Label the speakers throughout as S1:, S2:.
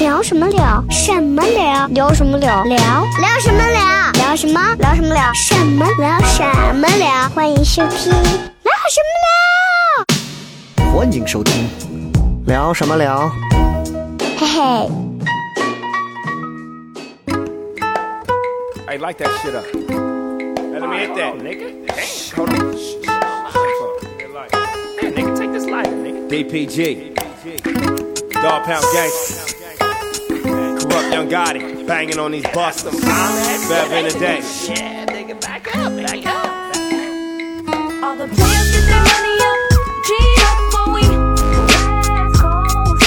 S1: 聊什么聊？什么聊？聊什么聊？聊聊什么聊？聊什么？聊什么聊？什么聊？什么聊？欢迎收听聊什么
S2: 欢迎收听。聊什么聊？
S1: 聊？嘿嘿，
S3: Hey, light that shit up. Let me hit that, nigga. Damn, hold on. Shh, shh, shh. Good light. Hey, nigga, take this lighter, nigga. DPG. Dog Pound Gangsta. Corrupt Young Gotti. Banging on these busters. Bev in the day.
S4: Yeah, nigga, back up, back up.
S5: All the players get their money up, G up when we last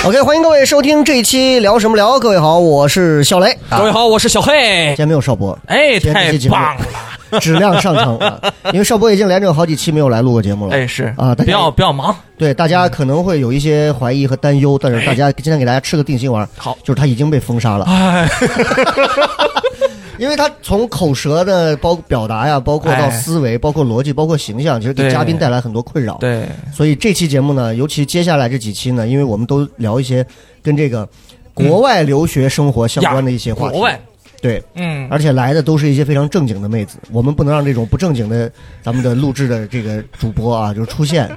S5: call.
S2: OK，欢迎各位收听这一期聊什么聊。各位好，我是小雷。啊
S6: 各位，好，我是小黑
S2: 今。天没有邵博，
S6: 哎，
S2: 今天这
S6: 太
S2: 期节目
S6: 棒了！
S2: 质量上乘 啊！因为邵博已经连着有好几期没有来录过节目了。
S6: 哎，是
S2: 啊，大
S6: 不要
S2: 家
S6: 不要忙，
S2: 对大家可能会有一些怀疑和担忧，但是大家今天给大家吃个定心丸，
S6: 好
S2: 就是他已经被封杀了，
S6: 哎，
S2: 因为他从口舌的包表达呀，包括到
S6: 哎
S2: 思维，包括逻辑，包括形象，其实给
S6: 对
S2: 嘉宾带来很多困扰。
S6: 对，
S2: 所以这期节目呢，尤其接下来这几期呢，因为我们都聊一些跟这个国外留学生活相关的一些话题。啊
S6: 国外，
S2: 对，
S6: 嗯，
S2: 而且来的都是一些非常正经的妹子，我们不能让这种不正经的咱们的录制的这个主播啊，就是出 现。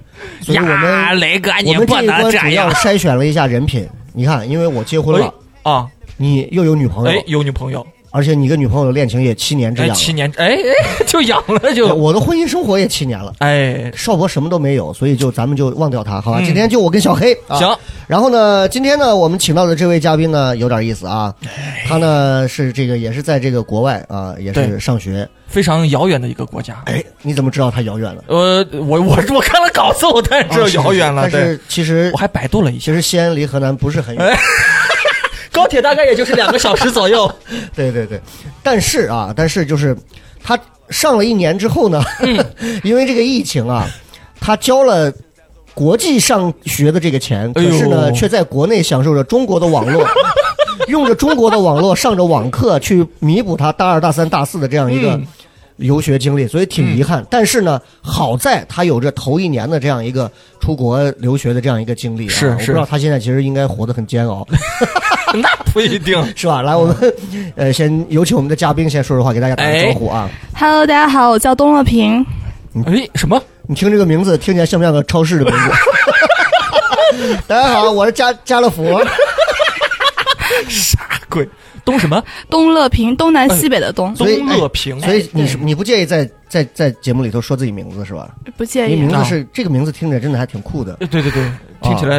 S2: 所以我
S6: 呀，
S2: 们
S6: 雷哥，
S2: 我
S6: 你
S2: 们
S6: 不
S2: 这一
S6: 能
S2: 关主
S6: 这
S2: 要
S6: 样 啊
S2: 筛选了一下人品。你看，因为我结婚了，
S6: 哎啊！
S2: 你又有女朋
S6: 哎
S2: 友，，
S6: 有女朋友，
S2: 而且你跟女朋友的恋情也七年之
S6: 哎，
S2: 痒
S6: 七
S2: 了，
S6: 年，哎哎，就养了
S2: 对
S6: 就，
S2: 我的婚姻生活也七年了。
S6: 哎，
S2: 邵博什么都没有，所以就咱们就忘掉他，好吧？
S6: 嗯
S2: 今天就我跟小黑。啊
S6: 行，
S2: 然后呢，今天呢，我们请到的这位嘉宾呢，有点意思啊。他呢是这个也是在这个国外啊，也是
S6: 哎对
S2: 上学。
S6: 非常遥远的一个国家。
S2: 哎，你怎么知道他遥远了？
S6: 呃，我我我看了稿子，我当然知道
S2: 啊是
S6: 遥远了，
S2: 但
S6: 对，
S2: 是其实
S6: 我还百度了一下，
S2: 其实西安离河南不是很远。
S6: 哎高铁大概也就是两个小时左 右。
S2: 对对对，但是啊，但是就是他上了一年之后呢，
S6: 嗯
S2: 因为这个疫情啊，他交了。国际上学的这个钱，可
S6: 哎呦
S2: 是呢，却在国内享受着中国的网 络，用着中国的网络上着网课，去弥补他大二、大三、大四的这样一个
S6: 嗯
S2: 游学经历，所以挺遗憾。但是呢，好在他有着头一年的这样一个出国留学的这样一个经历、啊，
S6: 是
S2: 我不
S6: 是
S2: 知道他现在其实应该活得很煎熬，
S6: 那不一定。
S2: 是吧？来，我们
S6: 嗯
S2: 呃，先有请我们的嘉宾先说说话，给大家打个招呼啊！
S7: Hello，大家好，我叫东乐平。
S2: 嗯
S6: 哎，什么？
S2: 你听这个名字，听起来像不像个超市的名字？ 大家好，我是家家乐福，
S6: 鬼东什么？
S7: 东乐平，东南西北的东，
S2: 所以哎
S6: 东乐平。哎
S2: 所以你是
S6: 对
S2: 你不介意在在在节目里头说自己名字是吧？
S7: 不介
S2: 你
S7: 意啊
S2: 名。字是这个名字听起来真的还挺 酷的，
S6: 对对
S2: 啊
S6: 对，听起来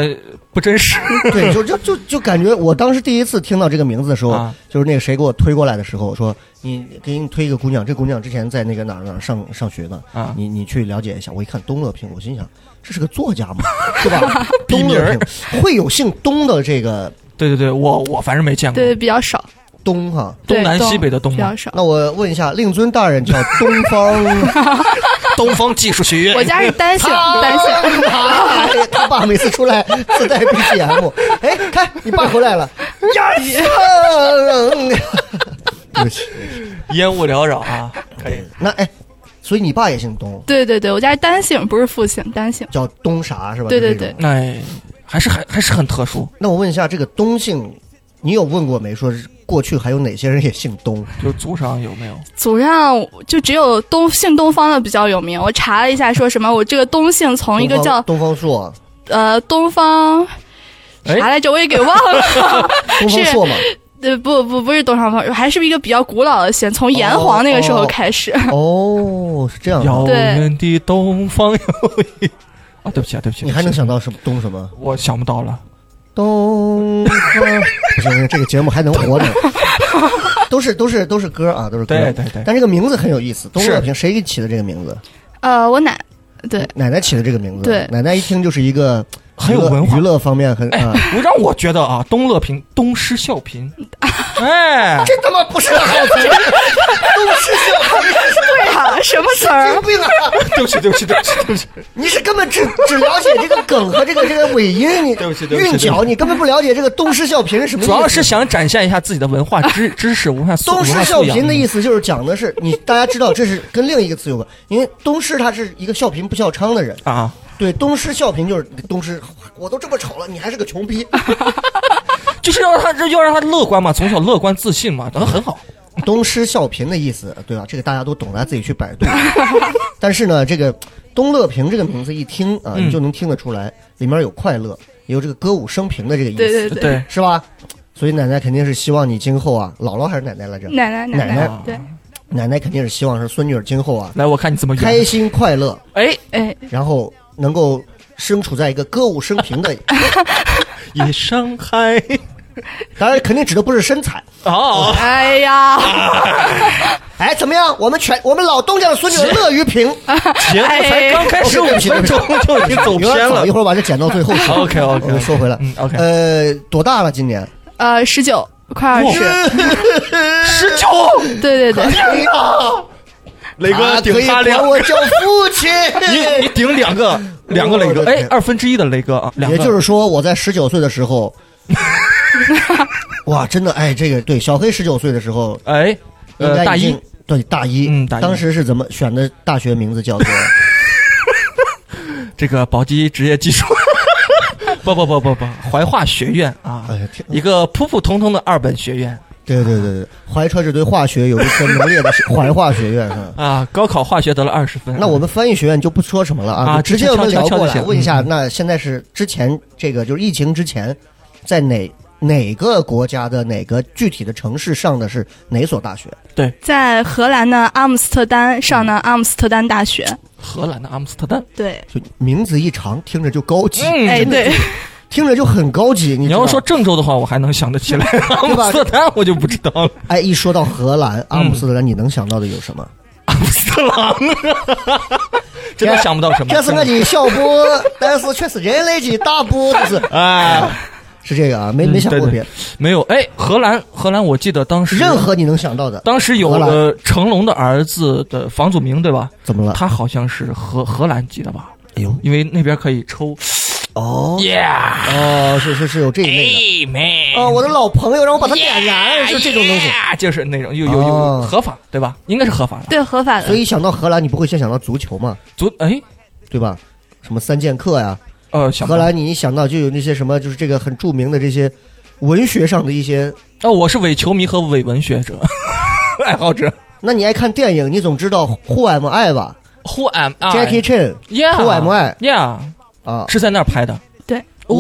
S6: 不真实。
S2: 对，就就就就感觉我当时第一次听到这个名字的时候
S6: 啊，
S2: 就是那个谁给我推过来的时候说，你给你推一个姑娘，这姑娘之前在那个哪儿哪儿上上学呢
S6: 啊，
S2: 你你去了解一下。我一看东乐平，我心想这是个作 家嘛，是吧？
S6: 笔
S2: 东
S6: 名
S2: 乐
S6: 儿
S2: 平会有姓东的这个
S6: 对对对，我我反正没见过。
S7: 对，比较少。
S2: 东哈。
S7: 对
S6: 东南西北的东
S7: 比
S6: 吗
S7: 较？少。
S2: 那我问一下，令尊大人叫东 方，
S6: 东方技术学院。
S7: 我家是单姓，单姓。
S2: 哎他爸每次出来自带 BGM。哎，看你爸回来了， 对不起。
S6: 烟雾缭绕啊！
S2: 那哎，所以你爸也姓东，
S7: 对对对，我家是单姓，不是复姓，单姓。
S2: 叫东啥是吧？
S7: 对对
S2: 就这种。
S6: 哎，还是还还是很特殊，
S2: 那我问一下，这个东姓，你有问过没？说是过去还有哪些人也姓东？
S6: 就祖上有没有？
S7: 祖上就只有东姓东方的比较有名。我查了一下，说什么我这个东姓从一个
S2: 东方
S7: 叫
S2: 东方朔，
S7: 呃东方
S6: 哎
S7: 啥来着，我也给忘了。
S2: 东方朔嘛。
S7: 对，不不不是东方方，还是一个比较古老的姓，从炎黄那个时候开始。
S2: 哦，是这样的。
S6: 遥
S7: 对
S6: 远的东方有一啊！对不起啊，对不起，
S2: 你还能
S6: 对不起？
S2: 想到什么东什么？
S6: 我想不到了。
S2: 东 方，不行，这个节目还能活着。都是都是都是歌啊，都是歌。
S6: 对对对
S2: 但这个名字很有意思，东
S6: 是
S2: 乐平谁给起的这个名字？
S7: 呃，我奶对
S2: 奶奶起的这个名字。
S7: 对
S2: 奶奶一听就是一个
S6: 很有
S2: 娱乐
S6: 文化哎
S2: 娱乐方面很啊。
S6: 我让我觉得啊，东乐平东施效 颦。哎，
S2: 这他妈不是个好词，东施效颦。
S7: 对啊，什么词儿？
S2: 病啊！
S6: 对不起，对不起，对不起，对不起。
S2: 你是根本只只了解这个梗和这个这个尾音，你
S6: 对不起对不起
S2: 韵脚，你根本不了解这个东施效颦是什么意思。
S6: 主要是想展现一下自己的文化知知识、文化素
S2: 东
S6: 文
S2: 施
S6: 化
S2: 效
S6: 素养
S2: 颦的意思就是讲的是 你大家知道这是跟另一个词有关，因为东施他是一个笑贫不笑娼的人，
S6: 啊。
S2: 对东施效颦就是东施，我都这么丑了，你还是个穷逼，
S6: 就是要让他要让他乐观嘛，从小乐观自信嘛，然后很好。
S2: 东施效颦的意思，对吧？这个大家都懂，大家自己去 百度。但是呢，这个东乐平这个名字一听啊，
S6: 嗯
S2: 你就能听得出来，里面有快乐，也有这个歌舞升平的这个意思，
S7: 对对对，
S6: 对，
S2: 是吧？所以奶奶肯定是希望你今后啊，姥姥还是奶奶来着？
S7: 奶奶
S2: 奶
S7: 奶
S2: 奶
S7: 对，
S2: 奶奶肯定是希望是孙女儿今后啊，
S6: 来我看你怎么
S2: 开
S6: 圆。
S2: 心快乐，
S6: 哎，
S7: 哎，
S2: 然后能够身处在一个歌舞升平的，
S6: 也伤害
S2: 当然肯定指的不是身材。
S6: 哦，
S7: 哎 呀，
S2: 哎，怎么样？我们全我们老东家的孙女儿乐于 平，
S6: 节目才刚开始五
S2: 哎
S6: 分钟就已经走
S2: 有点
S6: 偏
S2: 早，
S6: 了
S2: 一。会儿把这剪到最后去。
S6: OK，OK，OK
S2: 我们说回来，
S6: 嗯，OK
S2: 呃，多大了？今 年？
S7: 呃，十九快二十，
S6: 哎十九，
S7: 对对
S2: 可
S7: 对，
S2: 以啊，
S6: 磊
S2: 啊
S6: 哥
S2: 可
S6: 顶
S2: 以
S6: 他
S2: 管
S6: 两，
S2: 我叫父亲。
S6: 你你顶两个，两个磊
S2: 我
S6: 哥，
S2: 的
S6: 哎
S2: 天，
S6: 二分之一的磊哥啊，两个
S2: 也就是说，我在十九岁的时候， 哇，真的，哎，这个对，小黑十九岁的时候，
S6: 哎，
S2: 应
S6: 呃，
S2: 该
S6: 大
S2: 已
S6: 一
S2: 经对大一，
S6: 嗯大一
S2: 当时是怎么选的大学名字叫做？
S6: 这个宝鸡职业技术， 不不不不不，怀化学院啊
S2: 哎呀天，
S6: 一个普普通通的二本学院
S2: 对对对对，怀揣着对化学有一颗浓烈的 怀化学院哈。
S6: 啊，高考化学得了二十分。
S2: 那我们翻译学院就不说什么了嗯啊，
S6: 啊
S2: 就直接我们聊过
S6: 悄悄悄就
S2: 来，
S6: 行
S2: 问一下，
S6: 嗯
S2: 那现在是之前这个就是疫情之前，在哪哪个国家的哪个具体的城市上的是哪所大学？
S7: 在荷兰的阿姆斯特丹上的阿姆斯特丹大学，
S6: 啊荷兰的阿姆斯特丹，
S7: 对，
S2: 就名字一长，听着就高级，
S7: 哎
S6: 嗯，
S7: 对，
S2: 听着就很高级。你
S6: 你
S2: 知道
S6: 要说郑州的话，我还能想得起来， 阿姆斯特丹我就不知道 了。
S2: 哎，一说到荷兰阿姆斯特丹，你能想到的有什么？
S6: 阿姆斯特朗， 真的想不到什么。
S2: 这是我的小波，但是却是人类的大波， 不是？
S6: 哎，
S2: 是这个啊，没没想过
S6: 对对
S2: 别的，
S6: 没有哎，荷兰，荷兰，我记得当时
S2: 任何你能想到的，
S6: 当时有
S2: 荷兰
S6: 了成龙的儿子的房祖名，对吧？
S2: 怎么了？
S6: 他好像是荷荷兰籍的吧？
S2: 哎呦，
S6: 因为那边可以抽。
S2: 哦
S6: Yeah，
S2: 哦，是是是有这一类的。
S6: 哎妹，
S2: 哦，我的老朋友让我把他点燃，是这种东西。
S6: Yeah，就是那种有有有
S2: 哦
S6: 合法对吧？应该是合法的。
S7: 对合法
S2: 所
S7: 的，
S2: 以想到荷兰，你不会先想到足球嘛，
S6: 足哎
S2: 对吧？什么三剑客呀，
S6: 呃，想不
S2: 荷
S6: 到
S2: 兰你一想到就有那些什么，就是这个很著名的这些文学上的一些。
S6: 哦，我是伪球迷和伪文学者 爱好者。
S2: 那你爱看电影，你总知道 Who am I 吧
S6: Who am
S2: ？Jackie
S6: I？Yeah，
S2: Chan Who am I
S6: Yeah，
S2: 啊，
S6: 是在那儿拍的。
S7: 对，
S6: 哦，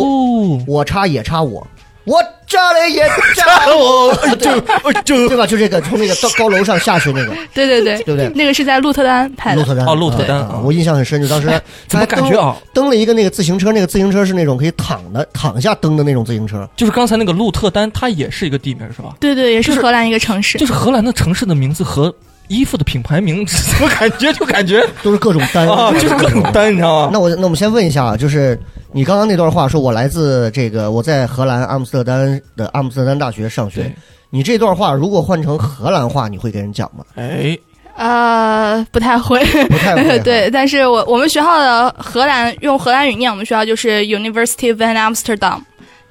S2: 我插也插我，我这里 也插我，哎就就 对吧？就这个从那个高高楼上下去那个，
S7: 对对对
S2: 对不对
S7: 那个是在鹿特丹拍
S2: 鹿
S7: 的，
S2: 特丹
S6: 哦鹿特丹
S2: 啊
S6: 啊
S2: 我印象很深，就当时
S6: 哎怎么
S2: 他还
S6: 感觉啊
S2: 登登了一个那个自行车，那个自行车是那种可以躺的躺下蹬的那种自行车，
S6: 就是刚才那个鹿特丹，它也是一个地名是吧？
S7: 对对，也
S6: 就是是
S7: 荷兰一个城市
S6: 就，是荷兰的城市的名字和衣服的品牌名，怎么感觉就感觉
S2: 都是各种单
S6: 啊，就是各种。单，你知道吗？
S2: 那我那我们先问一下啊，就是你刚刚那段话，说我来自这个我在荷兰阿姆斯特丹的阿姆斯特丹大学上学
S6: 对。
S2: 你这段话如果换成荷兰话，你会给人讲吗？
S6: 哎，
S7: 呃，不太会，
S2: 不太会啊 哈。
S7: 对，但是我我们学校的荷兰用荷兰语念，我们学校就是 University van Amsterdam，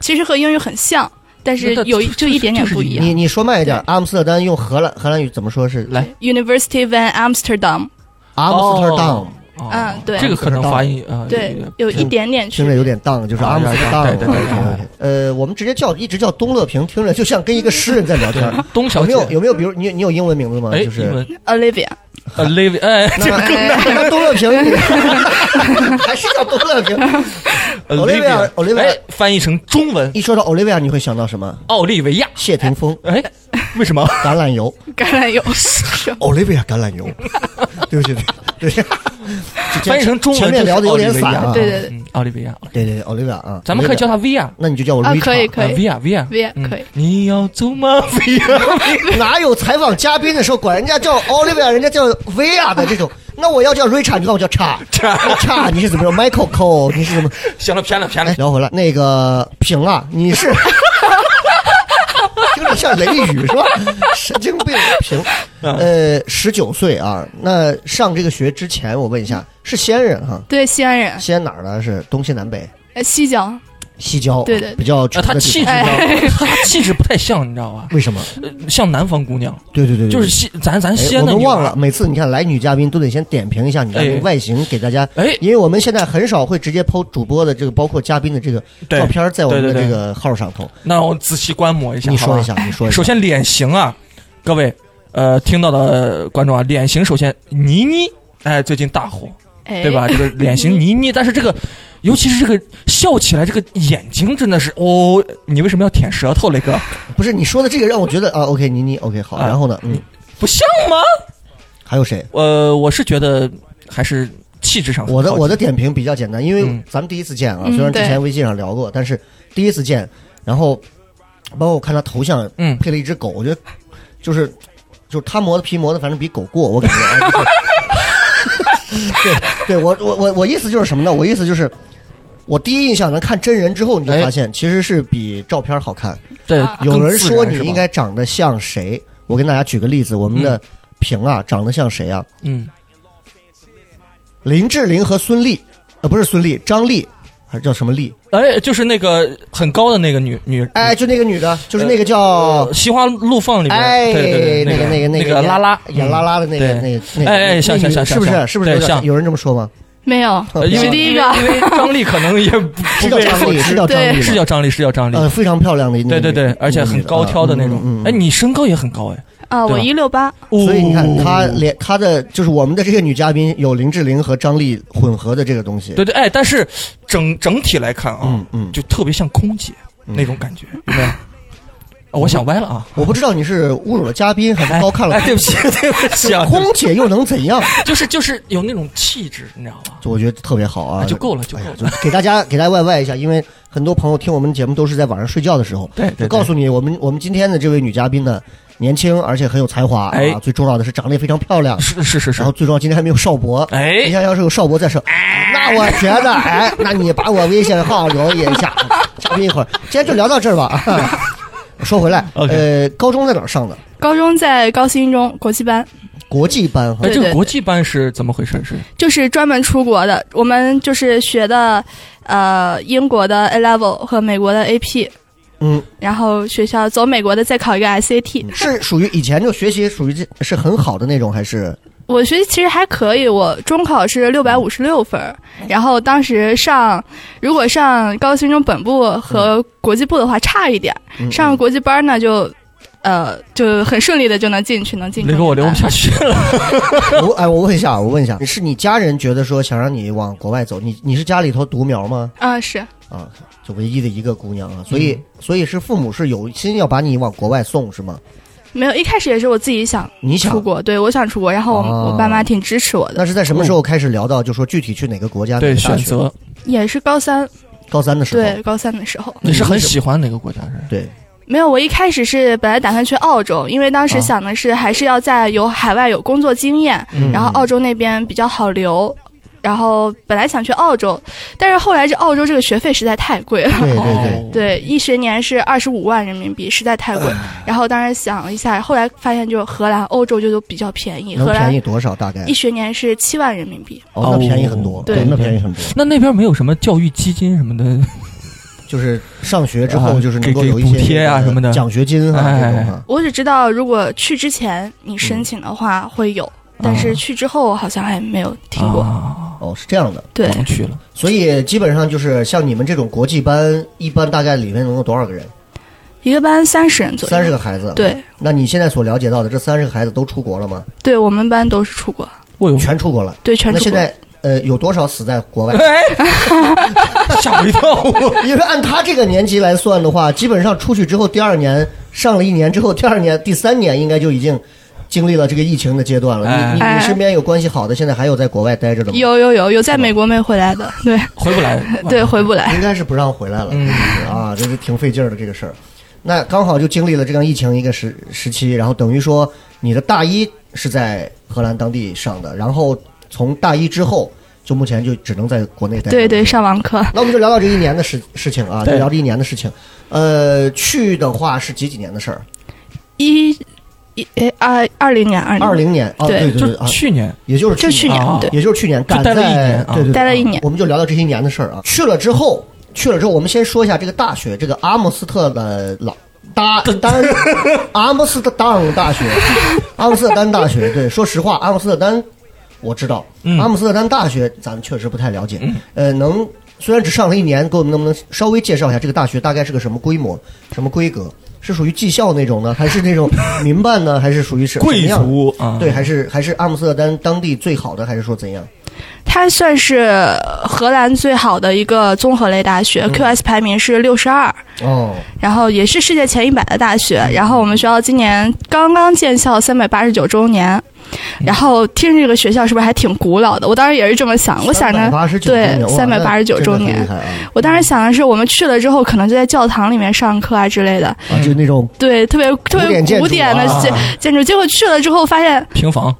S7: 其实和英语很像，但是
S6: 那
S7: 有一
S6: 这
S7: 就一点点不一样
S2: 你。你说慢一点，阿姆斯特丹用荷兰荷兰语怎么说是
S6: 来
S7: University van Amsterdam，
S2: 阿姆斯特丹，
S6: 哦
S7: 嗯对
S6: 这个可能发音啊，
S7: 对
S6: 有，
S7: 有一点点区
S2: 听着
S7: 别。
S2: 有点荡，就是阿姆斯特
S6: 啊
S2: 丹。
S6: 对对对对
S2: OK，OK 呃，我们直接叫一直叫东乐平，听着就像跟一个诗人在聊天。
S6: 东小
S2: 有没有
S6: 姐，
S2: 有没有？比如你你有英文名字吗？
S6: 哦哎，
S2: 就是
S6: 英文
S7: Olivia，
S6: Olivia，哎，
S2: 那那 东乐平， 还是叫东乐平。Olivia，Olivia
S6: 哎，翻译成中文，
S2: 一说到 Olivia，你会想到什么？
S6: 奥利维亚，
S2: 谢霆锋、
S6: 哎，为什么？
S2: 橄榄油
S7: 橄榄油，
S2: ，Olivia 橄榄油。 对不起，对，对
S6: 翻译成中文
S2: 前面聊的有点散啊。
S7: 对对对
S6: 嗯，奥利维亚，
S2: 对对，Olivia 啊，
S6: 咱们可以叫
S2: Olivia，
S6: 她 V 啊，
S2: 那你就叫我
S7: 啊
S2: Rita。
S7: 可以可以
S6: V 啊 V 啊
S7: V 啊可以
S6: 你要走吗？V 啊，
S2: 哪有采访嘉宾的时候管人家叫 Olivia，人家叫 Via 的这种？那我要叫 Richard，你管我叫叉
S6: 叉
S2: 叉，你是怎么着？Michael Cole，你是怎么？
S6: 行了，偏了偏了
S2: 哎，，聊回来，那个平啊，你是 听着像雷雨是吧？神经病平，呃，十九岁啊，那上这个学之前，我问一下，是西安人哈？
S7: 对，西安人，
S2: 西安哪儿的？是东西南北？
S7: 呃西江，
S2: 西郊，
S7: 对对对
S2: 比较
S6: 啊，
S2: 穷
S6: 她
S2: 的地
S6: 气质，
S2: 方
S6: 你知道吗？她气质不太像，你知道吧？
S2: 为什么？
S6: 像南方姑娘，
S2: 对对对，对
S6: 就是西咱咱西
S2: 哎，
S6: 安
S2: 我
S6: 的
S2: 们
S6: 女
S2: 忘
S6: 孩
S2: 了，每次你看来女嘉宾都得先点评一下你嘉
S6: 哎
S2: 宾外形，给大家，
S6: 哎
S2: 因为我们现在很少会直接抛主播的这个，包括嘉宾的这个
S6: 对
S2: 照片在我们的
S6: 对对
S2: 这
S6: 对
S2: 个号上头，
S6: 那我仔细观摩一下，
S2: 你
S6: 好吧
S2: 说一下，你说一下，
S6: 哎首先脸型啊，各位呃听到的观众啊，脸型首先倪妮，哎，最近大火，
S7: 哎，
S6: 对吧？？这个脸型倪妮，但是这个，尤其是这个笑起来，这个眼睛真的是哦，你为什么要舔舌头，雷哥？
S2: 不是你说的这个让我觉得啊，OK，倪妮，OK，好，
S6: 啊
S2: 然后呢，嗯，
S6: 不像吗？
S2: 还有谁？
S6: 呃，我是觉得还是气质上很
S2: 我的
S6: 靠
S2: 我的
S6: 近
S2: 点评比较简单，因为
S6: 哦嗯
S2: 咱们第一次见啊，
S7: 嗯
S2: 虽然之
S7: 对
S2: 前微信上聊过，但是第一次见，然后包括我看他头像
S6: 嗯
S2: 配了一只狗，我觉得就是就是他磨的皮磨的，反正比狗过，我感觉。哎就是对，对我我我我意思就是什么呢？我意思就是，我第一印象能看真人之后，你就
S6: 哎
S2: 发现其实是比照片好看。
S6: 对，
S2: 有
S6: 更
S2: 人
S6: 自
S2: 说
S6: 然
S2: 你
S6: 是吧
S2: 应该长得像谁？我跟大家举个例子，我们的平啊，长得像谁啊？
S6: 嗯，
S2: 林志玲和孙俪，呃，不是孙俪，张俪还是叫什么俪？
S6: 哎，就是那个很高的那个女女，
S2: 哎，就那个女的，就是那个叫、
S6: 呃西花路放里边，
S2: 哎，
S6: 对对对，
S2: 那
S6: 那
S2: 那个
S6: 那
S2: 个
S6: 拉拉
S2: 演拉，拉的那个
S6: 嗯
S2: 那个那个，
S6: 哎哎像
S2: 那个
S6: 像像
S2: 是不是
S6: 像
S2: 是不是
S6: 对
S2: 有点
S6: 像
S2: 有人这么说吗？
S7: 没有，
S6: 嗯呃因
S7: 你
S6: 为
S7: 是第一个啊
S6: 因为因为张力可能也不
S2: 是
S6: 不
S2: 叫
S6: 被
S2: 张
S6: 所
S2: 丽，
S6: 知
S2: 是叫张丽吗，
S6: 是叫张力，是叫张力。
S2: 呃非常漂亮的一个
S6: 对
S2: 女
S6: 对
S2: 的，
S6: 对，而且很高挑的那
S2: 嗯
S6: 种。
S2: 嗯嗯
S6: 哎，你身高也很高哎，
S7: 啊，我
S6: 对吧
S7: 一六八，
S2: 所以你看，
S6: 哦
S2: 她连她的就是我们的这个女嘉宾有林志玲和张丽混合的这个东西，
S6: 对对，哎，但是整整体来看啊，
S2: 嗯嗯
S6: 就特别像空姐、那种感觉，有没有？啊我想歪了啊！
S2: 我不知道你是侮辱了嘉宾还嗯是高看了
S6: 哎，，对不起，对不 起啊，
S2: 空姐又能怎样？
S6: 就是就是有那种气质，你知道吧？
S2: 我觉得特别好啊，
S6: 啊就够了就
S2: 哎呀
S6: 够了
S2: 就给大家给大家外外一下，因为很多朋友听我们节目都是在晚上睡觉的时候。
S6: 对对对
S2: 就告诉你，我们我们今天的这位女嘉宾呢，年轻而且很有才华
S6: 哎
S2: 啊，最重要的是长得也非常漂亮。
S6: 是是是
S2: 啊
S6: 是
S2: 然后，最重要，今天还没有邵博。
S6: 哎
S2: 你想要是有邵博在手，那我觉得，哎，那你把我微信号留一下， 嘉宾一会儿，今天就聊到这儿吧。 啊说回来，
S6: OK
S2: 呃，高中在哪儿上的？
S7: 高中在高新中国际班，
S2: 国际班哈
S6: 哎，
S7: 对
S6: 这个国际班是怎么回事？是
S7: 就是专门出国的。我们就是学的，呃，英国的 A Level 和美国的 AP，
S2: 嗯，
S7: 然后学校走美国的再考一个 SAT。
S2: 是属于以前就学习属于这是很好的那种，还是
S7: 我学习其实还可以，我中考是六百五十六分儿，然后当时上如果上高新中本部和国际部的话差一点儿，
S2: 嗯
S7: 上国际班呢就。呃，就很顺利的就能进去，能进去。
S6: 雷哥，我聊不下去了。
S2: 我哎，我问一下，我问一下，是你家人觉得说想让你往国外走，你你是家里头独苗吗？
S7: 啊、是
S2: 啊，就唯一的一个姑娘
S6: 嗯
S2: 啊，所以、所以是父母是有心要把你往国外送是吗？
S7: 没有一开始也是我自己想
S2: 你想
S7: 出，国，对我想出国，然后我、
S2: 哦
S7: 我爸妈挺支持我的，
S2: 那是在什么时候开始聊到就说具体去哪个国家哪
S6: 对，
S2: 啊个大
S6: 选
S2: 学
S6: 择
S7: 也是高三，
S2: 高三的时候，
S7: 对高三的时候，
S6: 你是很喜欢哪个国家？是
S2: 对
S7: 没有，我一开始是本来打算去澳洲，因为当
S2: 啊
S7: 时想的是还是要在有海外有工作经验，
S2: 嗯
S7: 然后澳洲那边比较好留。然后本来想去澳洲，但是后来这澳洲这个学费实在太贵了，
S2: 对对对， 嗯
S7: 对，一学年是二十五万人民币，实在太贵。然后当时想了一下，后来发现就荷兰、欧洲就都比较便宜，
S2: 能
S7: 荷
S2: 便
S7: 兰
S2: 宜多少大概
S7: 一？学年是七万人民币。
S2: 哦，那便宜很多，
S7: 对
S2: 那便宜很多，
S6: 那那边没有什么教育基金什么的？
S2: 就是上学之后
S6: 啊
S2: 就是能
S6: 给
S2: 够
S6: 给
S2: 有一些
S6: 补贴啊
S2: 这个
S6: 什么的
S2: 奖学金啊
S6: 哎
S2: 这种啊。
S7: 我只知道如果去之前你申请的话会有，但
S2: 啊
S7: 是去之后好像还没有听过。
S6: 啊，
S2: 哦，是这样的，
S7: 对，
S6: 甭去了。
S2: 所以基本上就是像你们这种国际班，一般大概里面能有多少个人？
S7: 一个班三十人左右。
S2: 三十个孩子。。
S7: 对
S2: 那你现在所了解到的这三十个孩子都出国了吗？
S7: 对，我们班都是出国，
S6: 我有
S2: 全出国了。
S7: 对，全
S2: 那
S7: 出
S2: 现
S7: 国。
S2: 在呃，有多少死在国外？
S6: 哎， 吓我一跳！
S2: 因为按他这个年级来算的话，基本上出去之后，第二年上了一年之后，第二年、第三年应该就已经经历了这个疫情的阶段了。
S6: 哎
S2: 你你你
S7: 哎
S2: 身边有关系好的，现在还有在国外待着的吗？，
S7: 有有有有在美国没回来的，对
S6: 回不来。
S7: 对，回不来。
S2: 应该是不让回来了，就是啊，这是挺费劲儿的这个事儿。那刚好就经历了这样疫情一个时时期，然后等于说你的大一是在荷兰当地上的，然后从大一之后就目前就只能在国内待着。
S7: 对对，上网课。
S2: 那我们就聊聊这一年的事事情啊，就
S6: 对
S2: 聊这一年的事情。呃，去的话是几几年的事儿？
S7: 一一哎二二零年二
S2: 二零年哦，
S7: 对
S2: 对
S6: 就
S2: 对
S6: 是
S2: 啊，
S6: 去年
S2: 也就是
S7: 就去年
S6: 啊
S7: 对
S2: 也就是去年，赶
S6: 待了一
S2: 在
S6: 年啊
S2: 对对对
S7: 待了一年
S2: 我们就聊聊这些年的事儿啊。去了之后，去了之后，我们先说一下这个大学，这个阿姆斯特的老大丹阿姆斯特丹大学，阿姆斯特丹大学。对，说实话，阿姆斯特丹我知道，
S6: 嗯
S2: 阿姆斯特丹大学咱们确实不太了解。呃，能虽然只上了一年，给我们能不能稍微介绍一下这个大学大概是个什么规模、什么规格？是属于技校那种呢，还是那种民办呢，还是属于是
S6: 贵
S2: 什么样的
S6: 族啊
S2: 对，还是还是阿姆斯特丹当地最好的，还是说怎样？
S7: 它算是荷兰最好的一个综合类大
S2: 嗯
S7: 学、q s 排名是六十二，
S2: 哦，
S7: 然后也是世界前一百的大学。
S2: 嗯
S7: 然后我们学校今年刚刚建校三百八十九周年，
S2: 嗯
S7: 然后听着这个学校是不是还挺古老的？我当时也是这么想，我想着
S2: 八十九
S7: 对三百八十九周年。
S2: 啊
S7: 我当时想的是，我们去了之后可能就在教堂里面上课啊之类的，
S2: 啊，就那 种
S7: 对，特别特
S2: 古典建
S7: 别
S2: 筑
S7: 古典的
S2: 啊
S7: 建建筑。结果去了之后发现，
S6: 平房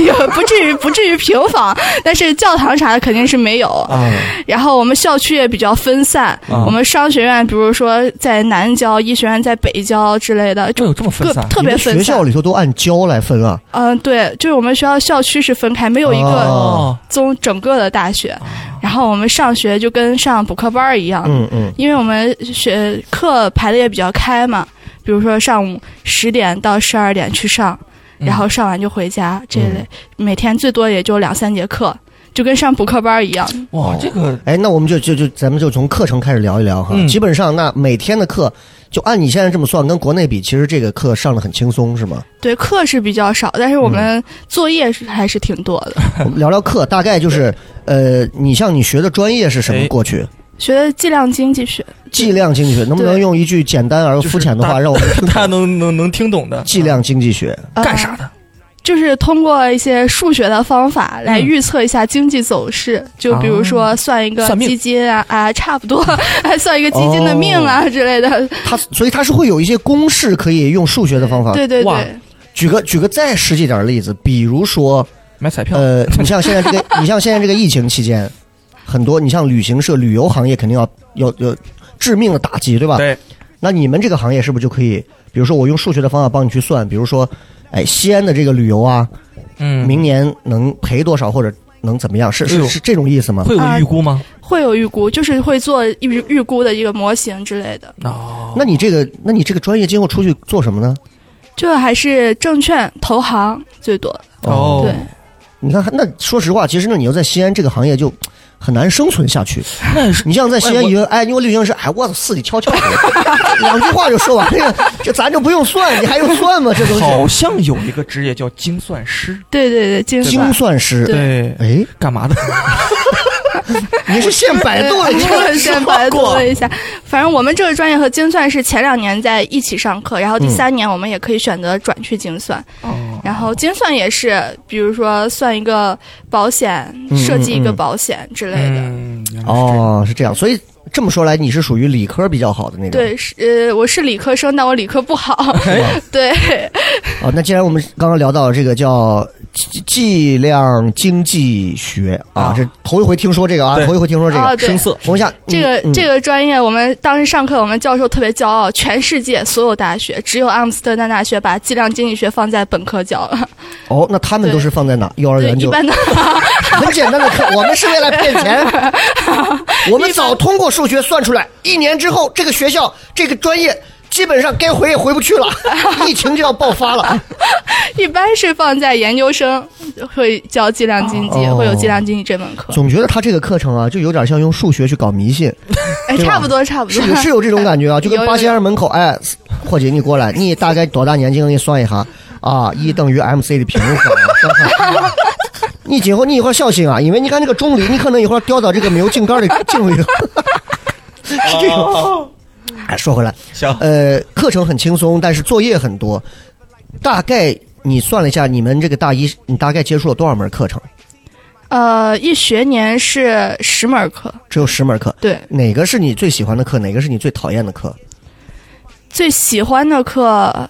S7: 也不至于不至于平房，但是教堂啥的肯定是没有。
S6: 啊，
S7: 然后我们校区也比较分散，
S6: 啊
S7: 我们商学院比如说在南郊，医学院在北郊之类的，
S6: 这
S7: 就
S6: 有这么分
S7: 各
S6: 散？
S7: 特别
S2: 学
S7: 分
S2: 校
S7: 散。
S2: 里头都按郊来分啊，
S7: 嗯，对，就是我们学校校区是分开，没有一
S2: 哦
S7: 个
S6: 哦，
S7: 综整个的大学。
S2: 啊
S7: 然后我们上学就跟上补课班儿一样，
S2: 嗯嗯，
S7: 因为我们学课排的也比较开嘛，比如说上午十点到十二点去上，
S6: 嗯
S7: 然后上完就回家这一类，每天最多也就两三节课，就跟上补课班儿一样。
S6: 哇，这个
S2: 哎，那我们就就就咱们就从课程开始聊一聊哈，
S6: 嗯
S2: 基本上那每天的课，就按你现在这么算，跟国内比，其实这个课上的很轻松是 吗？
S7: 对，课是比较少，但是我
S6: 嗯
S7: 们作业是还是挺多的。
S2: 我们聊聊课，大概就是呃，你像你学的专业是什
S7: 哎
S2: 么过去？
S7: 学的计量经济学，
S2: 计量经济学，能不能用一句简单而
S6: 就是
S2: 肤浅的话
S6: 大
S2: 让我 们听
S6: 大家
S2: 懂？
S6: 能能能听懂的
S2: 计量经济学，
S7: 呃
S6: 干啥的？
S7: 就是通过一些数学的方法来
S6: 嗯
S7: 预测一下经济走势，就比如说算一个
S6: 哦算命哦
S7: 基金啊啊，差不多， 还算一个基金的命啊、之类的。
S2: 它所以它是会有一些公式可以用数学的方法。
S7: 对对
S6: 啊哇
S7: 对，
S2: 举个举个再实际点的例子，比如说
S6: 买彩票？
S2: 呃，你像现在这个，你像现在这个疫情期间，很多你像旅行社、旅游行业肯定要要要致命的打击，对吧？
S6: 对，
S2: 那你们这个行业是不是就可以，比如说我用数学的方法帮你去算，比如说，哎，西安的这个旅游啊，
S6: 嗯，
S2: 明年能赔多少或者能怎么样？是
S6: 哎
S2: 是
S6: 呦
S2: 是这种意思吗？
S6: 会有预估吗？
S7: 会有预估，就是会做预预估的一个模型之类的。
S6: 哦，
S2: 那你这个，那你这个专业今后出去做什么呢？
S7: 这还是证券投行最多，
S6: 哦
S7: 对，
S2: 你看，那说实话，其实呢，你要在西安这个行业就很难生存下去。
S6: 那是
S2: 你像在西
S6: 哎
S2: 安
S6: 我
S2: 一个，哎，因为旅行社，哎，我死里悄悄的， 两句话就说完了，这咱就不用算，你还用算吗？这东西，
S6: 好像有一个职业叫精算师，
S7: 对对对，精
S2: 精
S7: 算。
S2: 算师，
S6: 对，
S2: 哎，
S6: 干 嘛的？
S2: 你是现百度的，你跟 我
S7: 先
S2: 说
S7: 百度
S2: 过
S7: 了一下，反正我们这个专业和精算是前两年在一起上课，然后第三年我们也可以选择转去精算。
S2: 哦
S6: 哦
S7: 然后精算也是，比如说算一个保险，
S2: 嗯
S7: 设计一个
S2: 嗯
S7: 保险之类的。
S6: 嗯，原来是这样，
S2: 哦，是这样，所以这么说来，你是属于理科比较好的那种。
S7: 对，是呃，我是理科生，但我理科不好。
S2: 哎
S7: 对，
S2: 哦，那既然我们刚刚聊到这个叫计计量经济学啊
S6: 啊，
S2: 这头一回听说这个啊，
S6: 对
S2: 头一回听说这
S7: 啊
S2: 个。
S7: 对
S6: 生涩，
S2: 红夏，
S7: 这个、
S2: 嗯嗯
S7: 这个专业，我们当时上课，我们教授特别骄傲，全世界所有大学只有阿姆斯特丹大学把计量经济学放在本科教了。
S2: 哦，那他们都是放在哪？幼儿
S7: 对，
S2: 园
S7: 一
S2: 就
S7: 般的
S2: 很简单的课，我们是为了骗 钱。我们早通过数学算出来，一年之后这个学校这个专业基本上该回也回不 去了，疫情就要爆发了。
S7: 一般是放在研究生会教计量经济，
S2: 哦
S7: 会有计量经济这门课。
S2: 总觉得他这个课程啊，就有点像用数学去搞迷信，
S7: 哎，
S2: 对吧
S7: 差不多，差不多
S2: 是有是有这种感觉啊，就跟
S7: 有
S2: 八
S7: 有
S2: 仙儿门口，哎，伙计你过来，你大概多大年纪？我给你算一下啊，一等于 MC 的平方。算算你今后你一会儿小心啊，因为你看这个重力，你可能一会儿掉到这个没有井盖的井 里头。是这
S6: 哦
S2: 种。哎，说回来，
S6: 行，
S2: 呃，课程很轻松，但是作业很多。大概你算了一下，你们这个大一，你大概接触了多少门课程？
S7: 呃，一学年是十门课，
S2: 只有十门课。
S7: 对，
S2: 哪个是你最喜欢的课？哪个是你最讨厌的课？
S7: 最喜欢的课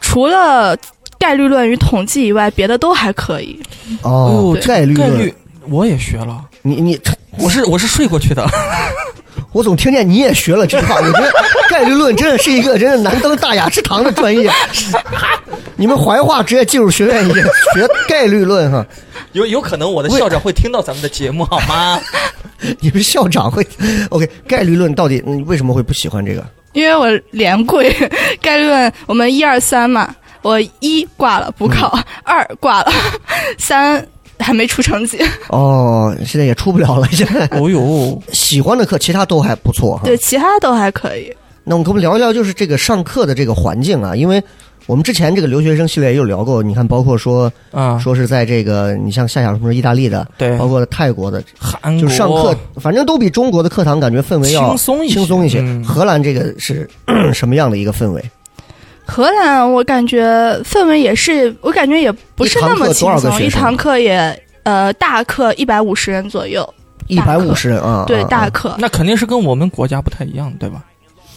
S7: 除了概率论与统计以外，别的都还可以。
S2: 哦
S6: 哎，呦
S2: 概率
S6: 概
S2: 论，
S6: 率我也学了，
S2: 你你
S6: 我是我是睡过去的，
S2: 我总听见你也学了这句话，我觉得概率论真的是一个真的难登大雅之堂的专业。你们怀化职业技术学院也学概率论哈，
S6: 有有可能我的
S2: 为
S6: 校长会听到咱们的节目好吗？
S2: 你们校长会 OK 概率论到底你为什么会不喜欢这个？
S7: 因为我连跪 概率论，我们一二三嘛，我一挂了补考，
S2: 嗯
S7: 二挂了，三还没 出成绩。
S2: 哦，现在也出不了了。现在
S6: 哦呦，
S2: 喜欢的课其他都还不错哈。
S7: 对，其他都还可以。
S2: 那我们跟我们聊一聊，就是这个上课的这个环境啊，因为我们之前这个留学生系列也有聊过，你看，包括说
S6: 啊，
S2: 说是在这个，你像夏夏说是意大利的，
S6: 对
S2: 包括泰国的，
S6: 韩国
S2: 就上课，反正都比中国的课堂感觉氛围要
S6: 轻松一些
S2: 轻松一些。
S6: 嗯
S2: 荷兰这个是 咳什么样的一个氛围？
S7: 荷兰，我感觉氛围也是，我感觉也不是那么轻
S2: 一堂课多少个
S7: 松，
S2: 学生
S7: 一堂课也呃大课一百五十人左右，
S2: 一百五十人啊，
S7: 对
S2: 啊
S7: 大
S2: 啊
S7: 课，
S6: 那肯定是跟我们国家不太一样，对吧？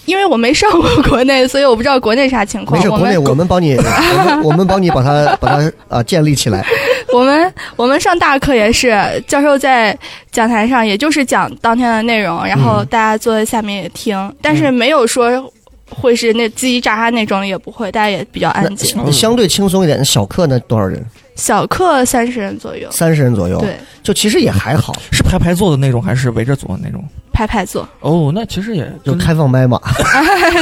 S7: 因为我没上过国内，所以我不知道国内啥情况。
S2: 没事，
S7: 我
S2: 国内
S7: 们
S2: 我们帮你，我们我们帮你把它把它啊建立起来。
S7: 我们我们上大课也是，教授在讲台上，也就是讲当天的内容，然后
S2: 嗯
S7: 大家坐在下面也听，但是没有说会是那叽叽喳喳那种，也不会，大家也比较安静。
S2: 那相对轻松一点，小课呢多少人？
S7: 小课三十人左右，
S2: 三十人左右，
S7: 对，
S2: 就其实也还好，
S6: 是排排坐的那种，还是围着坐的那种？
S7: 排排 坐，
S6: 哦，那其实也
S2: 就
S6: 跟
S2: 开放麦嘛，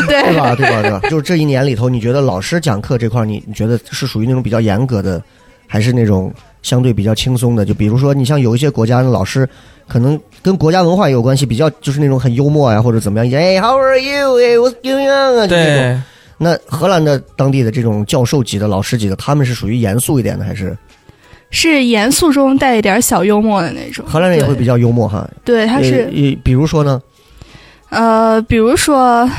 S2: 对
S7: 对，
S2: 吧？ 对吧？对吧？就是这一年里头，你觉得老师讲课这块儿，你你觉得是属于那种比较严格的，还是那种相对比较轻松的？就比如说，你像有一些国家的老师，可能跟国家文化也有关系，比较就是那种很幽默呀、或者怎么样，哎，How are you？哎，What's going on？啊，就这种。
S6: 对，
S2: 那荷兰的当地的这种教授级的、老师级的，他们是属于严肃一点的，还是
S7: 是严肃中带一点小幽默的那种。
S2: 荷兰人也会比较幽默哈？
S7: 对，对他
S2: 呃
S7: 是
S2: 也比如说呢，
S7: 呃，比如说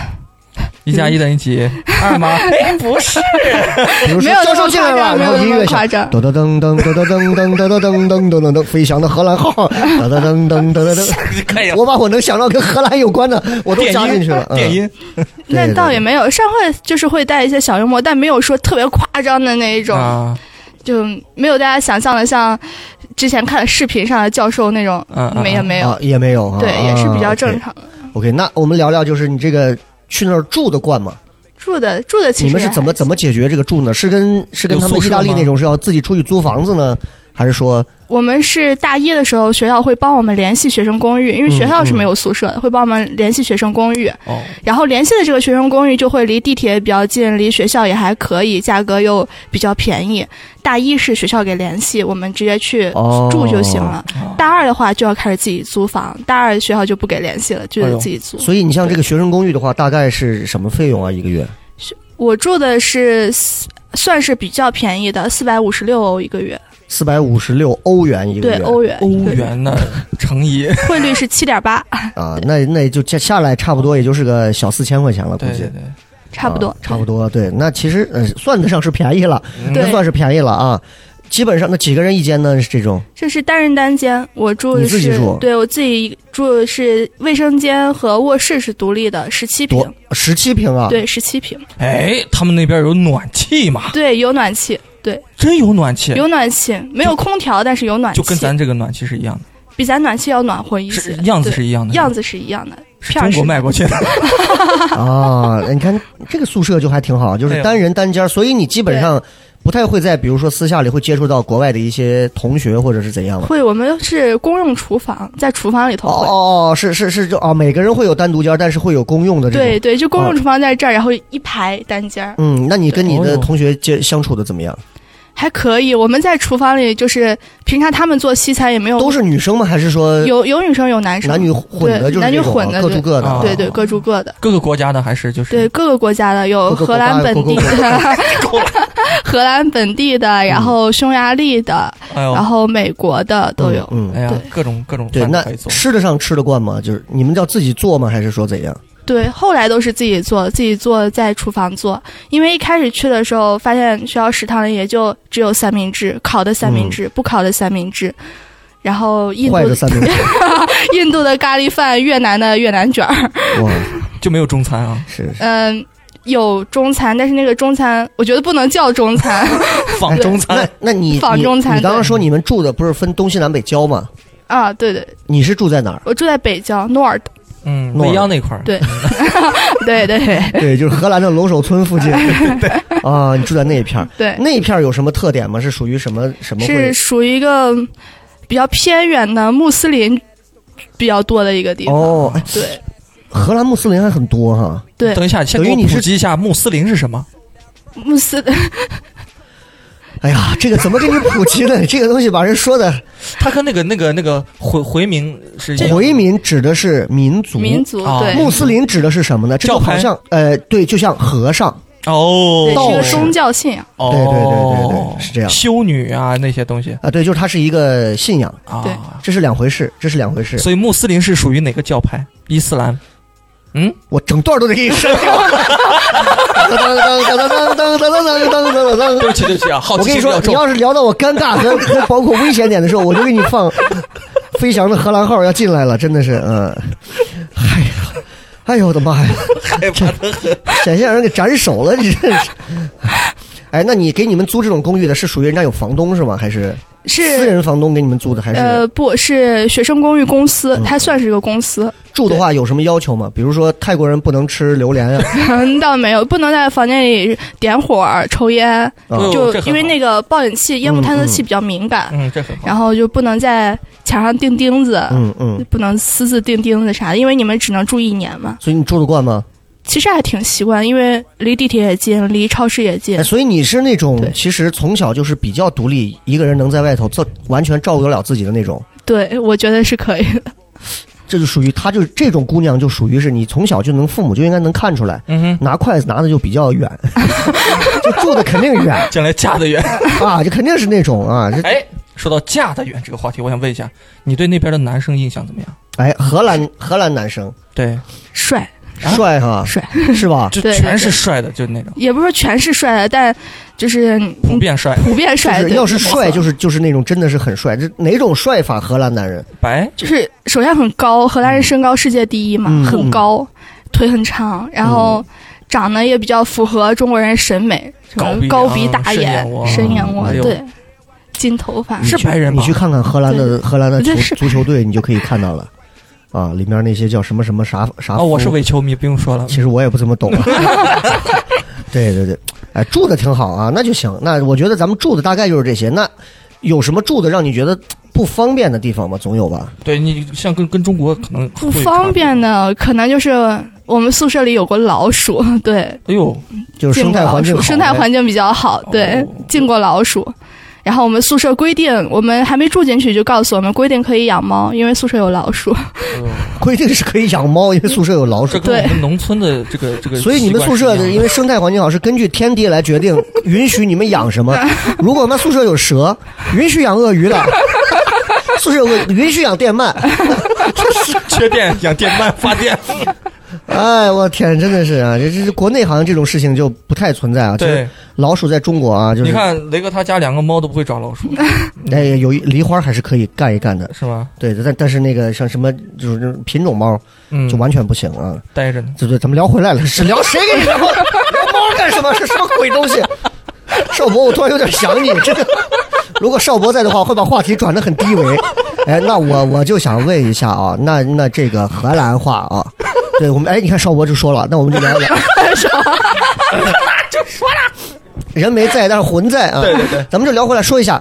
S6: 一加一等于几？二吗？ 哎，不是，
S2: 比如
S7: 没
S2: 说教
S7: 有那
S2: 授
S7: 么
S2: 进
S7: 夸
S2: 来了，
S7: 张，没
S2: 然后
S7: 有
S2: 音
S7: 那么
S2: 乐响
S7: 夸张，
S2: 噔噔噔噔噔噔噔噔噔噔噔噔噔噔，飞翔的荷兰号，噔噔噔噔噔噔噔。
S6: 可以了。
S2: 我把我能想到跟荷兰有关的，我都加进去了。
S6: 电
S2: 嗯，
S6: 音，
S7: 那
S2: 对
S7: 倒也没有，上会就是会带一些小幽默，但没有说特别夸张的那一种，
S6: 啊，
S7: 就没有大家想象的像之前看视频上的教授那种，
S6: 嗯嗯
S7: 没也没有，
S2: 啊，也没有啊，
S7: 对，
S2: 啊
S7: 也是比较正。常的。
S2: OK，OK，那我们聊聊，就是你这个去那儿住的惯吗？
S7: 住的住的其
S2: 你
S7: 实
S2: 们是
S7: 也
S2: 怎么
S7: 还
S2: 怎么解决这个住呢？是跟是跟他们
S6: 有宿
S2: 意
S6: 舍
S2: 大利
S6: 吗
S2: 那种是要自己出去租房子呢，还是说
S7: 我们是大一的时候，学校会帮我们联系学生公寓，因为学校是没有宿
S2: 嗯
S7: 舍的，会帮我们联系学生公寓。
S6: 哦，
S7: 然后联系的这个学生公寓就会离地铁比较近，离学校也还可以，价格又比较便宜。大一是学校给联系，我们直接去
S2: 哦
S7: 住就行了。大二的话就要开始自己租房，大二学校就不给联系了，就
S6: 哎
S7: 得
S6: 呦
S7: 自己租。
S2: 所以你像这个学生公寓的话，大概是什么费用啊？一个月？
S7: 我住的是四算是比较便宜的，四百五十六欧一个月，
S2: 四百五十六欧元一个
S7: 对
S2: 月，哦
S7: 欧元，
S6: 欧元呢 乘以
S7: 汇 率是七点八，
S2: 啊，那那也就下下来差不多也就是个小四千块钱了，估
S6: 对
S2: 计
S6: 对对，
S7: 差不
S2: 啊
S7: 多，嗯
S2: 差不多。对，那其实呃算得上是便宜了，那
S7: 对
S2: 算是便宜了啊。基本上那几个人一间呢是这种
S7: 这是单人单间，我住
S2: 你
S7: 的
S2: 自己
S7: 是
S2: 住啊
S7: 对我自己住的是卫生间和卧室是独立的，十七平
S2: 多，十七平啊，
S7: 对，十七平，
S6: 哎，他们那边有暖气嘛？
S7: 对，有暖气，对，
S6: 真有暖气，
S7: 有暖气，没有空调，但是有暖气，
S6: 就跟咱这个暖气是一样的，
S7: 比咱暖气要暖和一些
S6: 是，样子
S7: 对
S6: 是一样的，
S7: 样子是一样的，
S6: 是
S7: 片
S6: 中
S7: 儿是
S6: 国卖过去的。
S2: 啊， 你看这个宿舍就还挺好，就
S6: 哎
S2: 是
S6: 呦
S2: 单人单间，所以你基本上不太会在比如说私下里会接触到国外的一些同学或者是怎样嘛。
S7: 会，我们是公用厨房，在厨房里头
S2: 哦
S7: 会。
S2: 哦哦，是是是，就哦，每个人会有单独间，但是会有公用的这种。
S7: 对对，就公
S2: 哦
S7: 用厨房在这儿，然后一排单间儿，
S2: 嗯，那你跟你
S6: 对
S2: 的
S6: 哦哟
S2: 同学接相处的怎么样？
S7: 还可以。我们在厨房里，就是平常他们做西餐也没有，
S2: 都是女生吗？还是说
S7: 有有女生有男生，
S2: 男女混的？
S7: 对
S2: 就是
S7: 男女
S2: 这种啊
S7: 混的
S2: 各住
S7: 对
S2: 各的。嗯
S6: 啊
S7: 对对，各住各的。
S6: 各个国家的还是就是
S7: 对各个国家的，有
S2: 各个国
S7: 荷
S2: 家
S7: 兰本地
S2: 各
S7: 的，荷兰本地的，然后匈牙利的，
S6: 哎呦
S7: 然，后美国的都有。
S2: 哦嗯，
S6: 哎呀，各种各种
S2: 对，
S6: 饭都
S2: 那
S6: 可以做。
S2: 吃得上吃得惯吗？就是你们要自己做吗？还是说怎样？
S7: 对，后来都是自己做，自己做在厨房做，因为一开始去的时候发现学校食堂里也就只有三明治，烤的三明治，不烤的三明治，然后印
S2: 嗯坏
S7: 度
S2: 的三 明治，
S7: 印度的咖喱饭，越南的越南卷儿，
S2: 哇，
S6: 就没有中餐 啊，
S2: 是是
S7: 嗯。有中餐，但是那个中餐我觉得不能叫中餐
S6: 仿中餐
S2: 哎那。那你
S7: 仿
S2: 你
S7: 中餐
S2: 你刚刚
S7: 对
S2: 说你们住的不是分东西南北郊吗？
S7: 啊！对对，
S2: 你是住在 哪儿？
S7: 我住在北郊 North，
S6: 嗯，
S2: 诺尔
S6: 未央那块儿，
S7: 对对对对
S2: 对，就是荷兰的龙首村 附近。对啊，你住在那一片儿，
S7: 对，
S2: 那一片儿有什么特点吗？是属于什么什么会？
S7: 是属于一个比较偏远的穆斯林比较多的一个地方。
S2: 哦，哎，
S7: 对
S2: 荷兰穆斯林还很多哈。
S7: 对，
S6: 等一下，先给
S2: 等于
S6: 我
S2: 你是
S6: 普及一下穆斯林是什么？
S7: 穆斯
S2: 哎呀，这个怎么给你普及呢？ 这个东西把人说的
S6: 他跟那个那个那个回回民是一样的
S2: 回民指的是民族，
S7: 民族
S6: 啊
S7: 对
S2: 穆斯林指的是什么呢？这就
S6: 教派
S2: 好像呃，对，就像和尚，
S6: 哦，
S7: 对是
S2: 道
S7: 个
S2: 士
S7: 宗教信仰。
S6: 哦，
S2: 对对对对对是这样
S6: 修女啊那些东西
S2: 啊，对，就是它是一个信仰，
S6: 啊，
S7: 对
S2: 这是两回事，这是两回事。
S6: 所以穆斯林是属于哪个教派？伊斯兰。嗯，
S2: 我整段都得给你删掉。噔噔噔噔噔噔噔噔噔噔噔
S6: 对不
S2: 噔。
S6: 起对不起啊，好
S2: 我
S6: 奇
S2: 跟你
S6: 心
S2: 说
S6: 比较，
S2: 你
S6: 重。
S2: 要是聊到我尴尬和和包括危险点的时候，我就给你放飞翔的荷兰号要进来了，真的是，嗯，哎呀，哎呦我的妈呀，险些让人给斩首了，你这是。哎，那你给你们租这种公寓的是属于人家有房东是吗？还是私
S7: 是
S2: 人房东给你们租的？还是、
S7: 呃不是学生公寓公司，它算是一个公司，
S2: 住的话有什么要求吗？比如说泰国人不能吃榴莲 啊，
S7: 倒没有，不能在房间里点火、抽烟，
S2: 啊
S6: 哦
S7: 就
S6: 这很
S7: 因为
S6: 好
S7: 那个报警器、烟雾探测器比较敏感，
S6: 嗯，这很好。
S7: 然后就不能在墙上钉钉子，
S2: 嗯嗯，
S7: 不能私自钉钉子啥的，因为你们只能住一年嘛。
S2: 所以你住得惯吗？
S7: 其实还挺习惯，因为离地铁也近，离超市也近
S2: 哎，。所以你是那种
S7: 对
S2: 其实从小就是比较独立，一个人能在外头照完全照顾得了自己的那种。
S7: 对，我觉得是可以的。
S2: 这就属于她，就是这种姑娘，就属于是你从小就能父母就应该能看出来，
S6: 嗯哼，
S2: 拿筷子拿的就比较 远，就住的肯定远
S6: 将来嫁得远。
S2: 啊，就肯定是那种啊，这
S6: 哎，说到嫁得远这个话题，我想问一下，你对那边的男生印象怎么样？
S2: 哎，荷兰荷兰男生
S6: 对，
S7: 帅
S6: 啊
S2: 帅哈，
S7: 帅，
S2: 是吧？
S6: 就
S7: 对对
S6: 全是帅的，就那种
S7: 也不是说全是帅的，但就是
S6: 普
S7: 普
S6: 遍帅，
S7: 普遍 帅。
S2: 就是
S7: 对
S2: 要是帅，就是是就是那种真的是很帅，这哪种帅法？荷兰男人
S6: 白
S7: 就是首先很高，荷兰人身高世界第一嘛，
S2: 嗯
S7: 很高，腿很长，然后长得也比较符合中国人审美，什
S6: 高
S7: 么
S6: 鼻
S7: 高鼻
S6: 梁
S7: 大
S6: 深
S7: 眼
S6: 眼窝、
S7: 深眼窝，
S6: 哎呦
S7: 对，金头发
S6: 是白人
S2: 你
S6: 吧？
S2: 去看看荷兰的荷兰的
S7: 这
S2: 足
S7: 是
S2: 足球队，你就可以看到了，啊，里面那些叫什么什么啥啥
S6: 哦，我是
S2: 夫
S6: 伪球迷，不用说了。
S2: 其实我也不怎么 懂、啊。 对对对，哎，住的挺好啊，那就行。那我觉得咱们住的大概就是这些。那有什么住的让你觉得不方便的地方吗？总有吧。
S6: 对你像跟跟中国可能
S7: 不
S6: 会
S7: 方
S6: 差
S7: 便。的，可能就是我们宿舍里有过老鼠，对，
S6: 哎呦，
S2: 就是生态环境好
S7: 进过老
S2: 呗，
S7: 鼠生态 环境比较好，对
S6: 哦，
S7: 进过老鼠。然后我们宿舍规定，我们还没住进去就告诉我们规定可以养猫，因为宿舍有老鼠。
S2: 规定是可以养猫，因为宿舍有老鼠
S6: 这。跟我
S7: 对
S6: 们农村的这个 这个习惯是一样的，
S2: 所以你们宿舍的，因为生态环境好，是根据天地来决定 允许你们养什 么。如果我们宿舍有蛇，允许养鳄鱼了； 宿舍有鳄，允许养电鳗。
S6: 缺电养电鳗发电，
S2: 哎，我天，真的是啊，这这这国内好像这种事情就不太存在啊。就是
S6: 对，
S2: 老鼠在中国啊，就是
S6: 你看雷哥他家两个猫都不会抓 老鼠，
S2: 哎，有一梨花还是可以干一干的，
S6: 是吗？
S2: 对，但但是那个像什么就是这种品种猫
S6: 嗯，
S2: 就完全不行啊。
S6: 待着呢。
S2: 对对，咱们聊回来了，是聊谁跟你聊聊猫干什么？是什么鬼东西？邵博，我突然有点想你，这个如果邵博在的话，会把话题转得很低维。哎，那我我就想问一下啊，那那这个荷兰话啊，对我们哎，你看邵博就说了，那我们就聊聊。就说了， 人没在，但是魂在啊。
S6: 对对对，
S2: 咱们就聊回来说一下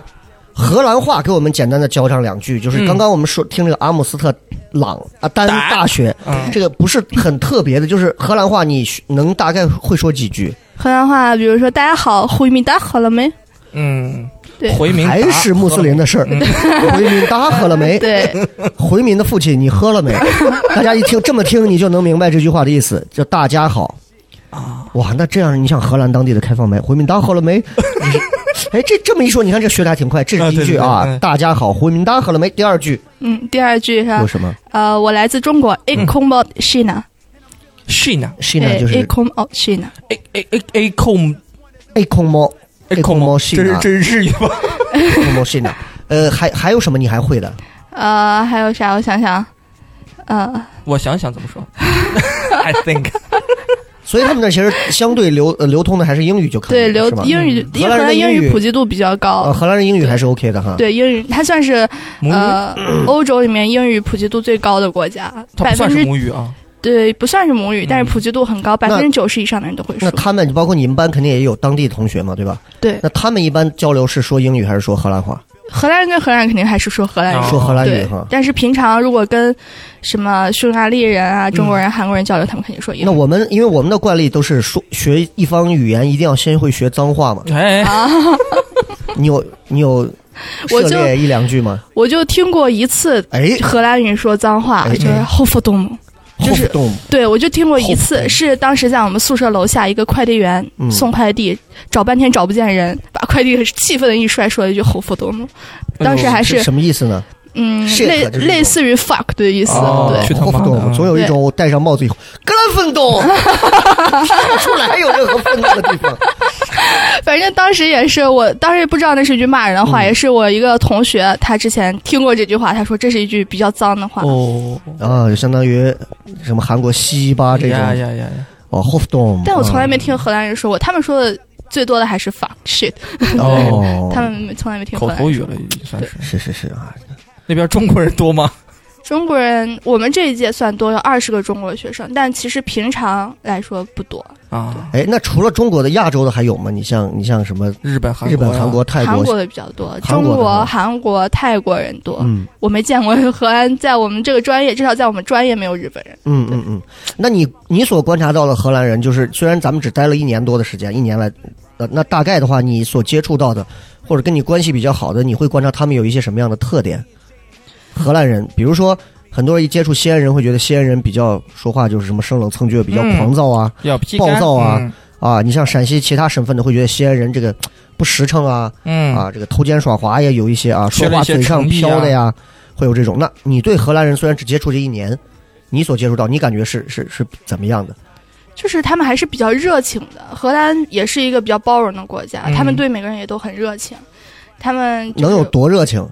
S2: 荷兰话，给我们简单的交上两句。就是
S6: 嗯
S2: 刚刚我们说、听这个阿姆斯特朗啊丹
S6: 丹
S2: 大学，
S6: 嗯
S2: 这个不是很特别的，就是荷兰话，你学能大概会说几句？
S7: 河南话，比如说“大家好，回民打好了没
S6: 嗯，
S7: 对
S6: 回民
S2: 还
S6: 达嗯
S2: 是穆斯林的事儿，回民大喝了”？没？
S7: 对，
S2: 回民的父亲，你喝了 没？大家一听这么听，你就能明白这句话的意思，叫大家好。啊，哇，那这样你像荷兰当地的开放麦，回民大喝了没？ 你是哎，这这么一说，你看这学的还挺快。这是第一句啊，
S6: 啊对对对嗯
S2: 大家好，回民大喝了没？第二句
S7: 嗯，第二句是
S6: 啊
S2: 有什么？
S7: 呃，我来自中国，I come out China，
S6: 是呢，
S2: 是呢，
S7: 对
S2: 嗯就
S7: ，I
S2: 是
S7: come out China，
S6: 哎哎哎哎控
S2: A 空猫
S6: 哎
S2: A 空猫是
S6: 这是
S2: 呢
S6: 这是日语吧？
S2: ，A 空猫是呢。呃，还还有什么你还会的？
S7: 呃，还有啥？我想想，呃，
S6: 我想想怎么说，I think
S2: 所以他们那其实相对流呃流通的还是英语就可以了，
S7: 对，流
S2: 是吧
S7: 英语，
S2: 嗯
S7: 因
S2: 荷
S7: 为荷
S2: 兰人的
S7: 兰英
S2: 英语
S7: 语普及度比较高
S2: 呃，，荷兰人英语还是 OK 的哈。，
S7: 对英语，它算是
S6: 母语，
S7: 呃欧洲里面英语普及度最高的国家，
S6: 它
S7: 百
S6: 不
S7: 分
S6: 算是
S7: 之
S6: 母语啊。
S7: 对不算是母语，但是普及度很高，百分之九十以上的人都会
S2: 嗯那
S7: 说。
S2: 他们包括你们班肯定也有当地同学嘛，对吧？
S7: 对
S2: 那他们一般交流是说英语还是说荷兰话？
S7: 荷兰人跟荷兰人肯定还是说荷兰语，
S2: 说荷兰语
S7: 对
S2: 哈。。
S7: 但是平常如果跟什么匈牙利人啊、中国人、韩国人交流，他们肯定说
S2: 嗯
S7: 英
S2: 那
S7: 语。
S2: 我们因为我们的惯例都是说学一方语言一定要先会学脏话嘛，
S6: 哎，
S2: 你有你有涉
S7: 我就
S2: 猎一两句 吗？
S7: 我就听过一次
S2: 哎，
S7: 荷兰人说脏话，
S2: 哎
S7: 就是 h o f d o m
S2: 就是动
S7: 对，我就听过一
S2: Hofdom
S7: 次，是当时在我们宿舍楼下一个快递员
S2: 嗯
S7: 送快递，找半天找不见人，把快递气愤的一摔，说了一句 h o f d o m 当时还是
S2: 什么意思呢？
S7: 嗯，
S2: shit
S7: 类
S2: 就是一种
S7: 类似于 fuck 的意思，
S6: 哦
S7: 对。
S6: 去他
S2: 霍
S6: 妈
S2: 夫
S6: 的
S2: 动，总有一种戴上帽子以后，格兰奋斗，看不出来有任何愤怒的地方。
S7: 反正当时也是，我当时也不知道那是一句骂人的话，
S6: 嗯
S7: 也是我一个同学，他之前听过这句话，他说这是一句比较脏的话。
S6: 哦，
S2: 啊，就相当于什么韩国西巴这种
S6: 呀呀呀呀！
S2: 哦 h o f d o m
S7: 但我从
S6: 嗯
S7: 来没听荷兰人说过，他们说的最多的还是 fuck shit，
S2: 哦，
S7: 他们从来没听
S6: 口
S7: 荷兰
S6: 头
S7: 人
S6: 语
S7: 说
S6: 了，已经算是。
S2: 是是是啊，
S6: 那边中国人多吗？
S7: 中国人，我们这一届算多，有二十个中国学生，但其实平常来说不多。
S6: 啊，
S2: 哎，那除了中国的亚洲的还有吗？你像你像什么
S6: 日本、韩
S2: 日
S6: 国、
S2: 本、韩国、，泰
S7: 韩
S2: 国，
S7: 国的比较多，
S2: 韩
S7: 中
S2: 国的吗
S7: 国、韩国、泰国人多。
S2: 嗯
S7: 我没见过荷兰，在我们这个专业，至少在我们专业没有日本人。
S2: 嗯嗯嗯。那你你所观察到的荷兰人，就是虽然咱们只待了一年多的时间，一年来，呃，那大概的话，你所接触到的，或者跟你关系比较好的，你会观察他们有一些什么样的特点？荷兰人，比如说。很多人一接触西安人，会觉得西安人比较说话就是什么生冷蹭倔，比较
S6: 嗯
S2: 狂躁啊、
S6: 要批
S2: 暴
S6: 干
S2: 躁啊，啊！你像陕西其他省份的，会觉得西安人这个不实诚啊，
S6: 嗯，
S2: 啊，这个偷奸耍滑也有一些啊，
S6: 缺
S2: 说
S6: 了
S2: 话
S6: 一些
S2: 嘴上
S6: 诚意
S2: 飘
S6: 啊
S2: 的呀，会有这种。那你对荷兰人虽然只接触这一年，你所接触到，你感觉是是是怎么样的？
S7: 就是他们还是比较热情的。荷兰也是一个比较包容的国家，
S6: 嗯
S7: 他们对每个人也都很热情。他们、就是、
S2: 能有多热情？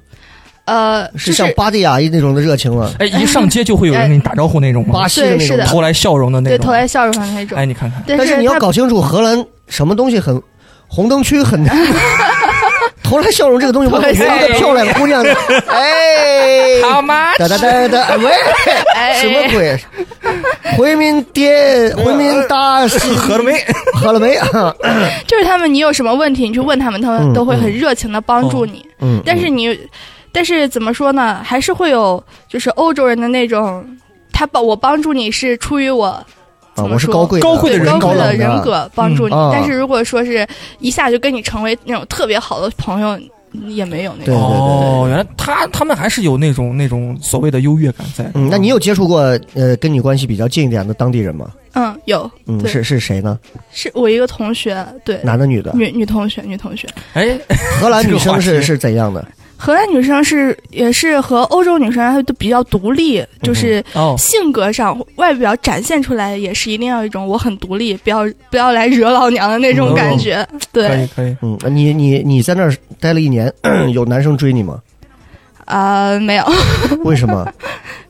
S7: 呃，就是
S2: 像巴蒂亚一那种的热情吗？
S6: 哎，一上街就会有人给你打招呼那种吗
S2: 巴？西的
S7: 嗯对
S2: 那
S7: 是
S2: 种
S7: 的
S2: 吗？
S6: 投来笑容的那
S7: 对
S6: 种。
S7: 投来笑容的那种。
S6: 哎，你看看，
S7: 但
S2: 但是你要
S7: 他
S2: 搞清楚荷兰什么东西很红灯区很。 投来笑容这个东西，我
S7: 投来
S2: 感觉
S7: 笑
S2: 一个
S7: 容
S2: 漂亮姑 娘，哎，
S6: 好吗？
S2: 哒哒哒哒，喂，
S7: 哎
S2: 什么鬼？回民爹，回
S7: 哎
S2: 民大西，
S6: 合了没？
S2: 喝了没 啊？
S7: 就是他们，你有什么问题，你去问他们，他
S2: 嗯
S7: 们都会很热情的帮助你。
S2: 嗯，
S7: 但是你，但是怎么说呢，还是会有就是欧洲人的那种，他帮我帮助你是出于我
S2: 啊，
S7: 怎么
S2: 我是
S7: 说
S2: 高贵
S6: 高贵
S7: 对
S6: 的人
S7: 高
S6: 格
S7: 贵的
S2: 冷
S7: 人格帮助你。
S2: 嗯啊
S7: 但是如果说是一下就跟你成为那种特别好的朋友，也没有那
S2: 对
S7: 种。
S6: 哦，原来他他们还是有那种那种所谓的优越感在。
S2: 嗯，那你有接触过呃跟你关系比较近一点的当地人吗？
S7: 嗯，有
S2: 嗯，
S7: 对
S2: 是是谁呢？
S7: 是我一个同学，对，
S2: 男的女的？
S7: 女女同学，女同学。
S6: 哎，
S2: 荷兰女
S6: 这个
S2: 生
S6: 话
S2: 是
S6: 题
S2: 是怎样的？
S7: 荷兰女生是也是和欧洲女生她都比较独立，就是
S6: 哦，
S7: 性格上、外表展现出来也是一定要有一种我很独立，不要不要来惹老娘的那种感觉。
S6: 可
S7: 对
S6: 以，可以，
S2: 嗯，你你你在那儿待了一年， 有男生追你吗？
S7: 啊、没有，
S2: 为什 么？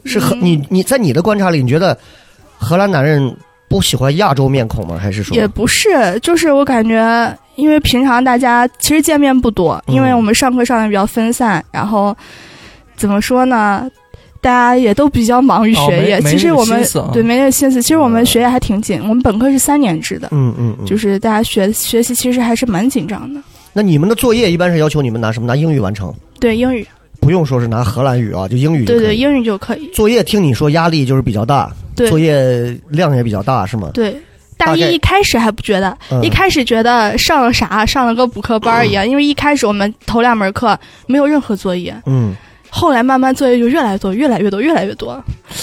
S2: 是荷
S7: 嗯
S2: 你你在你的观察里，你觉得荷兰男人不喜欢亚洲面孔吗？还是说
S7: 也不是，就是我感觉，因为平常大家其实见面不多，
S2: 嗯
S7: 因为我们上课上的比较分散，然后怎么说呢？大家也都比较忙于
S6: 哦
S7: 学业，
S6: 没没
S7: 其实
S6: 那个
S7: 我们
S6: 心
S2: 嗯
S6: 思啊
S7: 对没那个心思。其实我们学业还挺紧，我们本科是三年制的，
S2: 嗯嗯嗯，
S7: 就是大家学学习其实还是蛮紧张的。
S2: 那你们的作业一般是要求你们拿什么？拿英语完成，
S7: 对英语，
S2: 不用说是拿荷兰语啊，就英语就
S7: 对
S2: 可以。
S7: 对英语就可以。
S2: 作业听你说压力就是比较大，
S7: 对
S2: 作业量也比较大，是吗？
S7: 对，
S2: 大
S7: 大
S2: 概
S7: 一一开始还不觉得，
S2: 嗯
S7: 一开始觉得上了啥，上了个补课班儿一样，因为一开始我们头两门课没有任何作业，
S2: 嗯，
S7: 后来慢慢作业就越来越多，越来越多，越来越多，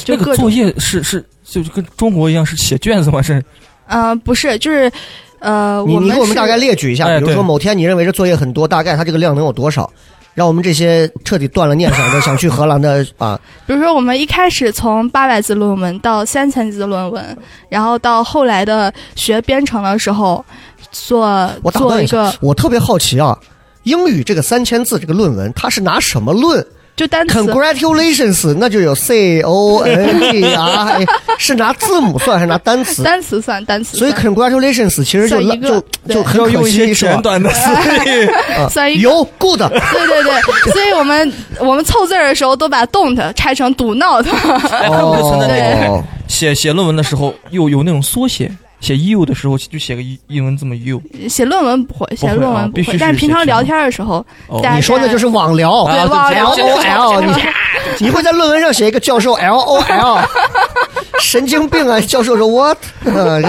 S7: 就
S6: 那
S7: 各
S6: 个
S7: 种
S6: 作业是是就就跟中国一样是写卷子吗？是
S7: 呃，不是，就是呃，
S2: 你你给我们
S7: 是
S2: 大概列举一下，
S6: 哎
S2: 比如说
S6: 对
S2: 某天你认为这作业很多，大概它这个量能有多少？让我们这些彻底断了念 想的想去荷兰的啊，
S7: 比如说我们一开始从八百字论文到三千字论文，然后到后来的学编程的时候，做
S2: 我打
S7: 做
S2: 断
S7: 一
S2: 一下
S7: 个，
S2: 我特别好奇啊，英语这个三千字这个论文，它是拿什么 论
S7: 就单词
S2: ？Congratulations，那 就有 C O N G R，是拿字母算还是拿单词？
S7: 单词算单词
S2: 嗯所
S7: 算，
S2: 以 Congratulations 其实就
S7: 算一个
S2: 就
S7: 对
S2: 就很
S6: 要
S2: 可
S6: 用一些
S2: 惜是
S6: 简
S2: 吧？
S6: 短的词语。
S7: 算一个，
S2: 有 good，
S7: 对对 对，所以我们我们凑字儿的时候都把 don't 拆成 do not，
S2: 哦
S6: 哎，会不会存在那个写写论文的时候又有那种缩写？写 you 的时候就写个英英文字母 E you。
S7: 写论文不会，写
S6: 不会
S7: 论
S6: 啊
S7: 文不
S6: 必须
S7: 会，
S6: 是
S7: 但是平
S6: 写
S7: 常
S6: 评
S7: 聊
S6: 论
S7: 天的时候，
S6: 哦
S7: 大家
S2: 你说的就是网聊
S6: 啊
S7: 对忘
S2: ，L
S7: 了
S2: O L，你
S7: 啊
S2: 你会在论文上写一个教授 L O L，神经病啊！教授说 what？呃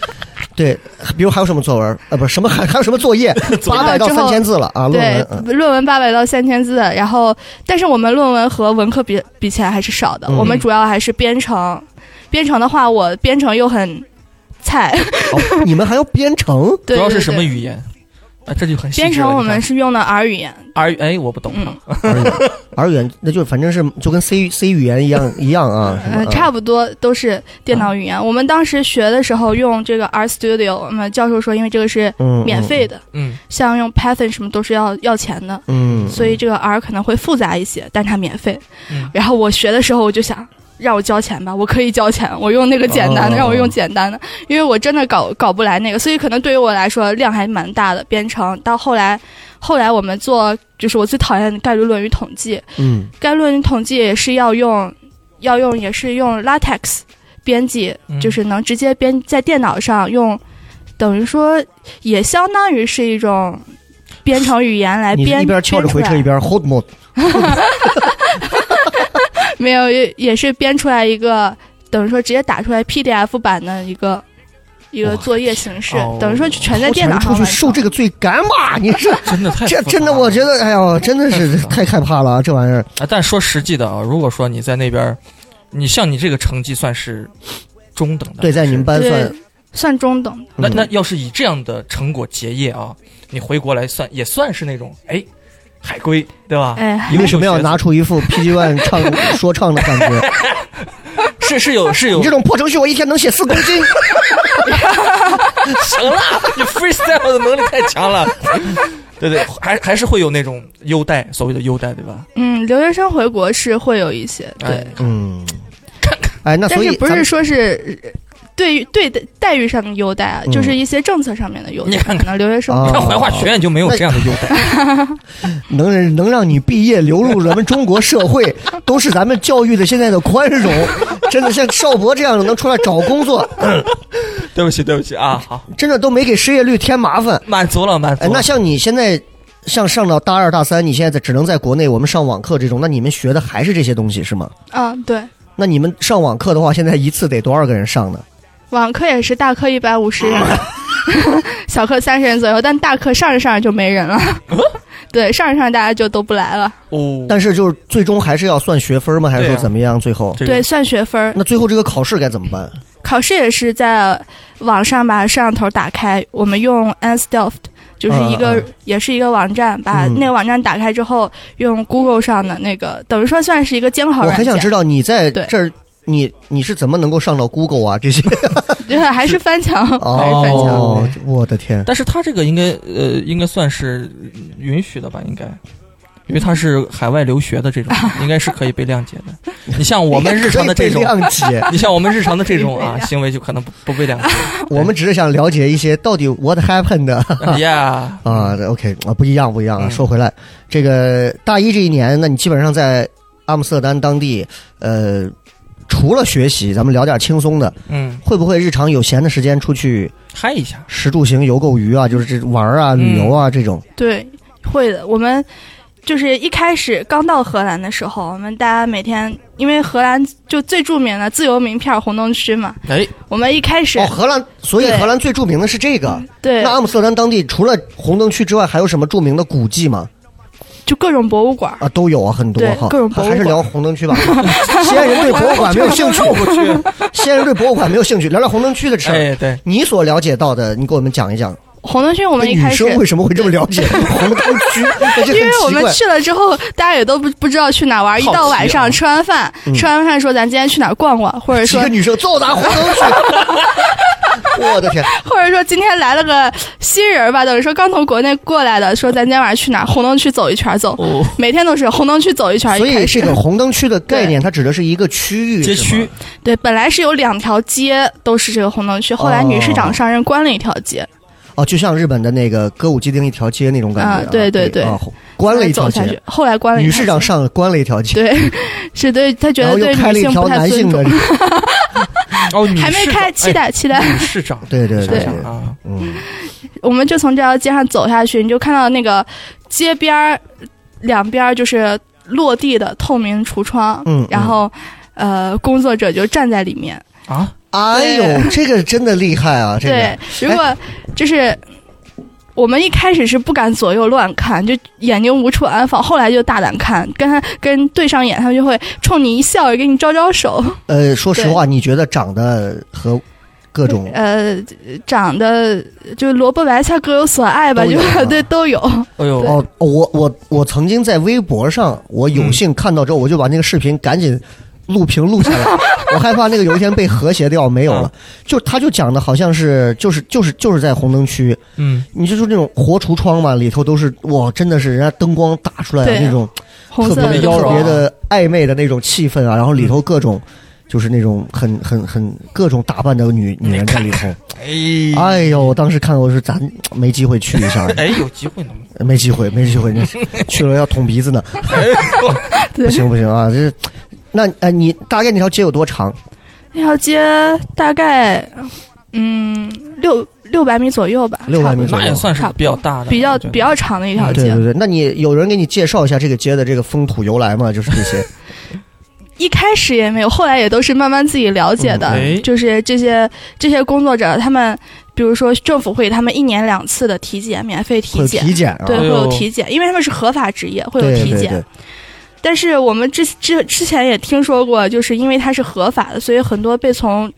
S2: 对，比如还有什么作文？呃，不是什么还还有什么作 业？八百到
S7: 之后
S2: 三千字了啊，论
S7: 对
S2: 文。嗯，
S7: 论文八百到三千字，然后但是我们论文和文科比比起来还是少的，
S2: 嗯
S7: 我们主要还是编程。编程的话，我编程又很 菜，
S2: 哦你们还要编程？
S7: 对，
S6: 主要是
S7: 对
S6: 什么
S7: 对
S6: 语言？啊，这就很细致了
S7: 编程我们
S6: 你看
S7: 是用的 R 语言，
S6: R 哎，我不懂。
S7: 嗯，
S2: 而语而语言，那就反正是就跟 C C 语言一样一样啊，是
S7: 呃
S2: 吧，
S7: 差不多都是电脑
S2: 嗯
S7: 语言。我们当时学的时候用这个 R Studio，我们教授说，因为这个是
S2: 嗯
S7: 免费的，
S6: 嗯，
S7: 像用 Python 什么都是要要钱的，
S2: 嗯，
S7: 所以这个 R 可能会复杂一些，但它免费。
S6: 嗯
S7: 然后我学的时候我就想。让我交钱吧，我可以交钱，我用那个简单
S2: 哦
S7: 的，让我用简单的，因为我真的搞搞不来那个，所以可能对于我来说量还蛮大的。编程到后来，后来我们做就是我最讨厌的概率论与统计，
S2: 嗯
S7: 概率论与统计也是要用，要用也是用 LaTeX 编辑，
S6: 嗯
S7: 就是能直接编在电脑上用，等于说也相当于是一种编程语言来
S2: 你是
S7: 呃编。
S2: 一边翘着回车一
S7: 编出来
S2: 边 hold mode，
S7: 没有，也也是编出来一个，等于说直接打出来 PDF 版的一个一
S6: 我
S7: 个
S6: 的
S7: 作业形式，
S6: 天哦
S7: 等于说全在
S2: 我
S7: 电脑
S2: 全
S7: 上
S2: 出去
S7: 完
S2: 受
S7: 成。
S2: 这个罪干嘛？你是
S6: 真 的太
S2: 这
S6: 复杂
S2: 真的，
S6: 了
S2: 我觉得，哎呦，真的是太害怕了，这玩意儿。
S6: 啊，但说实际的啊，如果说你在那边儿，你像你这个成绩算是中等的，
S2: 对，在你们班
S7: 对
S2: 算，，
S7: 算中等的。
S6: 那
S2: 嗯
S6: 那要是以这样的成果结业啊，你回国来算也算是那种哎海归对吧？
S7: 哎
S2: 你为什么要拿
S6: 出？
S2: 出一副 PG One 唱说唱的感觉？
S6: 是是有是有
S2: 你这，种破程序，我一天能写四公 斤。
S6: 行了，你 freestyle 的能力太强了。对对，还还是会有那种优待，所谓的优待，对吧？
S7: 嗯，留学生回国是会有一些对，
S6: 哎，
S2: 嗯，哎，那
S7: 但
S2: 所
S7: 是
S2: 以
S7: 不
S2: 咱
S7: 是
S2: 们
S7: 说是呃对于对待待遇上的优待啊，
S2: 嗯
S7: 就是一些政策上面的优待。
S6: 你看看
S7: 可能留学生
S2: 啊
S6: 你看怀化学院就没有这样的优待，
S2: 能能让你毕业流入咱们中国社 会，都是咱们教育的现在的宽容。真的像邵博这样的能出来找工作，
S6: 对不起对不起啊，好，
S2: 真的都没给失业率添麻烦。
S6: 满足了满足
S2: 哎，
S6: 了。
S2: 那像你现在像上到大二大三，你现在在只能在国内我们上网课这种，那你们学的还是这些东西是吗？
S7: 啊，对，
S2: 那你们上网课的话，现在一次得多少个人上呢？
S7: 网课也是大课一百五 十人，小课三十人左右，但大课上着上着就没 人了。对，上着上着大家就都不来了。
S6: 哦，
S2: 但是就是最终还是要算学分吗？还是说
S6: 对啊
S2: 怎么样？最后，
S6: 这个
S7: 对，算学分儿，
S2: 那最后这个考试该怎么办？
S7: 考试也是在网上把摄像头打开，我们用 Anself。就是一个，
S2: 嗯嗯
S7: 也是一个网站，把
S2: 嗯
S7: 那个网站打开之后，用 Google 上的那个，等于说算是一个监考
S2: 我
S7: 软件。
S2: 很想知道你在
S7: 对
S2: 这儿，你你是怎么能够上到 Google 啊？这些
S7: 对，还是翻墙，还是翻墙。
S2: 哦，我的天！
S6: 但是他这个应该呃，应该算是允许的吧？应该，因为他是海外留学的这种，
S7: 嗯
S6: 应该是可以被谅解的。你像 我们日常的这种
S2: 被，谅 解，
S6: 你像我们日常的这种啊
S7: 被谅
S6: 行为，就可能不不被谅 解。
S2: 我们只是想了解一些到底 what happened
S6: 哎呀，
S2: 啊对，OK 啊，不一样，不一样啊。
S6: 嗯
S2: 说回来，这个大一这一年，那你基本上在阿姆斯特丹当地，呃，除了学习，咱们聊点轻松的，
S6: 嗯，
S2: 会不会日常有闲的时间出去
S6: 嗨一下，
S2: 食住行游购娱
S7: 嗯
S2: 啊，就是这玩啊、旅游啊这种？
S7: 对，会的。我们就是一开始刚到荷兰的时候，我们大家每天因为荷兰就最著名的自由名片红灯区嘛，
S6: 哎，
S7: 我们一开始、
S2: 哦，荷兰，所以
S7: 对嗯
S2: 荷兰最著名的是这个。
S7: 对
S2: 那阿姆斯特丹当地除了红灯区之外，还有什么著名的古迹吗？
S7: 就各种博物馆儿，
S2: 啊，都有啊，很多
S7: 对
S2: 哈。
S7: 各种博物
S2: 还是
S7: 馆
S2: 聊红灯 区吧。西安人对博物馆没有兴趣，西安人对博物馆没有兴趣，聊聊红灯区的事儿。
S6: 哎对，
S2: 你所了解到的，你给我们讲一讲。
S7: 红灯区我
S2: 那
S7: 们一
S2: 女
S7: 开始。
S2: 生为什么会这么了解红灯 区？那就
S7: 因为我
S2: 很奇
S7: 们
S2: 怪。
S7: 去了之后，大家也都不不知道去哪玩儿。一
S6: 好
S7: 到
S6: 奇
S7: 晚
S6: 啊
S7: 上吃完饭，
S2: 嗯
S7: 吃完饭说咱今天去哪儿 逛逛，或者
S2: 几
S7: 说
S2: 个女生揍咱红灯 区。我的天！
S7: 或者说今天来了个新人儿吧，等于说刚从国内过来的，说咱今天晚 上去哪儿红灯区走一圈儿走，
S6: 哦，
S7: 每天都是红灯区走一圈儿。
S2: 所
S7: 一开
S2: 以
S7: 始
S2: 这个红灯区的概念，它指的是一个区域
S6: 街区，
S7: 对，本来是有两条街都是这个红灯区，后来女市长上任关了一条街，
S2: 哦，就像日本的那个歌舞伎町一条街那种感觉啊。
S7: 啊对对对
S2: 啊，关了一条
S7: 走下去
S2: 街，，
S7: 后来关了一
S2: 女
S7: 条街
S2: 市长上了关了一条街，
S7: 对，是对他觉
S2: 然
S7: 得
S2: 后又
S7: 对
S2: 开了
S7: 女
S2: 一
S7: 性
S2: 条
S7: 不太
S2: 男
S7: 尊
S2: 性的
S7: 重，
S2: 路。
S6: 哦，女
S7: 还没
S6: 市
S7: 开，
S6: 长
S7: 期
S6: 哎
S7: 待期待。
S6: 女市长，
S2: 对 对
S6: 女
S2: 对
S6: 市长，啊，
S2: 嗯，
S7: 我们就从这条街上走下去，你就看到那个街边儿两边儿就是落地的透明橱窗，
S2: 嗯嗯
S7: 然后呃，工作者就站在里面。
S6: 啊，
S2: 哎呦，这个真的厉害啊！这
S7: 对
S2: 个，
S7: 如果
S2: 哎
S7: 就是我们一开始是不敢左右乱看，就眼睛无处安放，后来就大胆看，跟他跟对上眼，他们就会冲你一笑，给你招招手。
S2: 呃，说实话，你觉得长得和各 种
S7: 呃，长得就萝卜白菜各有所爱吧，
S2: 都
S7: 就
S2: 有啊
S7: 对都有。
S6: 哎呦，
S2: 哦，我我我曾经在微博上，我有幸看到之后，我就把那个视频赶紧录屏录下来，我害怕那个有一天被和谐掉没有了。 就他就讲的好像是就是就是就是在红灯区，
S6: 嗯，
S2: 你就是那种活橱窗嘛，里头都是哇，真的是人家灯光打出来的
S7: 对
S2: 那种
S7: 红
S2: 特
S7: 色
S2: 别
S7: 的
S6: 的妖
S2: 特
S6: 娆
S2: 别的暧昧的那种气氛啊，然后里头各种。就是那种很很很各种打扮的女女人在里头，
S6: 哎
S2: 哎呦！我当时看我是咱没机会去一 下，
S6: 哎，有机会呢，
S2: 没机会，没机会， 你去了要捅鼻子呢。
S7: 对
S2: 不行不行啊，这那哎，你大概那条街有多长？
S7: 那条街大概嗯六六百米左右吧，
S2: 六百米左
S6: 那也
S2: 右。嗯
S6: 算是比较大的，
S7: 比较
S6: 我觉得
S7: 比较长的一条
S2: 对嗯
S7: 街
S2: 对。对，那你有人给你介绍一下这个街的这个风土由来吗？就是这些，
S7: 一开始也没有，后来也都是慢慢自己了解的。
S6: 嗯哎
S7: 就是这些这些工作者，他们比如说政府会，他们一年两次的体检，免费
S2: 会
S7: 体
S2: 有
S7: 检，
S2: 体检啊，
S7: 对，
S6: 哎
S7: 会
S6: 呦
S7: 有体检，因为他们是合法职业，会有
S2: 对
S7: 体
S2: 对
S7: 检。
S2: 对，
S7: 但是我们之之之前也听说过，就是因为它是合法的，所以很多被从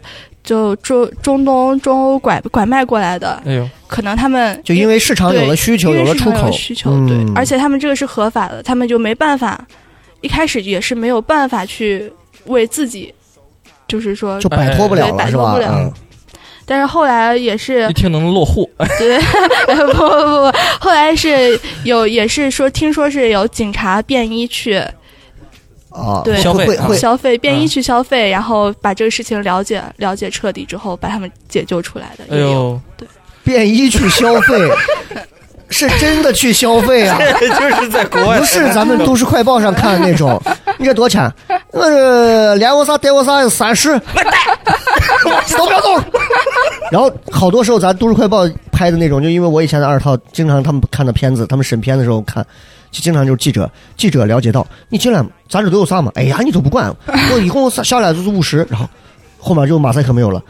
S7: 就中中东、中欧拐拐卖过来的，
S6: 哎呦，
S7: 可能他们
S2: 就因为市场有了需求，
S7: 因为
S2: 了
S7: 市
S2: 出
S7: 场有
S2: 口，
S7: 需求，对
S2: 嗯，
S7: 而且他们这个是合法的，他们就没办法，一开始也是没有办法去为自己，就是说
S2: 就，摆脱不了
S7: 对
S2: 了，
S7: 摆
S2: 是
S7: 脱
S2: 吧
S7: 不？了
S2: 嗯
S7: 但是后来也是
S6: 一听能落户，哎
S7: 对， 不不不，不后来是有也是说，听说是有警察便衣去
S2: 啊，
S7: 对
S6: 消
S2: 会会
S6: 费啊
S2: 会
S7: 消费，便衣
S6: 嗯
S7: 去消费，然后把这个事情了解了解彻底之后，把他们解救出来的。
S6: 哎
S7: 也有，
S6: 呦，
S2: 便衣去消费， 是真的去消费啊。
S6: 就是在国外
S2: 不是咱们都市快报上看的那种，你这多少钱？呃，连我啥带我啥三十，都不要动。然后好多时候咱都市快报拍的那种，就因为我以前的二套，经常他们看的片子，他们审片的时候看，就经常就是记者记者了解到，你进来咱这都有啥嘛？哎呀，你都不管，我一共下来就是五十，然后。后面就马赛克没有了。